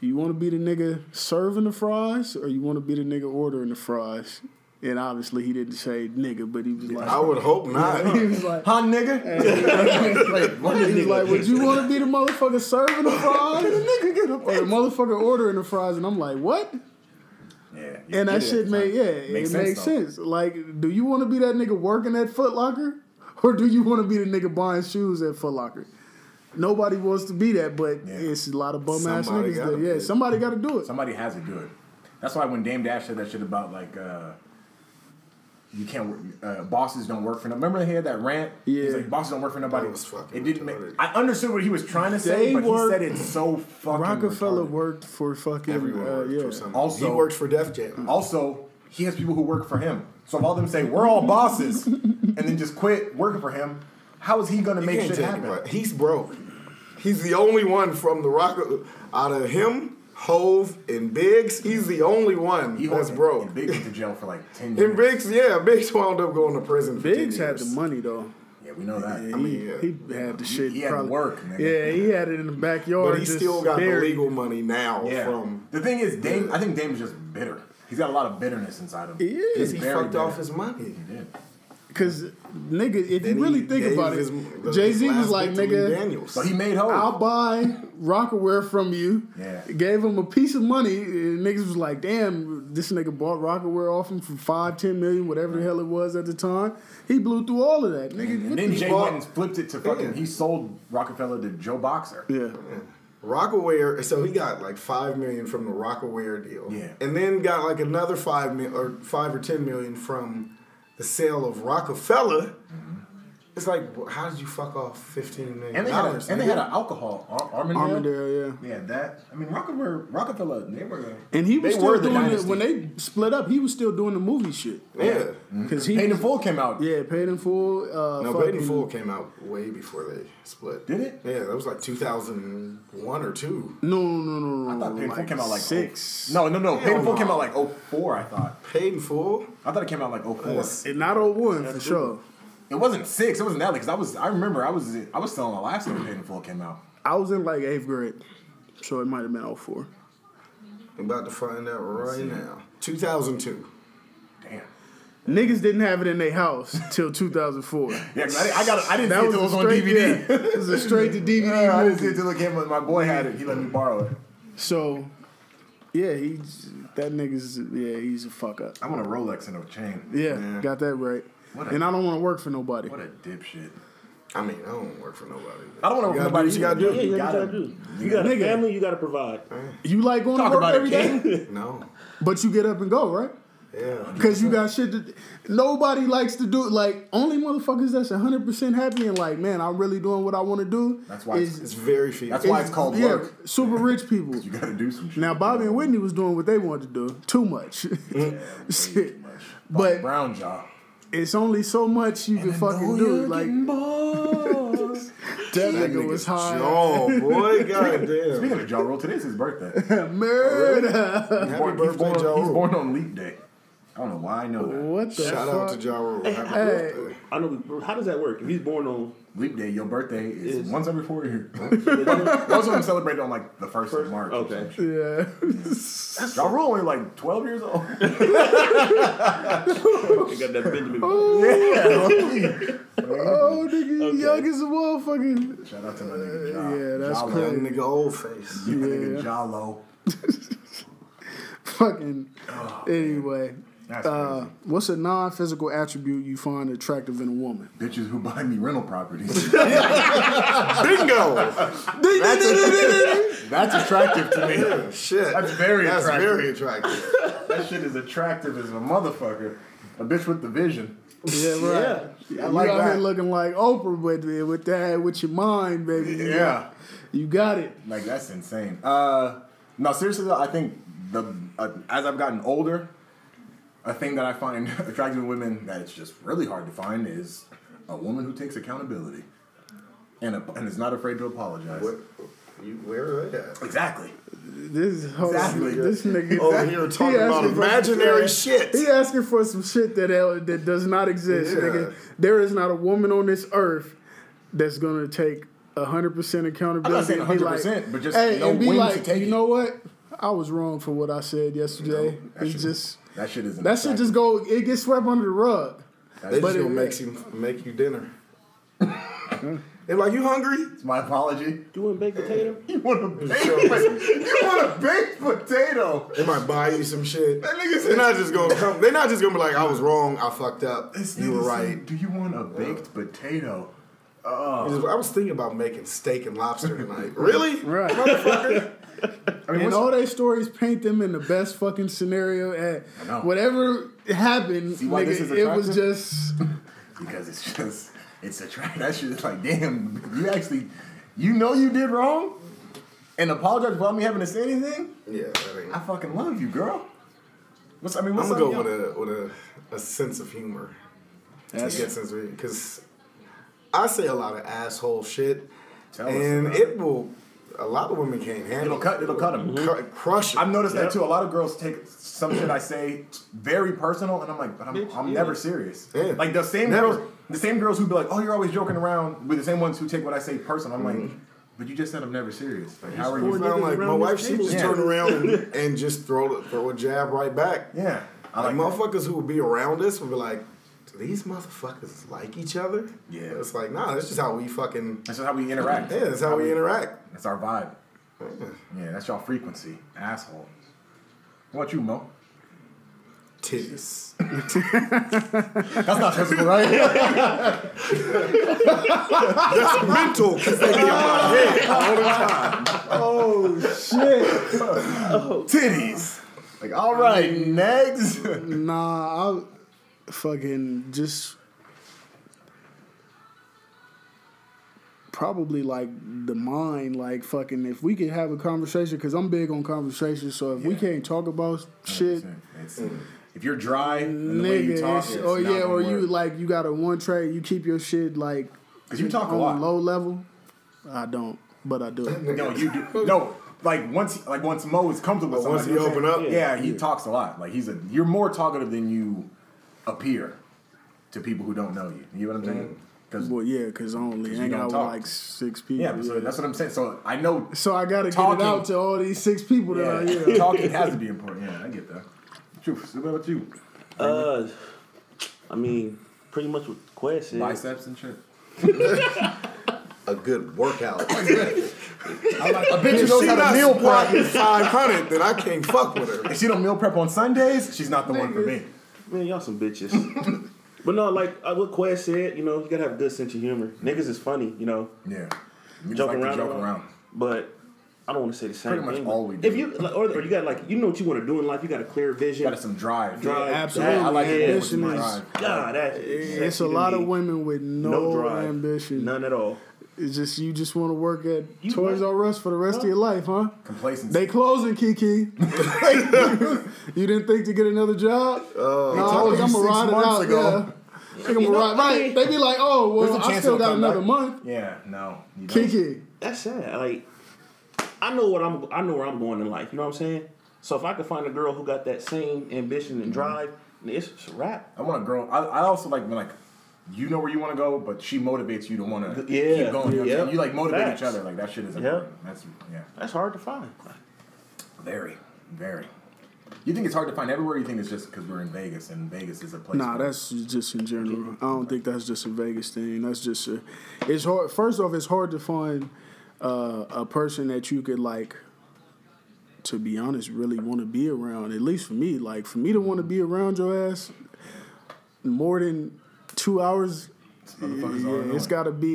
Speaker 2: You want to be the nigga serving the fries or you want to be the nigga ordering the fries? And obviously he didn't say nigga, but he was like,
Speaker 4: I would hope not.
Speaker 2: He was like,
Speaker 3: Huh, nigga? Wait, what
Speaker 2: he was <laughs>
Speaker 3: nigga? <laughs>
Speaker 2: like, would you want to be the motherfucker serving the fries or the motherfucker ordering the fries? And I'm like, what?
Speaker 3: Yeah, you
Speaker 2: And
Speaker 3: get
Speaker 2: that
Speaker 3: it
Speaker 2: shit
Speaker 3: at
Speaker 2: made,
Speaker 3: the
Speaker 2: yeah,
Speaker 3: time.
Speaker 2: it
Speaker 3: sense,
Speaker 2: makes
Speaker 3: though.
Speaker 2: sense. Like, do you want to be that nigga working at Foot Locker? Or do you want to be the nigga buying shoes at Foot Locker? Nobody wants to be that, but
Speaker 3: Yeah.
Speaker 2: it's a lot of bum ass
Speaker 4: Somebody
Speaker 2: niggas.
Speaker 4: gotta
Speaker 2: That,
Speaker 4: be
Speaker 2: yeah,
Speaker 4: it.
Speaker 2: somebody got to do it.
Speaker 3: Somebody has to do it. That's why when Dame Dash said that shit about like uh, you can't work, uh, bosses don't work for no. Remember they had that rant. He's
Speaker 2: Yeah.
Speaker 3: like bosses don't work for nobody.
Speaker 4: That was fucking
Speaker 3: it didn't make.
Speaker 4: retarded.
Speaker 3: I understood what he was trying to say,
Speaker 2: They
Speaker 3: but
Speaker 2: work-
Speaker 3: he said it so fucking.
Speaker 2: Rockefeller
Speaker 3: retarded.
Speaker 2: worked for fucking
Speaker 4: Everyone
Speaker 2: uh,
Speaker 4: works
Speaker 2: yeah.
Speaker 4: for something.
Speaker 3: Also-
Speaker 4: he works for Def Jam.
Speaker 3: Also, he has people who work for him. So if all them say we're all
Speaker 2: <laughs>
Speaker 3: bosses, and then just quit working for him, how is he gonna
Speaker 4: You
Speaker 3: make
Speaker 4: can't
Speaker 3: shit
Speaker 4: take
Speaker 3: happen?
Speaker 4: it, right. He's broke. He's the only one from the rock out of him, Hove, and Biggs. He's the only one
Speaker 3: He
Speaker 4: that's
Speaker 3: holding-
Speaker 4: broke.
Speaker 3: And Biggs went to jail for like ten years.
Speaker 4: And Biggs, yeah, Biggs wound up going to prison. For
Speaker 2: Biggs
Speaker 4: 10
Speaker 2: had
Speaker 4: years.
Speaker 2: the money though.
Speaker 3: yeah, we know that.
Speaker 2: He,
Speaker 3: I mean,
Speaker 4: yeah.
Speaker 2: he had the shit.
Speaker 3: he had to
Speaker 2: probably-
Speaker 3: work, nigga.
Speaker 2: Yeah, he had it in the backyard.
Speaker 4: but he
Speaker 2: just
Speaker 4: still got
Speaker 2: buried.
Speaker 4: the legal money now
Speaker 3: yeah.
Speaker 4: from
Speaker 3: the thing is, Dame. I think Dame is just bitter. He's got a lot of bitterness inside him.
Speaker 2: He is.
Speaker 4: because
Speaker 3: He's
Speaker 4: he
Speaker 3: very
Speaker 4: fucked
Speaker 3: bitter.
Speaker 4: off his money.
Speaker 3: He did.
Speaker 2: Cause nigga, if
Speaker 4: Then
Speaker 2: you really
Speaker 4: he
Speaker 2: think
Speaker 4: gave
Speaker 2: about
Speaker 4: his-
Speaker 2: it, Jay Z
Speaker 4: his
Speaker 2: was
Speaker 4: last
Speaker 2: like,
Speaker 4: victim,
Speaker 2: nigga,
Speaker 4: Daniels.
Speaker 3: But he made hope.
Speaker 2: I'll buy Rockaware from you.
Speaker 3: Yeah.
Speaker 2: Gave him a piece of money. And niggas was like, damn, this nigga bought Rockaware off him for five, ten million, whatever the hell it was at the time. He blew through all of that, nigga.
Speaker 3: and
Speaker 2: what
Speaker 3: then
Speaker 2: the-
Speaker 3: Jay
Speaker 4: bought-
Speaker 3: went and flipped it to fucking.
Speaker 4: Yeah.
Speaker 3: He sold Rockefeller to Joe Boxer.
Speaker 2: yeah.
Speaker 4: Rockaware, so he got like five million from the Rockaware deal,
Speaker 3: Yeah.
Speaker 4: and then got like another five mil or five or ten million from the sale of Rockefeller. It's like, wh- how did you fuck off fifteen million
Speaker 3: Mm-hmm. And they had a,
Speaker 4: dollars?
Speaker 3: and they had
Speaker 4: nigga?
Speaker 3: an alcohol Ar- Armandale.
Speaker 2: Armadale, yeah.
Speaker 3: Yeah, that. I mean, Rockefeller, Rockefeller, they were.
Speaker 2: And he was
Speaker 3: they
Speaker 2: still
Speaker 3: were
Speaker 2: doing it
Speaker 3: dynasty.
Speaker 2: when they split up, he was still doing the movie shit.
Speaker 4: yeah. Mm-hmm.
Speaker 3: Mm-hmm.
Speaker 2: Cause he
Speaker 3: Paid in Full came out.
Speaker 2: Yeah, paid in full. Uh
Speaker 4: No,
Speaker 2: fucking-
Speaker 4: Paid in Full came out way before they split.
Speaker 3: Did it?
Speaker 4: Yeah, that was like 2001 or two.
Speaker 2: No, no, no, no.
Speaker 3: I thought Paid in Full
Speaker 2: like
Speaker 3: came out like
Speaker 2: six.
Speaker 3: oh- no, no, no. Paid in Full
Speaker 4: no.
Speaker 3: came out like 04, I thought.
Speaker 4: Paid in Full.
Speaker 3: I thought it came out like 04.
Speaker 2: And not 01, for sure.
Speaker 3: It wasn't six. It wasn't that because I was. I remember I was. I was still in Alaska when Paid in Full came out.
Speaker 2: I was in like eighth grade, so it might have been 04.
Speaker 4: I'm about to find out right now. 2002.
Speaker 3: Damn.
Speaker 2: Niggas didn't have it in their house till 2004.
Speaker 3: Yeah, 'cause I, didn't- I got. I didn't
Speaker 2: That
Speaker 3: see it
Speaker 2: was,
Speaker 3: till it
Speaker 2: a
Speaker 3: was on
Speaker 2: straight,
Speaker 3: DVD. <laughs>
Speaker 2: yeah, Uh, it was a straight to DVD
Speaker 3: Yeah, I didn't see
Speaker 2: movie.
Speaker 3: it till it came out. My boy had it. He let me borrow it.
Speaker 2: So, yeah, he's that nigga's yeah, he's a fuck up.
Speaker 3: I want a Rolex and a chain.
Speaker 2: Yeah, got that right.
Speaker 3: What a-
Speaker 2: and I don't want to work for nobody.
Speaker 3: What a dipshit.
Speaker 4: I mean, I don't work for nobody.
Speaker 3: I don't want to
Speaker 4: You gotta do
Speaker 3: work nobody.
Speaker 4: what you gotta
Speaker 3: either.
Speaker 4: do.
Speaker 5: Yeah, you gotta do. You got a
Speaker 2: Nigga.
Speaker 5: family, you gotta provide.
Speaker 2: You like going
Speaker 3: Talk
Speaker 2: to work
Speaker 3: about
Speaker 2: every
Speaker 3: it,
Speaker 2: day,
Speaker 3: King.
Speaker 4: No.
Speaker 2: <laughs> but you get up and go, right?
Speaker 4: Yeah.
Speaker 2: Because you got shit to. Nobody likes to do Like, only motherfuckers that's 100% happy and like, man, I'm really doing what I want to do.
Speaker 3: That's why
Speaker 2: is-
Speaker 4: It's very few.
Speaker 3: That's why it's called
Speaker 2: yeah,
Speaker 3: work.
Speaker 2: super
Speaker 3: <laughs>
Speaker 2: rich people.
Speaker 3: <laughs> You gotta do some shit.
Speaker 2: Now Bobby and Whitney was doing what they wanted to do. Too much. <laughs>
Speaker 3: Way too much.
Speaker 2: But-
Speaker 3: Bobby Brown jaw.
Speaker 2: it's only so much you can fucking do. Like that
Speaker 4: That
Speaker 2: nigga was
Speaker 4: nigga's
Speaker 2: high.
Speaker 4: jaw, boy. Goddamn.
Speaker 3: <laughs> Speaking of jaw roll, today's his birthday.
Speaker 2: Murder.
Speaker 3: He's
Speaker 4: Happy
Speaker 3: born- he's
Speaker 4: birthday,
Speaker 3: born-
Speaker 4: Joe.
Speaker 3: He's born on leap day. I I don't know why I know that.
Speaker 2: What the
Speaker 4: Shout out
Speaker 2: fuck?
Speaker 4: to Ja Rule. Happy
Speaker 2: Hey.
Speaker 4: birthday.
Speaker 5: I know. How does that work? If he's born on,
Speaker 3: Leap day, your birthday is
Speaker 5: Is-
Speaker 3: <laughs> once every four years. Most of them celebrate on like the first, of March.
Speaker 5: okay.
Speaker 3: Ja Rule only like twelve years old.
Speaker 5: They got that Benjamin.
Speaker 2: oh, nigga, young as a motherfucker.
Speaker 3: Shout out to my nigga Ja.
Speaker 2: Uh, Yeah, that's
Speaker 3: Jalo.
Speaker 4: Young
Speaker 2: crazy.
Speaker 4: nigga old
Speaker 3: <laughs>
Speaker 4: face.
Speaker 3: My
Speaker 2: Yeah.
Speaker 3: Nigga Jalo.
Speaker 2: Fucking. anyway,
Speaker 3: That's
Speaker 2: uh, what's a non-physical attribute you find attractive in a woman?
Speaker 3: crazy. Bitches who buy me rental
Speaker 2: <laughs>
Speaker 3: properties.
Speaker 4: Bingo!
Speaker 3: that's attractive to me.
Speaker 4: Shit.
Speaker 3: That's very
Speaker 4: That's
Speaker 3: attractive.
Speaker 4: very attractive.
Speaker 3: That shit is attractive as a motherfucker. A bitch with the vision.
Speaker 2: Yeah, right.
Speaker 3: I
Speaker 2: You
Speaker 3: like
Speaker 2: out
Speaker 3: that.
Speaker 2: here looking like Oprah with with that with your mind, baby. You
Speaker 3: yeah.
Speaker 2: got- you got it.
Speaker 3: Like that's insane. Uh, no, seriously though, I think the uh, as I've gotten older, a thing that I find <laughs> attractive in women that it's just really hard to find is a woman who takes accountability and a, and is not afraid to apologize.
Speaker 4: What, you, where are they at?
Speaker 3: Exactly.
Speaker 2: This whole
Speaker 3: Exactly.
Speaker 2: this nigga
Speaker 4: Over here talking
Speaker 2: he asking
Speaker 4: about
Speaker 2: for some
Speaker 4: imaginary
Speaker 2: shit.
Speaker 4: shit.
Speaker 2: He asking for some shit that hell- that does not exist,
Speaker 4: Yeah.
Speaker 2: nigga. There is not a woman on this earth that's gonna take hundred percent accountability.
Speaker 3: saying
Speaker 2: and be
Speaker 3: 100%,
Speaker 2: like,
Speaker 3: but just
Speaker 2: hey,
Speaker 3: know
Speaker 2: and be
Speaker 3: when to
Speaker 2: like,
Speaker 3: take
Speaker 2: you
Speaker 3: it."
Speaker 2: know what? I was wrong for what I said yesterday.
Speaker 3: That
Speaker 2: it's
Speaker 3: shit-
Speaker 2: just
Speaker 3: that shit is
Speaker 2: that shit just go. It gets swept under the rug.
Speaker 4: They
Speaker 2: But
Speaker 4: just
Speaker 2: it-
Speaker 4: gonna make you, make you dinner. They're like, you hungry?
Speaker 3: my apology.
Speaker 5: You want baked potato?
Speaker 3: You want a <laughs> baked
Speaker 4: Sure.
Speaker 3: potato? You want a baked potato?
Speaker 4: <laughs> They might buy you some shit.
Speaker 3: That nigga
Speaker 4: They're
Speaker 3: said.
Speaker 4: not just gonna come. They're not just gonna be like, I was wrong. I fucked up.
Speaker 3: This
Speaker 4: You
Speaker 3: nigga
Speaker 4: were
Speaker 3: said,
Speaker 4: right.
Speaker 3: Do you want a baked potato?
Speaker 4: I was thinking about making steak and lobster tonight. really?
Speaker 2: Right. and all their stories paint them in the best fucking scenario.
Speaker 3: know.
Speaker 2: At whatever happened,
Speaker 3: See why
Speaker 2: nigga,
Speaker 3: this is
Speaker 2: it was
Speaker 3: attractive?
Speaker 2: just
Speaker 3: because it's just it's a trap. <laughs> That shit is like, damn, you actually, you know, you did wrong, and apologize without me having to say anything.
Speaker 4: Yeah. That ain't.
Speaker 3: I fucking love you, girl. What's I mean?
Speaker 4: I'm
Speaker 3: What's
Speaker 4: gonna
Speaker 3: up,
Speaker 4: go
Speaker 3: y'all?
Speaker 4: with a with a, a sense of humor. That's good sense of humor because I say a lot of asshole shit,
Speaker 3: Tell us
Speaker 4: and
Speaker 3: about
Speaker 4: it will. A lot of women can't handle. Mm-hmm.
Speaker 3: It'll cut. It'll cut him.
Speaker 4: Cru- crush it.
Speaker 3: I've noticed that too. A lot of girls take some shit I say very personal, and I'm like, but I'm,
Speaker 5: Bitch,
Speaker 3: I'm
Speaker 5: yeah.
Speaker 3: never serious.
Speaker 4: Yeah.
Speaker 3: Like the same
Speaker 4: Never.
Speaker 3: girls, the same girls who be like, oh, you're always joking around, with the same ones who take what I say personal. I'm like, but you just said I'm never serious. Like, how are you?
Speaker 4: I'm like my
Speaker 5: around
Speaker 4: wife.
Speaker 5: this
Speaker 4: She just
Speaker 3: table.
Speaker 4: turn around
Speaker 3: <laughs>
Speaker 4: and, and just throw the, throw a jab right back.
Speaker 3: Yeah, I
Speaker 4: Like
Speaker 3: like.
Speaker 4: motherfuckers who would be around us would be like, "Do these motherfuckers like each other?"
Speaker 3: Yeah.
Speaker 4: It's like, nah, that's just how we fucking.
Speaker 3: That's just how we interact.
Speaker 4: Yeah, that's how we interact.
Speaker 3: That's our vibe. Yeah, that's y'all frequency, asshole. What you, Mo?
Speaker 4: Titties.
Speaker 3: That's not physical, right?
Speaker 4: That's mental because they be in my head all the time.
Speaker 3: Titties. Like, all right, next.
Speaker 2: nah. I fucking just probably like the mind. Like fucking, if we could have a conversation, because I'm big on conversation. So if we can't talk about shit.
Speaker 3: It's- if you're dry, and the way you
Speaker 2: Nigga,
Speaker 3: talk,
Speaker 2: it's- or yeah, or you like you got a one tray. You keep your shit like
Speaker 3: because you talk a
Speaker 2: on
Speaker 3: lot.
Speaker 2: low level. I don't, but I
Speaker 3: <laughs>
Speaker 2: do.
Speaker 3: No, you do. No, like once, like once Mo is comfortable. with
Speaker 4: But once
Speaker 3: somebody,
Speaker 4: he
Speaker 3: you know what I'm
Speaker 4: open
Speaker 3: saying? yeah, he talks a lot. Like he's a, you're more talkative than you appear to people who don't know you. You know what I'm saying? 'Cause-
Speaker 2: Well, yeah, because I only hang
Speaker 3: don't
Speaker 2: out
Speaker 3: talk.
Speaker 2: with like six people.
Speaker 3: yeah, so that's what I'm saying. So I know
Speaker 2: So I gotta
Speaker 3: Talking.
Speaker 2: get it out to all these six people that I <laughs>
Speaker 3: Yeah, <laughs>
Speaker 2: yeah.
Speaker 3: talking has to be important. Yeah, I get that. Truth. What about you?
Speaker 5: Uh, I mean, pretty much what Quest said.
Speaker 3: Biceps and shit.
Speaker 4: A good
Speaker 3: <laughs>
Speaker 4: workout. <laughs>
Speaker 3: I like, a bitch who
Speaker 4: If
Speaker 3: knows
Speaker 4: she
Speaker 3: how
Speaker 4: not
Speaker 3: to meal prep. <laughs>
Speaker 4: squatting 500, then I can't fuck with her.
Speaker 3: If she don't meal prep on Sundays, she's not the one for me.
Speaker 5: Man, y'all some bitches. <laughs> but no, like uh, what Quest said, you know, you gotta have a good sense of humor. Niggas is funny, you know,
Speaker 3: Yeah. You just
Speaker 5: joking
Speaker 3: like
Speaker 5: around,
Speaker 3: to joke around.
Speaker 5: But I don't want to say the same
Speaker 3: Pretty much
Speaker 5: thing.
Speaker 3: all we
Speaker 5: but
Speaker 3: do.
Speaker 5: If you like, or, or you got like, you know what you want to do in life. You got a clear vision.
Speaker 3: Got some drive.
Speaker 5: Drive.
Speaker 2: absolutely.
Speaker 3: I like it. with some
Speaker 2: Ambition is-
Speaker 3: drive.
Speaker 5: God, that
Speaker 2: It's
Speaker 5: sexy
Speaker 2: a
Speaker 5: to
Speaker 2: lot
Speaker 5: me.
Speaker 2: of women with no,
Speaker 5: No drive,
Speaker 2: ambition.
Speaker 5: none at all.
Speaker 2: It's just you just want to work at
Speaker 5: You
Speaker 2: Toys
Speaker 5: might-
Speaker 2: R Us for the rest of your life, huh?
Speaker 3: Complacency.
Speaker 2: They closing, Kiki. <laughs> you didn't think to get another job? Oh, no,
Speaker 3: told
Speaker 2: I think
Speaker 3: you
Speaker 2: I'm gonna
Speaker 3: six
Speaker 2: ride it
Speaker 3: months
Speaker 2: out.
Speaker 3: ago.
Speaker 2: Yeah. I think I'm gonna ride. Right? They be like, oh,
Speaker 3: There's
Speaker 2: well,
Speaker 3: a
Speaker 2: I
Speaker 3: chance
Speaker 2: still
Speaker 3: it'll
Speaker 2: got
Speaker 3: come back.
Speaker 2: another month.
Speaker 3: yeah, no. You don't.
Speaker 2: Kiki,
Speaker 5: That's sad. Like, I know what I'm. I know where I'm going in life. You know what I'm saying? So if I could find a girl who got that same ambition and drive, It's, it's a wrap.
Speaker 3: I want to grow. I, I also like when like you know where you want to go, but she motivates you to want to
Speaker 5: Yeah.
Speaker 3: keep going. You, know what I'm
Speaker 5: Yeah.
Speaker 3: saying? you like motivate
Speaker 5: Facts.
Speaker 3: each other. Like that shit is
Speaker 5: Yeah.
Speaker 3: important. That's yeah,
Speaker 5: That's hard to find.
Speaker 3: very, very. You think it's hard to find everywhere? You think it's just because we're in Vegas and Vegas is a place.
Speaker 2: Nah,
Speaker 3: where-
Speaker 2: that's just in general. I don't think that's just a Vegas thing. That's just a. It's hard. First off, it's hard to find uh, a person that you could like. To be honest, really want to be around. At least for me, like for me to want to be around your ass more than two hours,
Speaker 3: motherfuckers all
Speaker 2: yeah, it's
Speaker 3: annoying.
Speaker 2: got to be.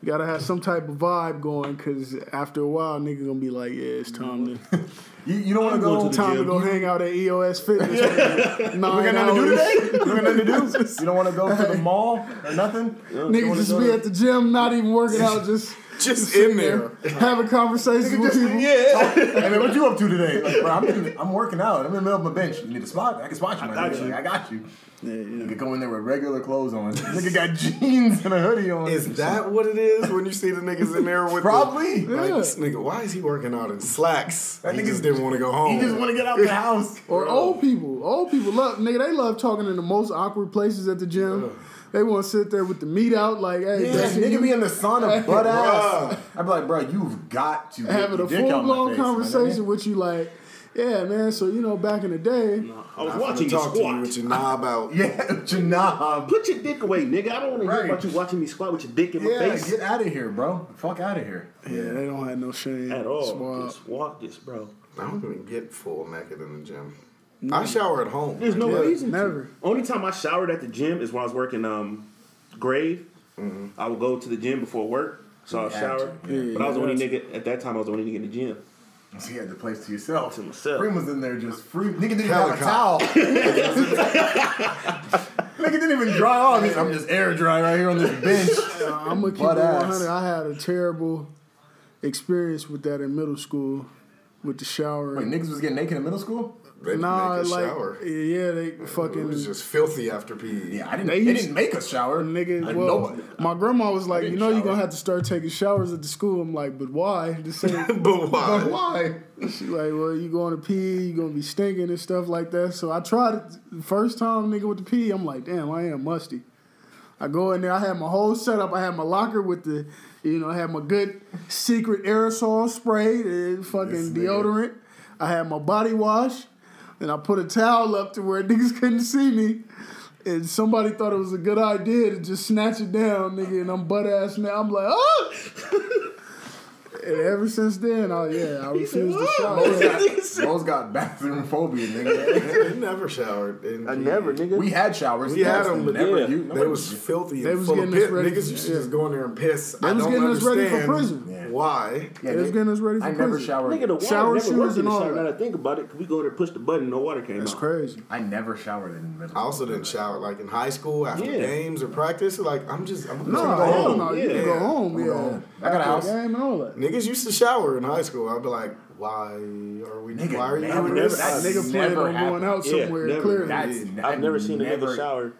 Speaker 2: You gotta have some type of vibe going, cause after a while, nigga gonna be like, yeah, it's time to
Speaker 3: you, you don't want
Speaker 5: I'm
Speaker 3: to
Speaker 5: going
Speaker 3: go.
Speaker 5: to
Speaker 2: <laughs>
Speaker 5: the
Speaker 2: time to go hang out at EOS
Speaker 3: <laughs>
Speaker 2: Fitness. yeah.
Speaker 3: we got nothing to do today. we got nothing to do. You don't want to go to the mall or nothing.
Speaker 2: Niggas just be at the gym, not even working out, just
Speaker 4: Just
Speaker 2: sitting
Speaker 4: in there.
Speaker 2: <laughs> having conversations with people.
Speaker 3: Hey man, what you up to today? Like, bro, I'm, in, I'm working out. I'm in the middle of my bench. You need a spot? I can spot you, my
Speaker 5: got
Speaker 3: nigga.
Speaker 5: you.
Speaker 3: Like, I got you. You could go in there with regular clothes on. Nigga got <laughs> jeans and a hoodie on.
Speaker 4: Is that what it is when you see the niggas in there with
Speaker 3: Probably.
Speaker 4: The, like, this nigga, why is he working out in slacks? That nigga just didn't want to go home.
Speaker 3: He <laughs> just want to get out the house.
Speaker 2: Or old people. Old people love nigga, they love talking in the most awkward places at the gym. They wanna sit there with the meat out, like, hey,
Speaker 3: <laughs> Yeah,
Speaker 2: that's
Speaker 3: nigga be in the sauna, butt ass.
Speaker 4: Bruh.
Speaker 3: I'd be like, bro, you've got to get
Speaker 2: having
Speaker 3: your
Speaker 2: a
Speaker 3: dick
Speaker 2: full
Speaker 3: out my
Speaker 2: blown
Speaker 3: face, my
Speaker 2: conversation with you like, yeah, man, so you know, back in the day,
Speaker 5: I was
Speaker 4: I'm gonna
Speaker 5: watching you
Speaker 4: talk to you
Speaker 5: squat.
Speaker 4: with your knob out.
Speaker 3: nigga. <laughs> Yeah, <laughs> Janab.
Speaker 5: Put your dick away, nigga. I don't want to hear
Speaker 3: Right.
Speaker 5: about you watching me squat with your dick in my
Speaker 3: Yeah,
Speaker 5: face
Speaker 3: get out of here, bro. Fuck out of here.
Speaker 2: yeah, they don't have no shame
Speaker 5: at
Speaker 2: It's
Speaker 5: all.
Speaker 2: wild.
Speaker 5: Just walk this, bro.
Speaker 4: I don't even get full naked in the gym. I shower at home.
Speaker 5: There's no
Speaker 2: Yeah,
Speaker 5: reason. to.
Speaker 2: never.
Speaker 5: Only time I showered at the gym is when I was working um, grave. I would go to the gym before work, so I
Speaker 3: had
Speaker 5: showered.
Speaker 3: to, yeah.
Speaker 5: but I was the only nigga at that time. I was the only nigga in the gym.
Speaker 3: So you had the place to yourself.
Speaker 5: To myself.
Speaker 3: Freem was in there just free. Nigga didn't even have a towel. <laughs>
Speaker 4: Helicopter.
Speaker 3: Nigga didn't even dry off. He's- I'm just air dry right here on this bench.
Speaker 2: I'm gonna keep
Speaker 3: Butt
Speaker 2: it
Speaker 3: ass.
Speaker 2: 100. I had a terrible experience with that in middle school with the shower.
Speaker 3: Wait, niggas was getting naked in middle school?
Speaker 4: Ready
Speaker 2: nah,
Speaker 4: to make a
Speaker 2: like
Speaker 4: shower.
Speaker 2: yeah, they
Speaker 4: It
Speaker 2: fucking
Speaker 4: was just filthy after PE.
Speaker 3: Yeah, I didn't.
Speaker 2: They
Speaker 3: They,
Speaker 2: used-
Speaker 3: didn't make us shower. I
Speaker 2: nigga.
Speaker 3: didn't
Speaker 2: Well,
Speaker 3: know.
Speaker 2: my grandma was like,
Speaker 3: I
Speaker 2: you
Speaker 3: didn't
Speaker 2: know, you're gonna
Speaker 3: shower.
Speaker 2: have to start taking showers at the school. I'm like, but why? This
Speaker 3: <laughs>
Speaker 2: ain't.
Speaker 4: But why?
Speaker 2: <laughs> But why? <laughs> She like, well, you going to pee, you gonna be stinking and stuff like that. So I tried it the first time, nigga, with the pee. I'm like, damn, I am musty. I go in there. I had my whole setup. I had my locker with the, you know, I had my good secret aerosol spray, and
Speaker 3: This
Speaker 2: fucking
Speaker 3: nigga.
Speaker 2: deodorant. I had my body wash, and I put a towel up to where <laughs> niggas couldn't see me. And somebody thought it was a good idea to just snatch it down, nigga. And I'm butt ass now. I'm like, oh. <laughs> and ever since then, I yeah, I refuse
Speaker 3: "Ah!"
Speaker 2: to
Speaker 3: <laughs>
Speaker 2: shower.
Speaker 3: Mo's got, Mo's got bathroom phobia, nigga.
Speaker 4: You <laughs> never showered. In PE.
Speaker 5: nigga.
Speaker 3: We had showers.
Speaker 4: We had them, but
Speaker 3: never
Speaker 5: yeah,
Speaker 3: you.
Speaker 4: They was filthy and
Speaker 2: They was
Speaker 4: full of
Speaker 2: getting us
Speaker 4: piss.
Speaker 2: ready-
Speaker 4: Niggas used to
Speaker 2: yeah.
Speaker 4: just go in there and piss.
Speaker 2: They
Speaker 4: I
Speaker 2: was
Speaker 4: don't
Speaker 2: getting us ready for
Speaker 4: understand
Speaker 2: prison.
Speaker 3: Yeah.
Speaker 4: Why?
Speaker 3: Yeah,
Speaker 2: They was getting us ready for
Speaker 3: I never
Speaker 2: prison.
Speaker 3: showered.
Speaker 5: Nigga, the water
Speaker 2: Shower
Speaker 5: never
Speaker 2: shoes
Speaker 5: worked in
Speaker 2: and
Speaker 5: the
Speaker 2: all
Speaker 5: shower.
Speaker 2: that.
Speaker 5: Now that I think about it, we go there, push the button, no water came
Speaker 2: That's
Speaker 5: out.
Speaker 2: crazy.
Speaker 3: I never showered in middle.
Speaker 4: I also didn't shower like in high school after
Speaker 5: Yeah.
Speaker 4: games or practice. Like I'm just I'm gonna
Speaker 2: No,
Speaker 4: go
Speaker 2: hell
Speaker 4: home.
Speaker 2: no, you can
Speaker 5: Yeah.
Speaker 2: go home. Yeah,
Speaker 3: I got a house.
Speaker 2: game and all that.
Speaker 4: Niggas used to shower in high school. I'd be like, why are we?
Speaker 3: Nigga,
Speaker 4: why are you
Speaker 3: never-
Speaker 4: doing
Speaker 5: never-
Speaker 4: this?
Speaker 2: That
Speaker 3: That's
Speaker 2: nigga planning
Speaker 3: never
Speaker 2: on going
Speaker 3: happened.
Speaker 2: out
Speaker 5: Yeah,
Speaker 2: somewhere.
Speaker 5: never.
Speaker 2: clearly,
Speaker 3: That's
Speaker 5: I've never seen a nigga shower.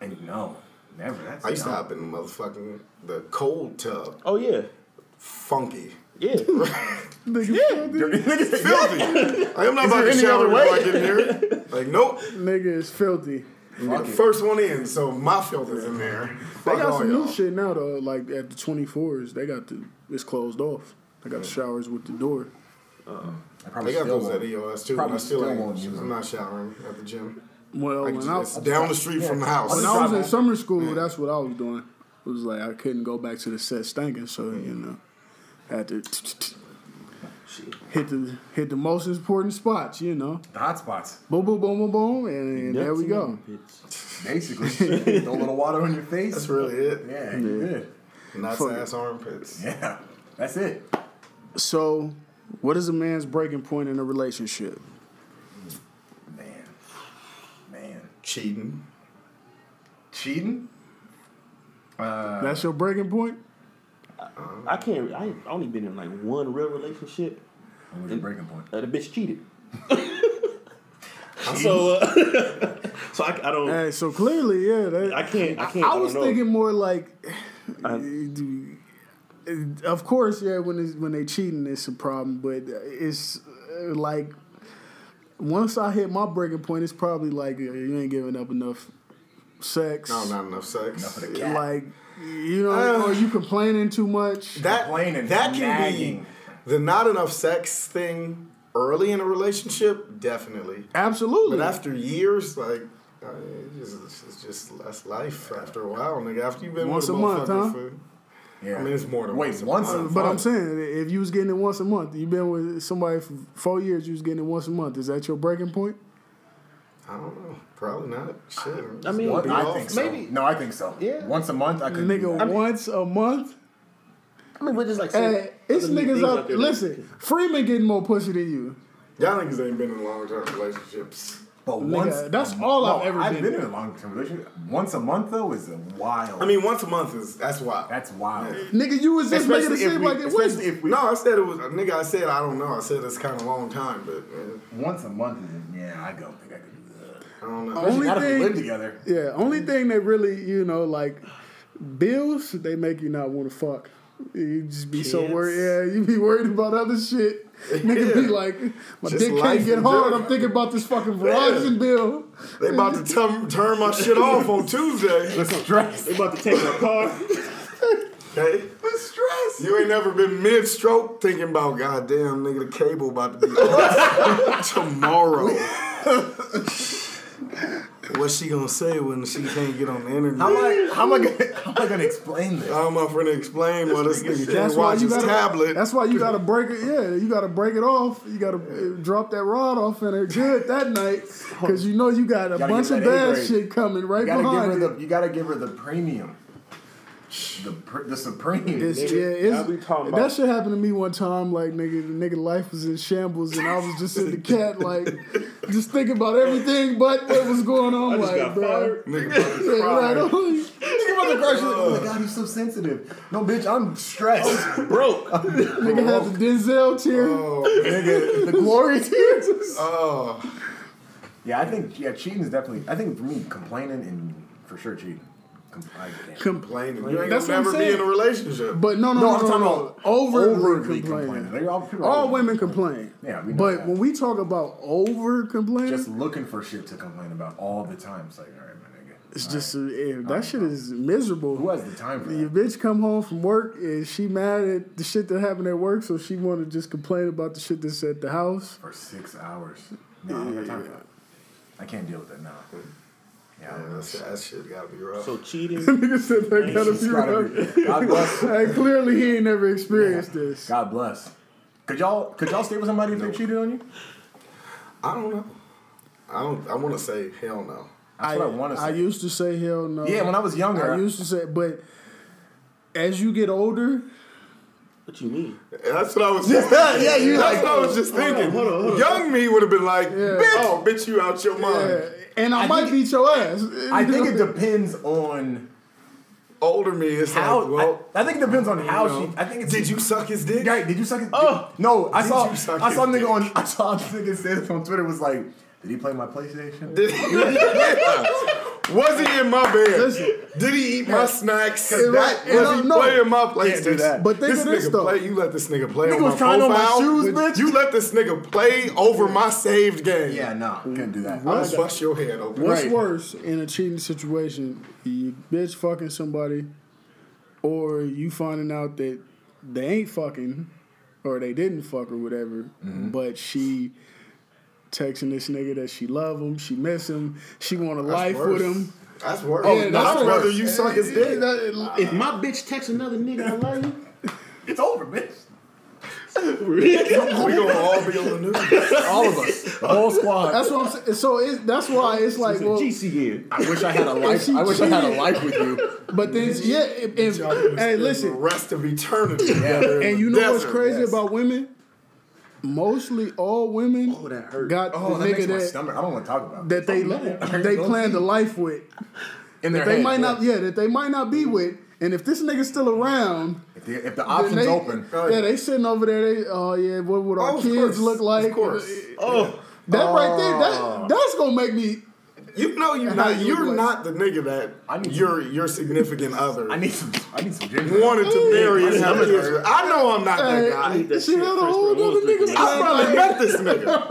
Speaker 3: And no, never. That's
Speaker 4: I used to
Speaker 3: no.
Speaker 4: hop in the motherfucking the cold tub.
Speaker 5: Oh yeah,
Speaker 4: Funky.
Speaker 5: yeah.
Speaker 2: nigga,
Speaker 3: <laughs>
Speaker 2: filthy.
Speaker 4: Filthy. Like, I'm not about to
Speaker 3: any
Speaker 4: shower
Speaker 3: other
Speaker 4: if
Speaker 3: way?
Speaker 4: I get in here. Like, nope.
Speaker 2: nigga is filthy.
Speaker 3: Fuck it.
Speaker 4: First one in, so my filther's in there.
Speaker 2: They got some new shit now though. Like at the twenty fours, they got the it's closed off. They got the showers with the door.
Speaker 3: I probably
Speaker 4: They got
Speaker 3: still
Speaker 4: those at
Speaker 3: won't.
Speaker 4: EOS too,
Speaker 3: Probably
Speaker 4: but I still,
Speaker 3: still
Speaker 4: ain't.
Speaker 3: won't use
Speaker 4: I'm
Speaker 3: them.
Speaker 4: not showering at the gym.
Speaker 2: Well,
Speaker 4: Like,
Speaker 2: when I,
Speaker 4: it's down the street from the house.
Speaker 2: when I was in
Speaker 3: Probably.
Speaker 2: summer school, that's what I was doing. It was like I couldn't go back to the set stinking, so you know, had to hit the hit the most important spots. You know,
Speaker 3: The hot spots.
Speaker 2: boom, boom, boom, boom, boom, and, and <laughs> there we go.
Speaker 3: Basically, <laughs> throw a little water on your face.
Speaker 4: That's really it.
Speaker 3: Yeah, you good.
Speaker 4: Nuts
Speaker 2: Fuck it.
Speaker 4: ass armpits.
Speaker 3: Yeah, that's it.
Speaker 2: So, what is a man's breaking point in a relationship?
Speaker 3: Man, man,
Speaker 4: Cheating.
Speaker 3: cheating.
Speaker 2: That's your breaking point?
Speaker 5: I can't. I ain't- I only been in like one real relationship.
Speaker 3: What was your breaking point?
Speaker 5: Uh, the bitch cheated. <laughs> so, uh, <laughs> so I, I don't.
Speaker 2: Hey, so clearly, yeah, that,
Speaker 5: I can't- I can't-
Speaker 2: I,
Speaker 5: I
Speaker 2: was
Speaker 5: don't know.
Speaker 2: thinking more like, <sighs> of course, yeah. When it's, when they cheating, it's a problem, but it's uh, like once I hit my breaking point, it's probably like uh, you ain't giving up enough sex.
Speaker 4: No, not enough sex.
Speaker 3: Enough of the cat.
Speaker 2: Like you know,
Speaker 5: <sighs>
Speaker 4: Uh,
Speaker 2: or you complaining too much.
Speaker 4: That
Speaker 3: Complaining,
Speaker 4: that can
Speaker 3: nagging.
Speaker 4: be the not enough sex thing early in a relationship, definitely.
Speaker 2: Absolutely.
Speaker 4: But after years, like. uh, It's just, it's just that's life. After a while, nigga. After you've been
Speaker 2: Once a
Speaker 4: with
Speaker 2: month,
Speaker 4: motherfucker
Speaker 2: huh?
Speaker 4: for-
Speaker 3: Yeah.
Speaker 4: I mean, it's more than
Speaker 3: Wait,
Speaker 4: once a
Speaker 3: once.
Speaker 4: month.
Speaker 3: a
Speaker 2: but I'm
Speaker 3: month?
Speaker 2: saying, if you was getting it once a month, you've been with somebody for four years, you was getting it once a month. Is that your breaking point?
Speaker 4: I don't know. Probably not. Shit.
Speaker 5: I mean,
Speaker 3: What?
Speaker 5: Be
Speaker 3: I
Speaker 5: off.
Speaker 3: think so.
Speaker 5: Maybe-
Speaker 3: No, I think so.
Speaker 5: Yeah.
Speaker 3: Once a month, I could.
Speaker 2: Nigga, once a month?
Speaker 5: I mean, we're just like
Speaker 2: Hey, it's
Speaker 5: other things
Speaker 2: niggas
Speaker 5: out
Speaker 2: up.
Speaker 5: there that-
Speaker 2: Listen, Freeman getting more pussy than you.
Speaker 4: y'all niggas ain't been in long term relationships.
Speaker 3: But once
Speaker 2: that's
Speaker 3: a mo-
Speaker 2: all
Speaker 3: no,
Speaker 2: I've ever
Speaker 3: I've
Speaker 2: been
Speaker 3: been in a long term relationship. Once a month though is wild.
Speaker 4: I mean, once a month is that's wild.
Speaker 3: that's wild.
Speaker 2: Nigga, you was just making it
Speaker 3: Especially if,
Speaker 2: seem
Speaker 3: we,
Speaker 2: like it was.
Speaker 3: especially if we
Speaker 4: no, I said it was. Nigga, I said I don't know. I said it's kind of a long time, but uh,
Speaker 3: once a month is yeah. I don't think I could do that.
Speaker 4: I don't know.
Speaker 2: Only
Speaker 3: Not if we
Speaker 2: thing-
Speaker 3: live together.
Speaker 2: Yeah, only thing that really, you know, like bills, they make you not want to fuck. You just be so
Speaker 5: Kids.
Speaker 2: worried. Yeah, you be worried about other shit. Nigga be
Speaker 4: Yeah.
Speaker 2: like, my
Speaker 4: Just
Speaker 2: dick
Speaker 4: life
Speaker 2: can't get
Speaker 4: in
Speaker 2: hard.
Speaker 4: general.
Speaker 2: I'm thinking about this fucking Verizon bill.
Speaker 4: They about to tum- turn my shit off on
Speaker 3: <laughs>
Speaker 4: Tuesday.
Speaker 3: Stress.
Speaker 5: They about to take my car.
Speaker 4: Okay,
Speaker 3: The stress.
Speaker 4: you ain't never been mid-stroke thinking about goddamn nigga the cable about to be off <laughs>
Speaker 3: <laughs>
Speaker 4: tomorrow. What's she gonna say when she can't get on the internet?
Speaker 3: How am I? How am I gonna? <laughs> How am I gonna explain this?
Speaker 4: I'm up for to explain why this nigga can't
Speaker 2: That's why
Speaker 4: watch
Speaker 2: you
Speaker 4: his
Speaker 2: gotta.
Speaker 4: tablet.
Speaker 2: That's why you gotta break it. Yeah, you gotta break it off. You gotta uh, drop that rod off in her good that night, because you know you got a
Speaker 3: Gotta
Speaker 2: bunch
Speaker 3: get
Speaker 2: of
Speaker 3: that A
Speaker 2: bad
Speaker 3: grade.
Speaker 2: shit coming right
Speaker 3: You gotta give
Speaker 2: behind
Speaker 3: her
Speaker 2: it.
Speaker 3: the. You gotta give her the premium. The pr- the supreme.
Speaker 2: It's,
Speaker 5: Nigga,
Speaker 2: yeah, it's,
Speaker 5: now we talking
Speaker 2: that
Speaker 5: about-
Speaker 2: shit happened to me one time. Like nigga, the nigga life was in shambles, and I was just in the cat, like just thinking about everything but what was going on.
Speaker 5: I just
Speaker 2: like,
Speaker 5: got
Speaker 2: bro.
Speaker 5: fired.
Speaker 2: <laughs>
Speaker 4: Nigga,
Speaker 2: Yeah, right,
Speaker 4: crying.
Speaker 2: I'm like,
Speaker 3: Think about the crush. Like, oh my god, he's so sensitive. No, bitch, I'm stressed.
Speaker 5: Broke.
Speaker 2: nigga had the Denzel tear.
Speaker 3: <laughs>
Speaker 2: <laughs>
Speaker 3: Nigga, the glory tears.
Speaker 4: Oh,
Speaker 3: Yeah, I think yeah, cheating is definitely. I think for me, complaining and for sure cheating. Com- I can't.
Speaker 2: Complaining.
Speaker 4: you ain't
Speaker 2: That's
Speaker 4: gonna
Speaker 2: what I'm
Speaker 4: never be
Speaker 2: saying.
Speaker 4: in a relationship.
Speaker 2: but no, no,
Speaker 3: no,
Speaker 2: no,
Speaker 3: I'm
Speaker 2: no,
Speaker 3: talking
Speaker 2: no.
Speaker 3: about
Speaker 2: overly,
Speaker 3: overly
Speaker 2: complaining.
Speaker 3: complaining. They're all, people are
Speaker 2: All
Speaker 3: always-
Speaker 2: women complain.
Speaker 3: Oh. Yeah, we know
Speaker 2: but
Speaker 3: that.
Speaker 2: when we talk about over complaining,
Speaker 3: just looking for shit to complain about all the time. It's like, all right, my nigga.
Speaker 2: it's
Speaker 3: all
Speaker 2: just
Speaker 3: right.
Speaker 2: uh, eh, that shit is miserable.
Speaker 3: who has the time for
Speaker 2: Your
Speaker 3: that?
Speaker 2: bitch come home from work and she mad at the shit that happened at work, so she want to just complain about the shit that's at the
Speaker 3: <laughs>
Speaker 2: house.
Speaker 3: For six hours. No, I don't got time for that. I can't deal with that now. Yeah, I
Speaker 4: Yeah,
Speaker 3: don't know.
Speaker 4: that's, that shit gotta be rough.
Speaker 5: <laughs> So cheating.
Speaker 2: Nigga said that gotta
Speaker 3: It's gotta
Speaker 2: be
Speaker 3: be- God bless.
Speaker 2: right. Hey, clearly he ain't never experienced this.
Speaker 3: God bless. Could y'all could y'all stay with somebody if they cheated on you?
Speaker 4: I don't know. I don't. I want to say hell no.
Speaker 3: That's what I want to say.
Speaker 2: used to say hell no.
Speaker 3: yeah, when I was younger,
Speaker 2: I used to say, but as you get older,
Speaker 5: What you mean?
Speaker 4: That's what I was. Just, yeah, you. That's what I was just thinking.
Speaker 5: hold on, hold on.
Speaker 4: Young me would have been like,
Speaker 2: Yeah.
Speaker 4: bitch, oh, bitch, you out your mind.
Speaker 2: yeah, and I,
Speaker 3: I
Speaker 2: might
Speaker 3: think
Speaker 2: beat your ass. <laughs>
Speaker 3: I think it depends on
Speaker 4: Older me is
Speaker 3: how.
Speaker 4: like, well,
Speaker 3: I, I think it depends on how
Speaker 4: you know,
Speaker 3: she. I think it's
Speaker 4: did you suck his dick?
Speaker 3: Right, did you suck his Oh no, I
Speaker 4: Did
Speaker 3: saw
Speaker 4: you suck
Speaker 3: I saw a
Speaker 4: his
Speaker 3: nigga on I saw a nigga say this on Twitter was like, Did he play my PlayStation?
Speaker 4: <laughs> Was he in my bed?
Speaker 2: Listen.
Speaker 4: Did he eat my snacks?
Speaker 2: And
Speaker 4: That
Speaker 2: right- and
Speaker 4: was
Speaker 2: I
Speaker 4: he
Speaker 2: know-
Speaker 4: playing my PlayStation.
Speaker 3: do that.
Speaker 2: But think of
Speaker 4: this
Speaker 2: this,
Speaker 4: nigga
Speaker 2: though.
Speaker 4: Play, you let this nigga play
Speaker 3: Nigga
Speaker 4: on
Speaker 3: was
Speaker 4: my
Speaker 3: trying on my
Speaker 4: profile.
Speaker 3: shoes, bitch.
Speaker 4: You let this nigga play over my saved game.
Speaker 3: yeah, no, couldn't do that.
Speaker 4: I'll bust your head open.
Speaker 2: What's
Speaker 3: Right.
Speaker 2: worse in a cheating situation? You bitch fucking somebody, or you finding out that they ain't fucking, or they didn't fuck or whatever,
Speaker 4: Mm-hmm.
Speaker 2: but she texting this nigga that she love him, she miss him, she want a life with
Speaker 4: worse.
Speaker 2: him.
Speaker 4: That's worse.
Speaker 2: Yeah, that's
Speaker 4: I'd rather
Speaker 2: worse.
Speaker 4: you suck his dick.
Speaker 5: If my bitch texts another nigga, I love you.
Speaker 3: It's over, bitch.
Speaker 5: Really?
Speaker 4: we gonna all be on the news.
Speaker 3: All of us. The <laughs> whole squad.
Speaker 2: That's what I'm saying. So it, that's why it's like, well,
Speaker 5: GCN.
Speaker 3: I wish I had <laughs> a life. I wish I had a life with you.
Speaker 2: but then yeah, if, if, hey,
Speaker 4: the
Speaker 2: listen,
Speaker 4: rest of eternity.
Speaker 2: and you know what's
Speaker 4: Desert,
Speaker 2: crazy
Speaker 4: yes.
Speaker 2: about women? Mostly all women
Speaker 5: Oh, that hurt.
Speaker 2: got
Speaker 3: Oh,
Speaker 2: the
Speaker 3: that
Speaker 2: nigga
Speaker 3: makes my
Speaker 2: that
Speaker 3: stomach. I don't want to talk about
Speaker 2: that they
Speaker 3: Low-key.
Speaker 2: <laughs>
Speaker 3: <laughs>
Speaker 2: they planned the life with.
Speaker 3: it. In their
Speaker 2: They
Speaker 3: head,
Speaker 2: might
Speaker 3: yeah.
Speaker 2: not, yeah, that they might not be with. And if this nigga's still around,
Speaker 3: If the, if the
Speaker 2: then
Speaker 3: option's
Speaker 2: they,
Speaker 3: open,
Speaker 2: yeah, they sitting over there. They, oh yeah, what would our
Speaker 4: Oh, of
Speaker 2: kids
Speaker 4: course,
Speaker 2: look like?
Speaker 4: Of course.
Speaker 5: Oh,
Speaker 2: That right there, that that's gonna make me.
Speaker 4: You know you're
Speaker 2: And how
Speaker 4: not
Speaker 2: you
Speaker 4: you're
Speaker 2: look like-
Speaker 4: not the nigga that
Speaker 3: I need to-
Speaker 4: your your significant other
Speaker 3: I need some. I need some ginger.
Speaker 4: <laughs> wanted to marry and have kids with. I know I'm not
Speaker 2: Mm. Hey,
Speaker 4: that guy.
Speaker 5: that
Speaker 2: she
Speaker 5: shit
Speaker 2: had a
Speaker 5: first,
Speaker 2: whole
Speaker 5: bro. What
Speaker 2: other
Speaker 5: was
Speaker 2: nigga's
Speaker 5: the-
Speaker 4: I
Speaker 2: plan.
Speaker 4: probably met
Speaker 2: <laughs>
Speaker 4: this nigga.
Speaker 3: <laughs>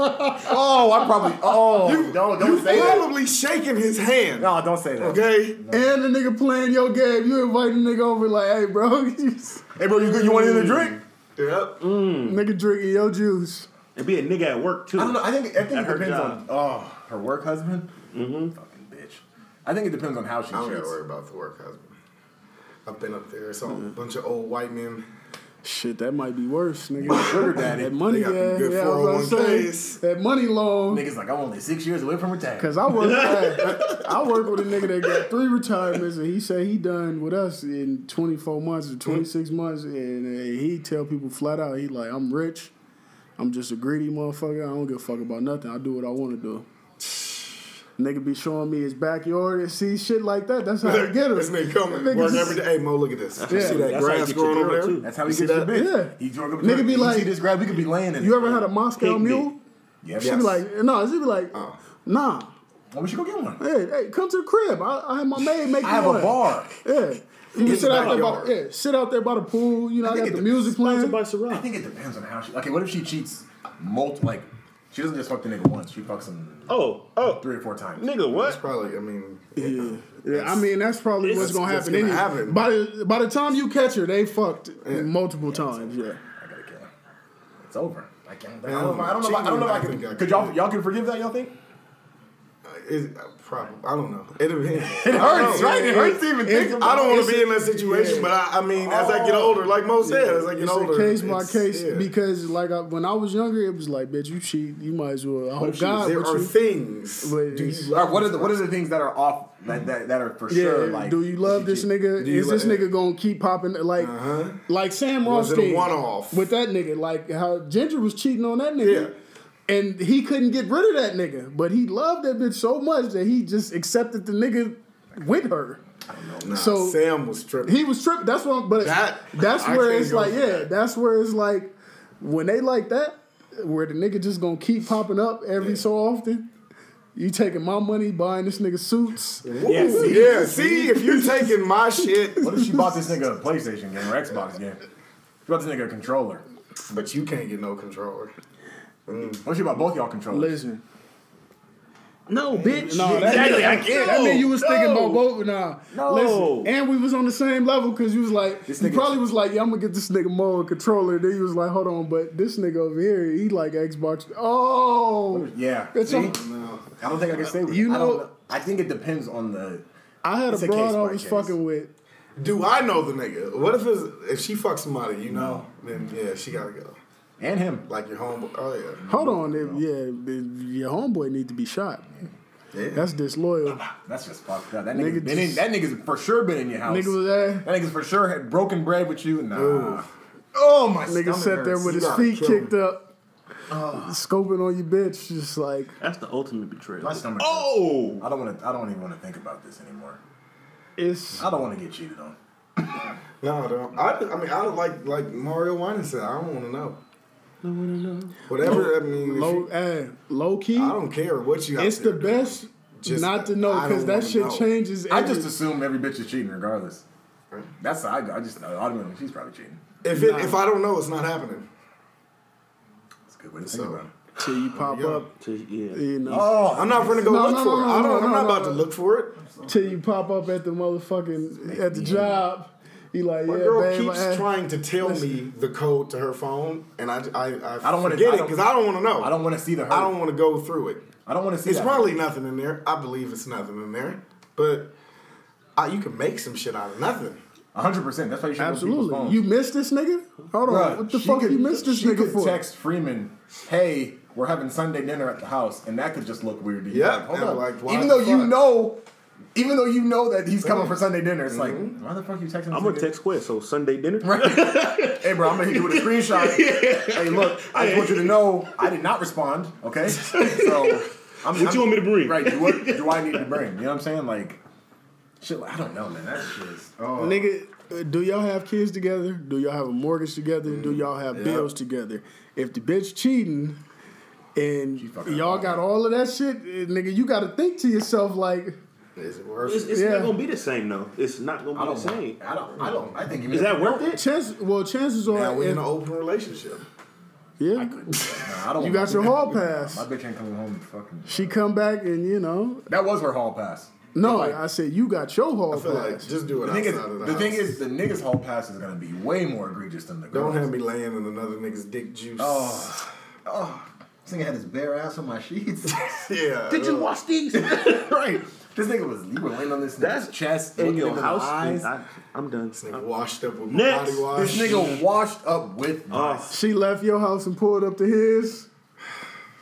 Speaker 3: Oh, I probably. Oh, don't don't say that.
Speaker 4: Probably shaking his hand.
Speaker 3: No, don't say that.
Speaker 4: Okay?
Speaker 2: And the nigga playing your game, you invite the nigga over like, hey, bro, <laughs> you s-
Speaker 3: Hey, bro, you good? You want anything to drink?
Speaker 4: Mm. Yep.
Speaker 2: Mm.
Speaker 5: Hmm.
Speaker 2: nigga drinking your juice.
Speaker 5: And be a nigga at work too.
Speaker 3: I don't know. I think I think
Speaker 5: At
Speaker 3: it
Speaker 5: her
Speaker 3: depends
Speaker 5: job.
Speaker 3: on oh her work husband. Mm-hmm. Fucking bitch. I think it depends on how she
Speaker 4: I don't gotta
Speaker 3: treats.
Speaker 4: worry about the work husband. I've been up there. It's all
Speaker 2: Mm.
Speaker 4: a bunch of old white men.
Speaker 2: Shit, that might be worse, nigga.
Speaker 3: Sugar daddy.
Speaker 2: That money,
Speaker 4: <laughs> They got them
Speaker 2: yeah,
Speaker 4: good
Speaker 2: yeah, I was gonna say
Speaker 4: 401ks.
Speaker 2: that money loan.
Speaker 3: Niggas like I'm only six years away from retirement.
Speaker 2: Cause I
Speaker 4: <laughs>
Speaker 2: work, I, I work with a nigga that got three retirements, and he said he done with us in 24 months or 26
Speaker 4: Hmm.
Speaker 2: months, and uh, he tell people flat out, he like, I'm rich, I'm just a greedy motherfucker, I don't give a fuck about nothing, I do what I want to do. Nigga be showing me his backyard and see shit like that. That's how I get him.
Speaker 4: <laughs> This nigga coming to work every day. Hey Mo, look at this. You
Speaker 2: Yeah.
Speaker 4: see that
Speaker 5: That's how you
Speaker 4: grass
Speaker 5: get your
Speaker 4: growing
Speaker 5: girl,
Speaker 4: over there?
Speaker 5: too.
Speaker 3: That's how he
Speaker 4: You see
Speaker 3: gets your
Speaker 4: that?
Speaker 3: bitch.
Speaker 2: Yeah.
Speaker 3: He drove up.
Speaker 2: Nigga
Speaker 3: to-
Speaker 2: be
Speaker 3: you
Speaker 2: like-
Speaker 3: see this grab? We could be laying in.
Speaker 2: You
Speaker 3: it.
Speaker 2: ever had a Moscow
Speaker 5: Pig dick.
Speaker 2: mule?
Speaker 3: Yeah.
Speaker 2: She'd be like, no, she'd be like,
Speaker 4: Uh.
Speaker 2: nah.
Speaker 3: well, we should go get one.
Speaker 2: Hey, hey, come to the crib. I, I have my maid make
Speaker 3: I have
Speaker 2: one.
Speaker 3: a bar.
Speaker 2: Yeah. You can
Speaker 4: His
Speaker 2: sit out, there by,
Speaker 4: backyard.
Speaker 2: yeah, sit out there by the pool. You know, I,
Speaker 3: think
Speaker 2: got
Speaker 3: it
Speaker 2: the music playing.
Speaker 5: Sponsored by
Speaker 3: I
Speaker 5: Ciroc.
Speaker 3: think it depends on how she. Okay, what if she cheats multiple? Like, she doesn't just fuck the nigga once. She fucks him
Speaker 5: Oh, oh,
Speaker 3: three or four times.
Speaker 5: nigga,
Speaker 4: That's
Speaker 5: what?
Speaker 4: probably. I mean,
Speaker 2: Yeah. yeah, I mean that's probably what's
Speaker 4: It's-
Speaker 2: gonna
Speaker 4: it's
Speaker 2: happen.
Speaker 4: gonna
Speaker 2: anyway.
Speaker 4: happen.
Speaker 2: By the by the time you catch her, they fucked multiple times. Yeah,
Speaker 3: I gotta kill him. It's over. I can't. I
Speaker 4: Man,
Speaker 3: don't know. if I I don't know. if I- I don't know. If
Speaker 4: cheating,
Speaker 3: I
Speaker 4: I
Speaker 3: can.
Speaker 4: think I
Speaker 3: Could y'all
Speaker 4: could.
Speaker 3: y'all can forgive that? Y'all think?
Speaker 4: it, uh, probably. I don't know. It, depends.
Speaker 3: <laughs> It hurts, right? It hurts to even
Speaker 2: It's-
Speaker 3: think about.
Speaker 4: I don't want
Speaker 3: it.
Speaker 4: to be in that situation, but I, I mean, as I get
Speaker 3: Oh.
Speaker 4: older, like Mo said, as I get
Speaker 2: it's
Speaker 4: older,
Speaker 2: a case by
Speaker 4: it's-
Speaker 2: case
Speaker 4: yeah.
Speaker 2: because like I, when I was younger, it was like, bitch, you cheat, you might as well. I hope
Speaker 3: if she
Speaker 2: God
Speaker 3: was
Speaker 4: there
Speaker 2: with
Speaker 4: are
Speaker 2: you.
Speaker 4: things.
Speaker 2: But
Speaker 4: Do
Speaker 2: it's-
Speaker 4: you
Speaker 3: All right, what are the what are the things that are off that that, that are for
Speaker 2: Yeah,
Speaker 3: sure? Like,
Speaker 2: do you love this nigga?
Speaker 4: you
Speaker 2: Is this
Speaker 4: lo-
Speaker 2: nigga gonna keep popping like like Sam Ross
Speaker 4: Was it a one-off?
Speaker 2: with that nigga? Like how Ginger was cheating on that nigga.
Speaker 4: Yeah.
Speaker 2: And he couldn't get rid of that nigga, but he loved that bitch so much that he just accepted the nigga with her.
Speaker 4: Nah,
Speaker 2: So-
Speaker 4: Sam was tripping.
Speaker 2: He was tripping. That's what. I'm- But
Speaker 4: That-
Speaker 2: that's
Speaker 4: I
Speaker 2: where
Speaker 4: can't
Speaker 2: it's
Speaker 4: go
Speaker 2: like,
Speaker 4: for
Speaker 2: yeah,
Speaker 4: that.
Speaker 2: that's where it's like when they like that, where the nigga just gonna keep popping up every so often. You taking my money, buying this nigga suits.
Speaker 5: Yeah,
Speaker 4: Ooh,
Speaker 5: see?
Speaker 4: yeah, see if you taking my shit,
Speaker 3: What if she bought this nigga a
Speaker 2: <laughs>
Speaker 3: PlayStation game or Xbox game? She bought this nigga a controller.
Speaker 4: but you can't get no controller.
Speaker 3: What if she bought both y'all controllers?
Speaker 2: Listen,
Speaker 5: No, bitch.
Speaker 2: No, that
Speaker 5: exactly.
Speaker 2: mean-
Speaker 5: I can't.
Speaker 2: That mean you was thinking
Speaker 5: No.
Speaker 2: about both. Nah,
Speaker 5: No.
Speaker 2: listen, and we was on the same level because you was like,
Speaker 3: This
Speaker 2: you
Speaker 3: nigga-
Speaker 2: probably was like, yeah, I'm gonna get this nigga more a controller. Then you was like, hold on, but this nigga over here, he like Xbox. Oh,
Speaker 3: Yeah.
Speaker 2: It's
Speaker 3: See?
Speaker 2: all-
Speaker 3: I don't think I can stay with
Speaker 2: You
Speaker 3: it. I, don't
Speaker 2: know-
Speaker 3: I think it depends on the.
Speaker 2: I had
Speaker 3: It's
Speaker 2: a
Speaker 3: a
Speaker 2: broad I
Speaker 3: case by
Speaker 2: was
Speaker 3: case.
Speaker 2: fucking with.
Speaker 4: Do I know the nigga? What if it's, if she fucks somebody, you know? Then yeah, she gotta go.
Speaker 3: And him.
Speaker 4: Like your homeboy. Oh yeah.
Speaker 2: Hold on, if, yeah, if your homeboy need to be shot.
Speaker 4: Yeah.
Speaker 2: That's disloyal.
Speaker 3: That's just fucked up. That
Speaker 2: Nigga
Speaker 3: nigga, been in,
Speaker 2: just-
Speaker 3: that nigga's for sure been in your house.
Speaker 2: Nigga was there.
Speaker 3: that nigga's for sure had broken bread with you. Nah. Oh my
Speaker 2: Nigga
Speaker 3: stomach
Speaker 2: sat there
Speaker 3: hurts.
Speaker 2: with
Speaker 3: You
Speaker 2: his
Speaker 3: gotta
Speaker 2: feet
Speaker 3: kill Ah. me.
Speaker 2: kicked up, scoping on your bitch, just like
Speaker 5: That's the ultimate betrayal.
Speaker 3: My stomach. hurts.
Speaker 5: Oh,
Speaker 3: I don't want to. I don't even want to think about this anymore.
Speaker 2: it's.
Speaker 3: I don't want to get cheated on.
Speaker 4: No, I don't. I, I mean, I don't like like Mario Winans said. I don't want to know. Whatever. I mean, if
Speaker 2: Low,
Speaker 4: you,
Speaker 2: eh, low key,
Speaker 4: I don't care what you. out
Speaker 2: it's the
Speaker 4: there doing.
Speaker 2: best
Speaker 4: Just-
Speaker 2: not to know
Speaker 4: I
Speaker 2: because
Speaker 4: don't
Speaker 2: that
Speaker 4: wanna
Speaker 2: shit
Speaker 4: know.
Speaker 2: changes. Every,
Speaker 3: I just assume every bitch is cheating regardless. That's how I go. I just automatically she's probably cheating.
Speaker 4: If it, if I don't know, it's not happening.
Speaker 3: That's a good way to think
Speaker 4: So-
Speaker 3: about it.
Speaker 2: till you pop
Speaker 4: Yeah.
Speaker 2: up,
Speaker 5: To- yeah.
Speaker 2: you know,
Speaker 3: Oh,
Speaker 4: I'm not going to go
Speaker 2: No,
Speaker 4: look
Speaker 2: no,
Speaker 4: for
Speaker 2: no,
Speaker 4: it.
Speaker 2: no,
Speaker 4: I don't,
Speaker 2: no,
Speaker 4: I'm
Speaker 2: no,
Speaker 4: not
Speaker 2: no,
Speaker 4: about
Speaker 2: no.
Speaker 4: to look for it.
Speaker 2: till you pop up at the motherfucking at the job. You like,
Speaker 4: My
Speaker 2: yeah,
Speaker 4: girl
Speaker 2: babe,
Speaker 4: keeps
Speaker 2: eh.
Speaker 4: trying to tell me the code to her phone, and I I I,
Speaker 3: I don't wanna-
Speaker 4: forget
Speaker 3: I
Speaker 4: it
Speaker 3: don't-
Speaker 4: because I don't want to know.
Speaker 3: I don't want to see the hurt.
Speaker 4: I don't want to go through it.
Speaker 3: want to see.
Speaker 4: It's
Speaker 3: that
Speaker 4: probably nothing in there. I believe it's nothing in there, but I, you can make some shit out of nothing.
Speaker 3: 100. percent That's why you should Go
Speaker 2: Absolutely, you missed this nigga. Hold on,
Speaker 3: Bruh,
Speaker 2: what the
Speaker 3: she
Speaker 2: fuck
Speaker 3: could-
Speaker 2: you missed this
Speaker 3: she
Speaker 2: nigga
Speaker 3: could
Speaker 2: for?
Speaker 3: text Freeman, hey, we're having Sunday dinner at the house, and that could just look weird to you.
Speaker 4: Yeah,
Speaker 3: Like, hold
Speaker 4: and
Speaker 3: on.
Speaker 4: like, why
Speaker 3: even
Speaker 4: the
Speaker 3: though you
Speaker 4: fuck?
Speaker 3: know, even though you know that he's coming for Sunday dinner, it's
Speaker 4: Mm-hmm.
Speaker 3: like, why the fuck you texting? this
Speaker 5: I'm gonna
Speaker 3: nigga? <laughs>
Speaker 5: text Quest. So Sunday dinner.
Speaker 3: Hey, bro, I'm gonna hit you with a screenshot.
Speaker 5: <laughs>
Speaker 3: Hey, look, I just want you to know I did not respond. Okay, so I'm,
Speaker 5: What you want me to bring?
Speaker 3: Right? What do I need to bring? You know what I'm saying? Like, shit. like- I don't know, man. That shit is. Oh,
Speaker 2: Nigga, uh, do y'all have kids together? Do y'all have a mortgage together? Do y'all have bills together? If the bitch cheating and
Speaker 3: fucking
Speaker 2: y'all
Speaker 3: up.
Speaker 2: got all of that shit, eh, nigga, you got to think to yourself like,
Speaker 4: Is it worth
Speaker 5: It's,
Speaker 4: it?
Speaker 5: it's
Speaker 2: Yeah.
Speaker 5: not gonna be the same though. It's not
Speaker 3: I
Speaker 5: gonna be
Speaker 3: don't.
Speaker 5: the same.
Speaker 3: I don't. I don't. I think. even
Speaker 5: Is
Speaker 3: if
Speaker 5: that
Speaker 3: you
Speaker 5: worth
Speaker 3: don't-
Speaker 5: it?
Speaker 2: chance. Well, chances are,
Speaker 4: Now we in
Speaker 2: if-
Speaker 4: an open relationship.
Speaker 2: Yeah.
Speaker 3: Nah, I don't
Speaker 2: You
Speaker 3: want
Speaker 2: got your
Speaker 3: to-
Speaker 2: hall pass.
Speaker 3: My bitch ain't coming home. and Fucking.
Speaker 2: She come back and you know.
Speaker 3: That was her hall pass.
Speaker 2: No,
Speaker 3: Like,
Speaker 2: I said you got your hall
Speaker 4: I feel like
Speaker 2: pass.
Speaker 4: just do it
Speaker 3: the
Speaker 4: outside
Speaker 3: thing is,
Speaker 4: of the,
Speaker 3: the thing
Speaker 4: house.
Speaker 3: is, the niggas hall pass is gonna be way more egregious than the girls.
Speaker 4: don't have me laying in another nigga's dick juice.
Speaker 3: Oh, oh, this nigga had his bare ass on my
Speaker 2: <laughs>
Speaker 3: sheets.
Speaker 4: yeah.
Speaker 3: Did you watch these? <laughs> right. This nigga was you were laying on this nigga's
Speaker 5: That's
Speaker 3: chest,
Speaker 5: in
Speaker 3: looking
Speaker 5: your
Speaker 3: into
Speaker 5: house.
Speaker 3: the eyes.
Speaker 5: I, I'm done.
Speaker 4: This nigga washed up with
Speaker 5: Next.
Speaker 4: body wash.
Speaker 3: this nigga washed up with my.
Speaker 5: Oh,
Speaker 2: She left your house and pulled up to his.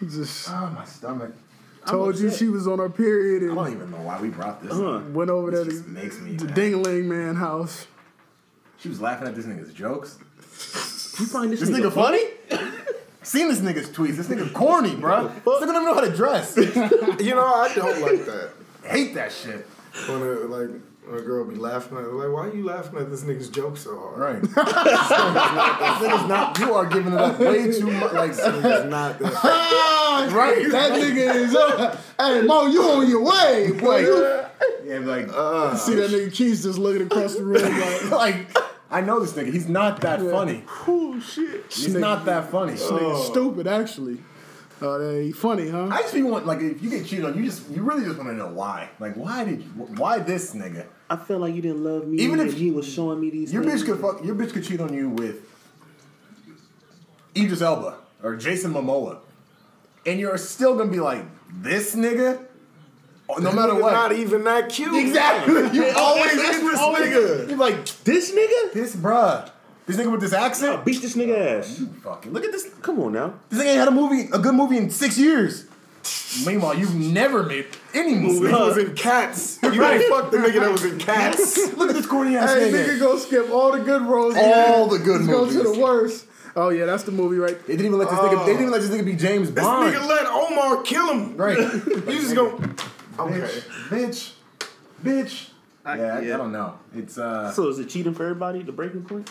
Speaker 2: Just
Speaker 3: Oh, my stomach.
Speaker 2: told you she was on her period
Speaker 3: I
Speaker 2: and
Speaker 3: don't even know why we brought this.
Speaker 5: Huh.
Speaker 2: went over there
Speaker 3: This just
Speaker 2: to
Speaker 3: makes me.
Speaker 2: the
Speaker 3: mad.
Speaker 2: Dingling Man house.
Speaker 3: She was laughing at this nigga's jokes.
Speaker 5: you find this,
Speaker 3: This nigga funny? <laughs> Seen this nigga's tweets. This nigga corny, bro. This nigga don't know how to dress.
Speaker 5: <laughs>
Speaker 4: You know, I don't like that.
Speaker 3: Hate that shit.
Speaker 4: When a, like when a girl be laughing at like, why are you laughing at this nigga's joke so hard?
Speaker 3: <laughs> Right. this nigga's not- this nigga's not. You are giving it up way too much.
Speaker 5: <laughs>
Speaker 3: Like,
Speaker 4: It's not that.
Speaker 2: Right, <laughs> that nigga is up. Hey Mo, you on your <laughs> way? Boy, you
Speaker 3: yeah, like,
Speaker 5: uh-uh.
Speaker 2: see that nigga Keys just looking across the room <laughs> like,
Speaker 3: like, I know this nigga. He's not that funny.
Speaker 2: oh shit,
Speaker 3: He's not that funny.
Speaker 5: Uh-uh.
Speaker 2: Nigga stupid actually. Uh, that he funny, huh?
Speaker 3: I just be want like if you get cheated on, you just you really just want to know why. Like why did you, why this nigga?
Speaker 5: I felt like you didn't love me.
Speaker 3: Even
Speaker 5: Even
Speaker 3: if-
Speaker 5: if he was showing me these,
Speaker 3: Your
Speaker 5: things.
Speaker 3: bitch could fuck. Your bitch could cheat on you with Idris Elba or Jason Momoa, and you're still gonna be like this nigga, Oh, no matter
Speaker 4: Nigga
Speaker 3: what.
Speaker 4: Not even that cute. <laughs>
Speaker 3: exactly. You always
Speaker 4: That's
Speaker 3: hit this
Speaker 4: always- <laughs>
Speaker 3: nigga. You're like
Speaker 5: This nigga,
Speaker 3: this bruh. This nigga with this
Speaker 5: I
Speaker 3: accent.
Speaker 5: beat this nigga ass.
Speaker 3: Fucking look at this.
Speaker 5: Come on now.
Speaker 3: This nigga ain't had a movie, a good movie in six years. Meanwhile, you've never made any movie.
Speaker 4: He was in cats. You
Speaker 3: Right.
Speaker 4: right. fuck the nigga that was in cats.
Speaker 3: <laughs> Look at this corny ass
Speaker 2: Hey,
Speaker 3: nigga.
Speaker 2: nigga, go skip all the good roles.
Speaker 3: All the good movies.
Speaker 2: Go to the worst. Oh yeah, that's the movie, right?
Speaker 3: They didn't even let this nigga. They didn't even let this nigga be James
Speaker 4: This
Speaker 3: Bond.
Speaker 4: nigga let Omar kill him. <laughs>
Speaker 3: right?
Speaker 4: You just go. Okay.
Speaker 3: bitch, bitch.
Speaker 5: I-
Speaker 3: yeah, I- I,
Speaker 5: yeah.
Speaker 3: don't know. It's uh.
Speaker 5: So is it cheating for everybody? The breaking point?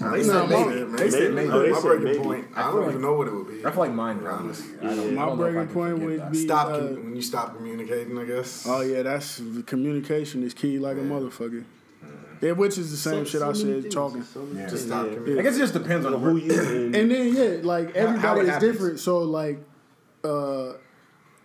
Speaker 4: They
Speaker 3: No,
Speaker 4: said
Speaker 3: maybe.
Speaker 4: maybe.
Speaker 5: Maybe.
Speaker 4: They said maybe.
Speaker 5: Oh, they
Speaker 4: My
Speaker 5: said
Speaker 4: breaking
Speaker 5: maybe.
Speaker 4: point. I don't even know what it would be.
Speaker 3: I feel like mine honestly. I don't, I
Speaker 2: My
Speaker 3: don't know if I
Speaker 2: breaking
Speaker 3: can
Speaker 2: point
Speaker 3: forget
Speaker 2: would
Speaker 3: that.
Speaker 2: be-
Speaker 4: Stop
Speaker 2: Uh,
Speaker 4: commu- when you stop communicating, I guess.
Speaker 2: Oh yeah, that's communication is key, like a motherfucker.
Speaker 3: Mm-hmm.
Speaker 2: Yeah, which is the same shit I said, talking.
Speaker 3: Yeah.
Speaker 4: Just stop
Speaker 5: Yeah.
Speaker 3: I
Speaker 4: communicating.
Speaker 3: guess it just depends on
Speaker 2: <laughs>
Speaker 5: Who
Speaker 3: who.
Speaker 5: you and,
Speaker 2: And then yeah, like
Speaker 3: how it
Speaker 2: everybody is
Speaker 3: happens.
Speaker 2: different. So like, uh,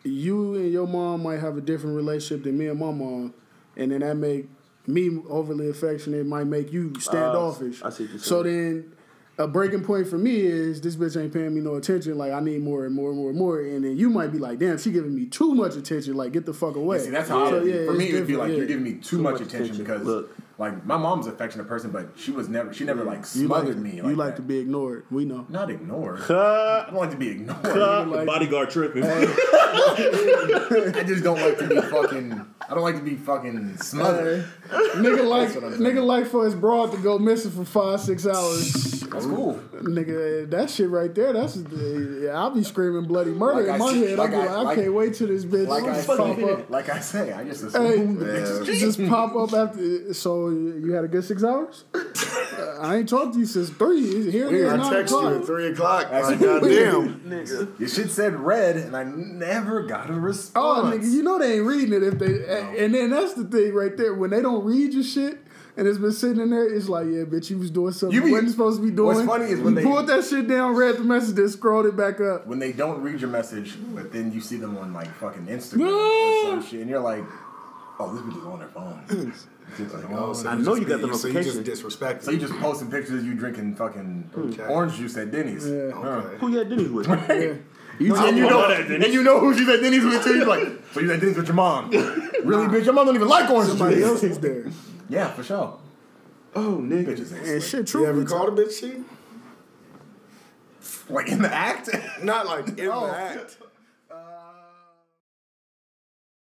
Speaker 2: you and your mom might have a different relationship than me and my mom, and then that make me overly affectionate might make you standoffish.
Speaker 3: Ah,
Speaker 5: I see what you're
Speaker 2: so
Speaker 5: saying.
Speaker 2: then. A breaking point for me is this bitch ain't paying me no attention. Like I need more and more and more and more. And then you might be like, damn, she giving me too much attention. Like get the fuck away.
Speaker 3: See, that's how I
Speaker 2: So,
Speaker 3: would be.
Speaker 2: it's
Speaker 3: for me. It would be
Speaker 2: different,
Speaker 3: like
Speaker 2: yeah.
Speaker 3: you're giving me too, much,
Speaker 5: much
Speaker 3: attention,
Speaker 5: attention.
Speaker 3: because
Speaker 5: Look.
Speaker 3: like my mom's an affectionate person, but she was never. She never like
Speaker 2: You like,
Speaker 3: smothered me.
Speaker 2: you like
Speaker 3: that.
Speaker 2: to be ignored. We know. <laughs>
Speaker 3: not ignored. I
Speaker 5: Cut,
Speaker 3: don't like to be ignored.
Speaker 5: cut,
Speaker 2: like-
Speaker 5: bodyguard tripping.
Speaker 3: I just don't
Speaker 2: <laughs>
Speaker 3: like to be fucking. I don't like to be fucking smothered.
Speaker 2: nigga like
Speaker 3: what I'm
Speaker 2: nigga like for his broad to go missing for five six hours.
Speaker 3: That's cool.
Speaker 2: nigga, that shit right there. That's yeah, I'll be screaming bloody murder
Speaker 3: Like
Speaker 2: in
Speaker 3: I
Speaker 2: my
Speaker 3: s-
Speaker 2: head.
Speaker 3: like
Speaker 2: I'll be
Speaker 3: I-
Speaker 2: like, I
Speaker 3: like-
Speaker 2: can't wait till this bitch
Speaker 3: Like I
Speaker 2: just
Speaker 3: say,
Speaker 2: pop up.
Speaker 3: like I say, I just <laughs>
Speaker 2: Hey,
Speaker 3: assume the bitch is cheating.
Speaker 2: just pop up after. So you had a good six
Speaker 3: <laughs>
Speaker 2: hours. Uh, I ain't talked to you since three. It's- Here it is,
Speaker 4: I
Speaker 2: nine
Speaker 4: text you
Speaker 2: o'clock.
Speaker 4: at three o'clock.
Speaker 3: That's- <laughs>
Speaker 4: Like, goddamn.
Speaker 3: Your shit said red, and I never got a
Speaker 2: Oh,
Speaker 3: response.
Speaker 2: nigga, you know they ain't reading it if they. a- And then that's the thing right there. When they don't read your shit and it's been sitting in there, it's like, yeah, bitch, you was doing something
Speaker 3: You
Speaker 2: you
Speaker 3: be-
Speaker 2: wasn't supposed to be doing.
Speaker 3: what's funny is when
Speaker 2: you
Speaker 3: they-
Speaker 2: pulled that shit down, read the message, then scrolled it back up.
Speaker 3: when they don't read your message, but then you see them on like fucking Instagram or some shit, and you're like, "Oh, this bitch is on her
Speaker 5: <clears throat>
Speaker 3: phone." This bitch is on her phone.
Speaker 5: I know you got the
Speaker 4: oh, So you just
Speaker 3: So you
Speaker 4: disrespected.
Speaker 3: just posting pictures of you drinking fucking
Speaker 4: Okay.
Speaker 5: Mm.
Speaker 3: orange juice at Denny's,
Speaker 4: Okay.
Speaker 5: Who you had
Speaker 3: <laughs>
Speaker 5: Denny's with?
Speaker 2: Yeah. You
Speaker 3: and you
Speaker 5: I'm
Speaker 3: know,
Speaker 5: not at Denny's.
Speaker 3: and you know who she's at Denny's with too. You're like, "So you at Denny's with your mom? really, bitch? Your mom don't even like
Speaker 2: <laughs>
Speaker 3: orange
Speaker 2: somebody
Speaker 3: juice."
Speaker 2: else is there.
Speaker 3: Yeah, for sure.
Speaker 5: Oh, nigga.
Speaker 3: Bitches ain't
Speaker 2: And
Speaker 3: slick.
Speaker 2: shit,
Speaker 4: You ever
Speaker 2: truly,
Speaker 4: called a bitch cheating?
Speaker 3: like in the act. <laughs>
Speaker 4: Not like in
Speaker 3: Oh.
Speaker 4: the act.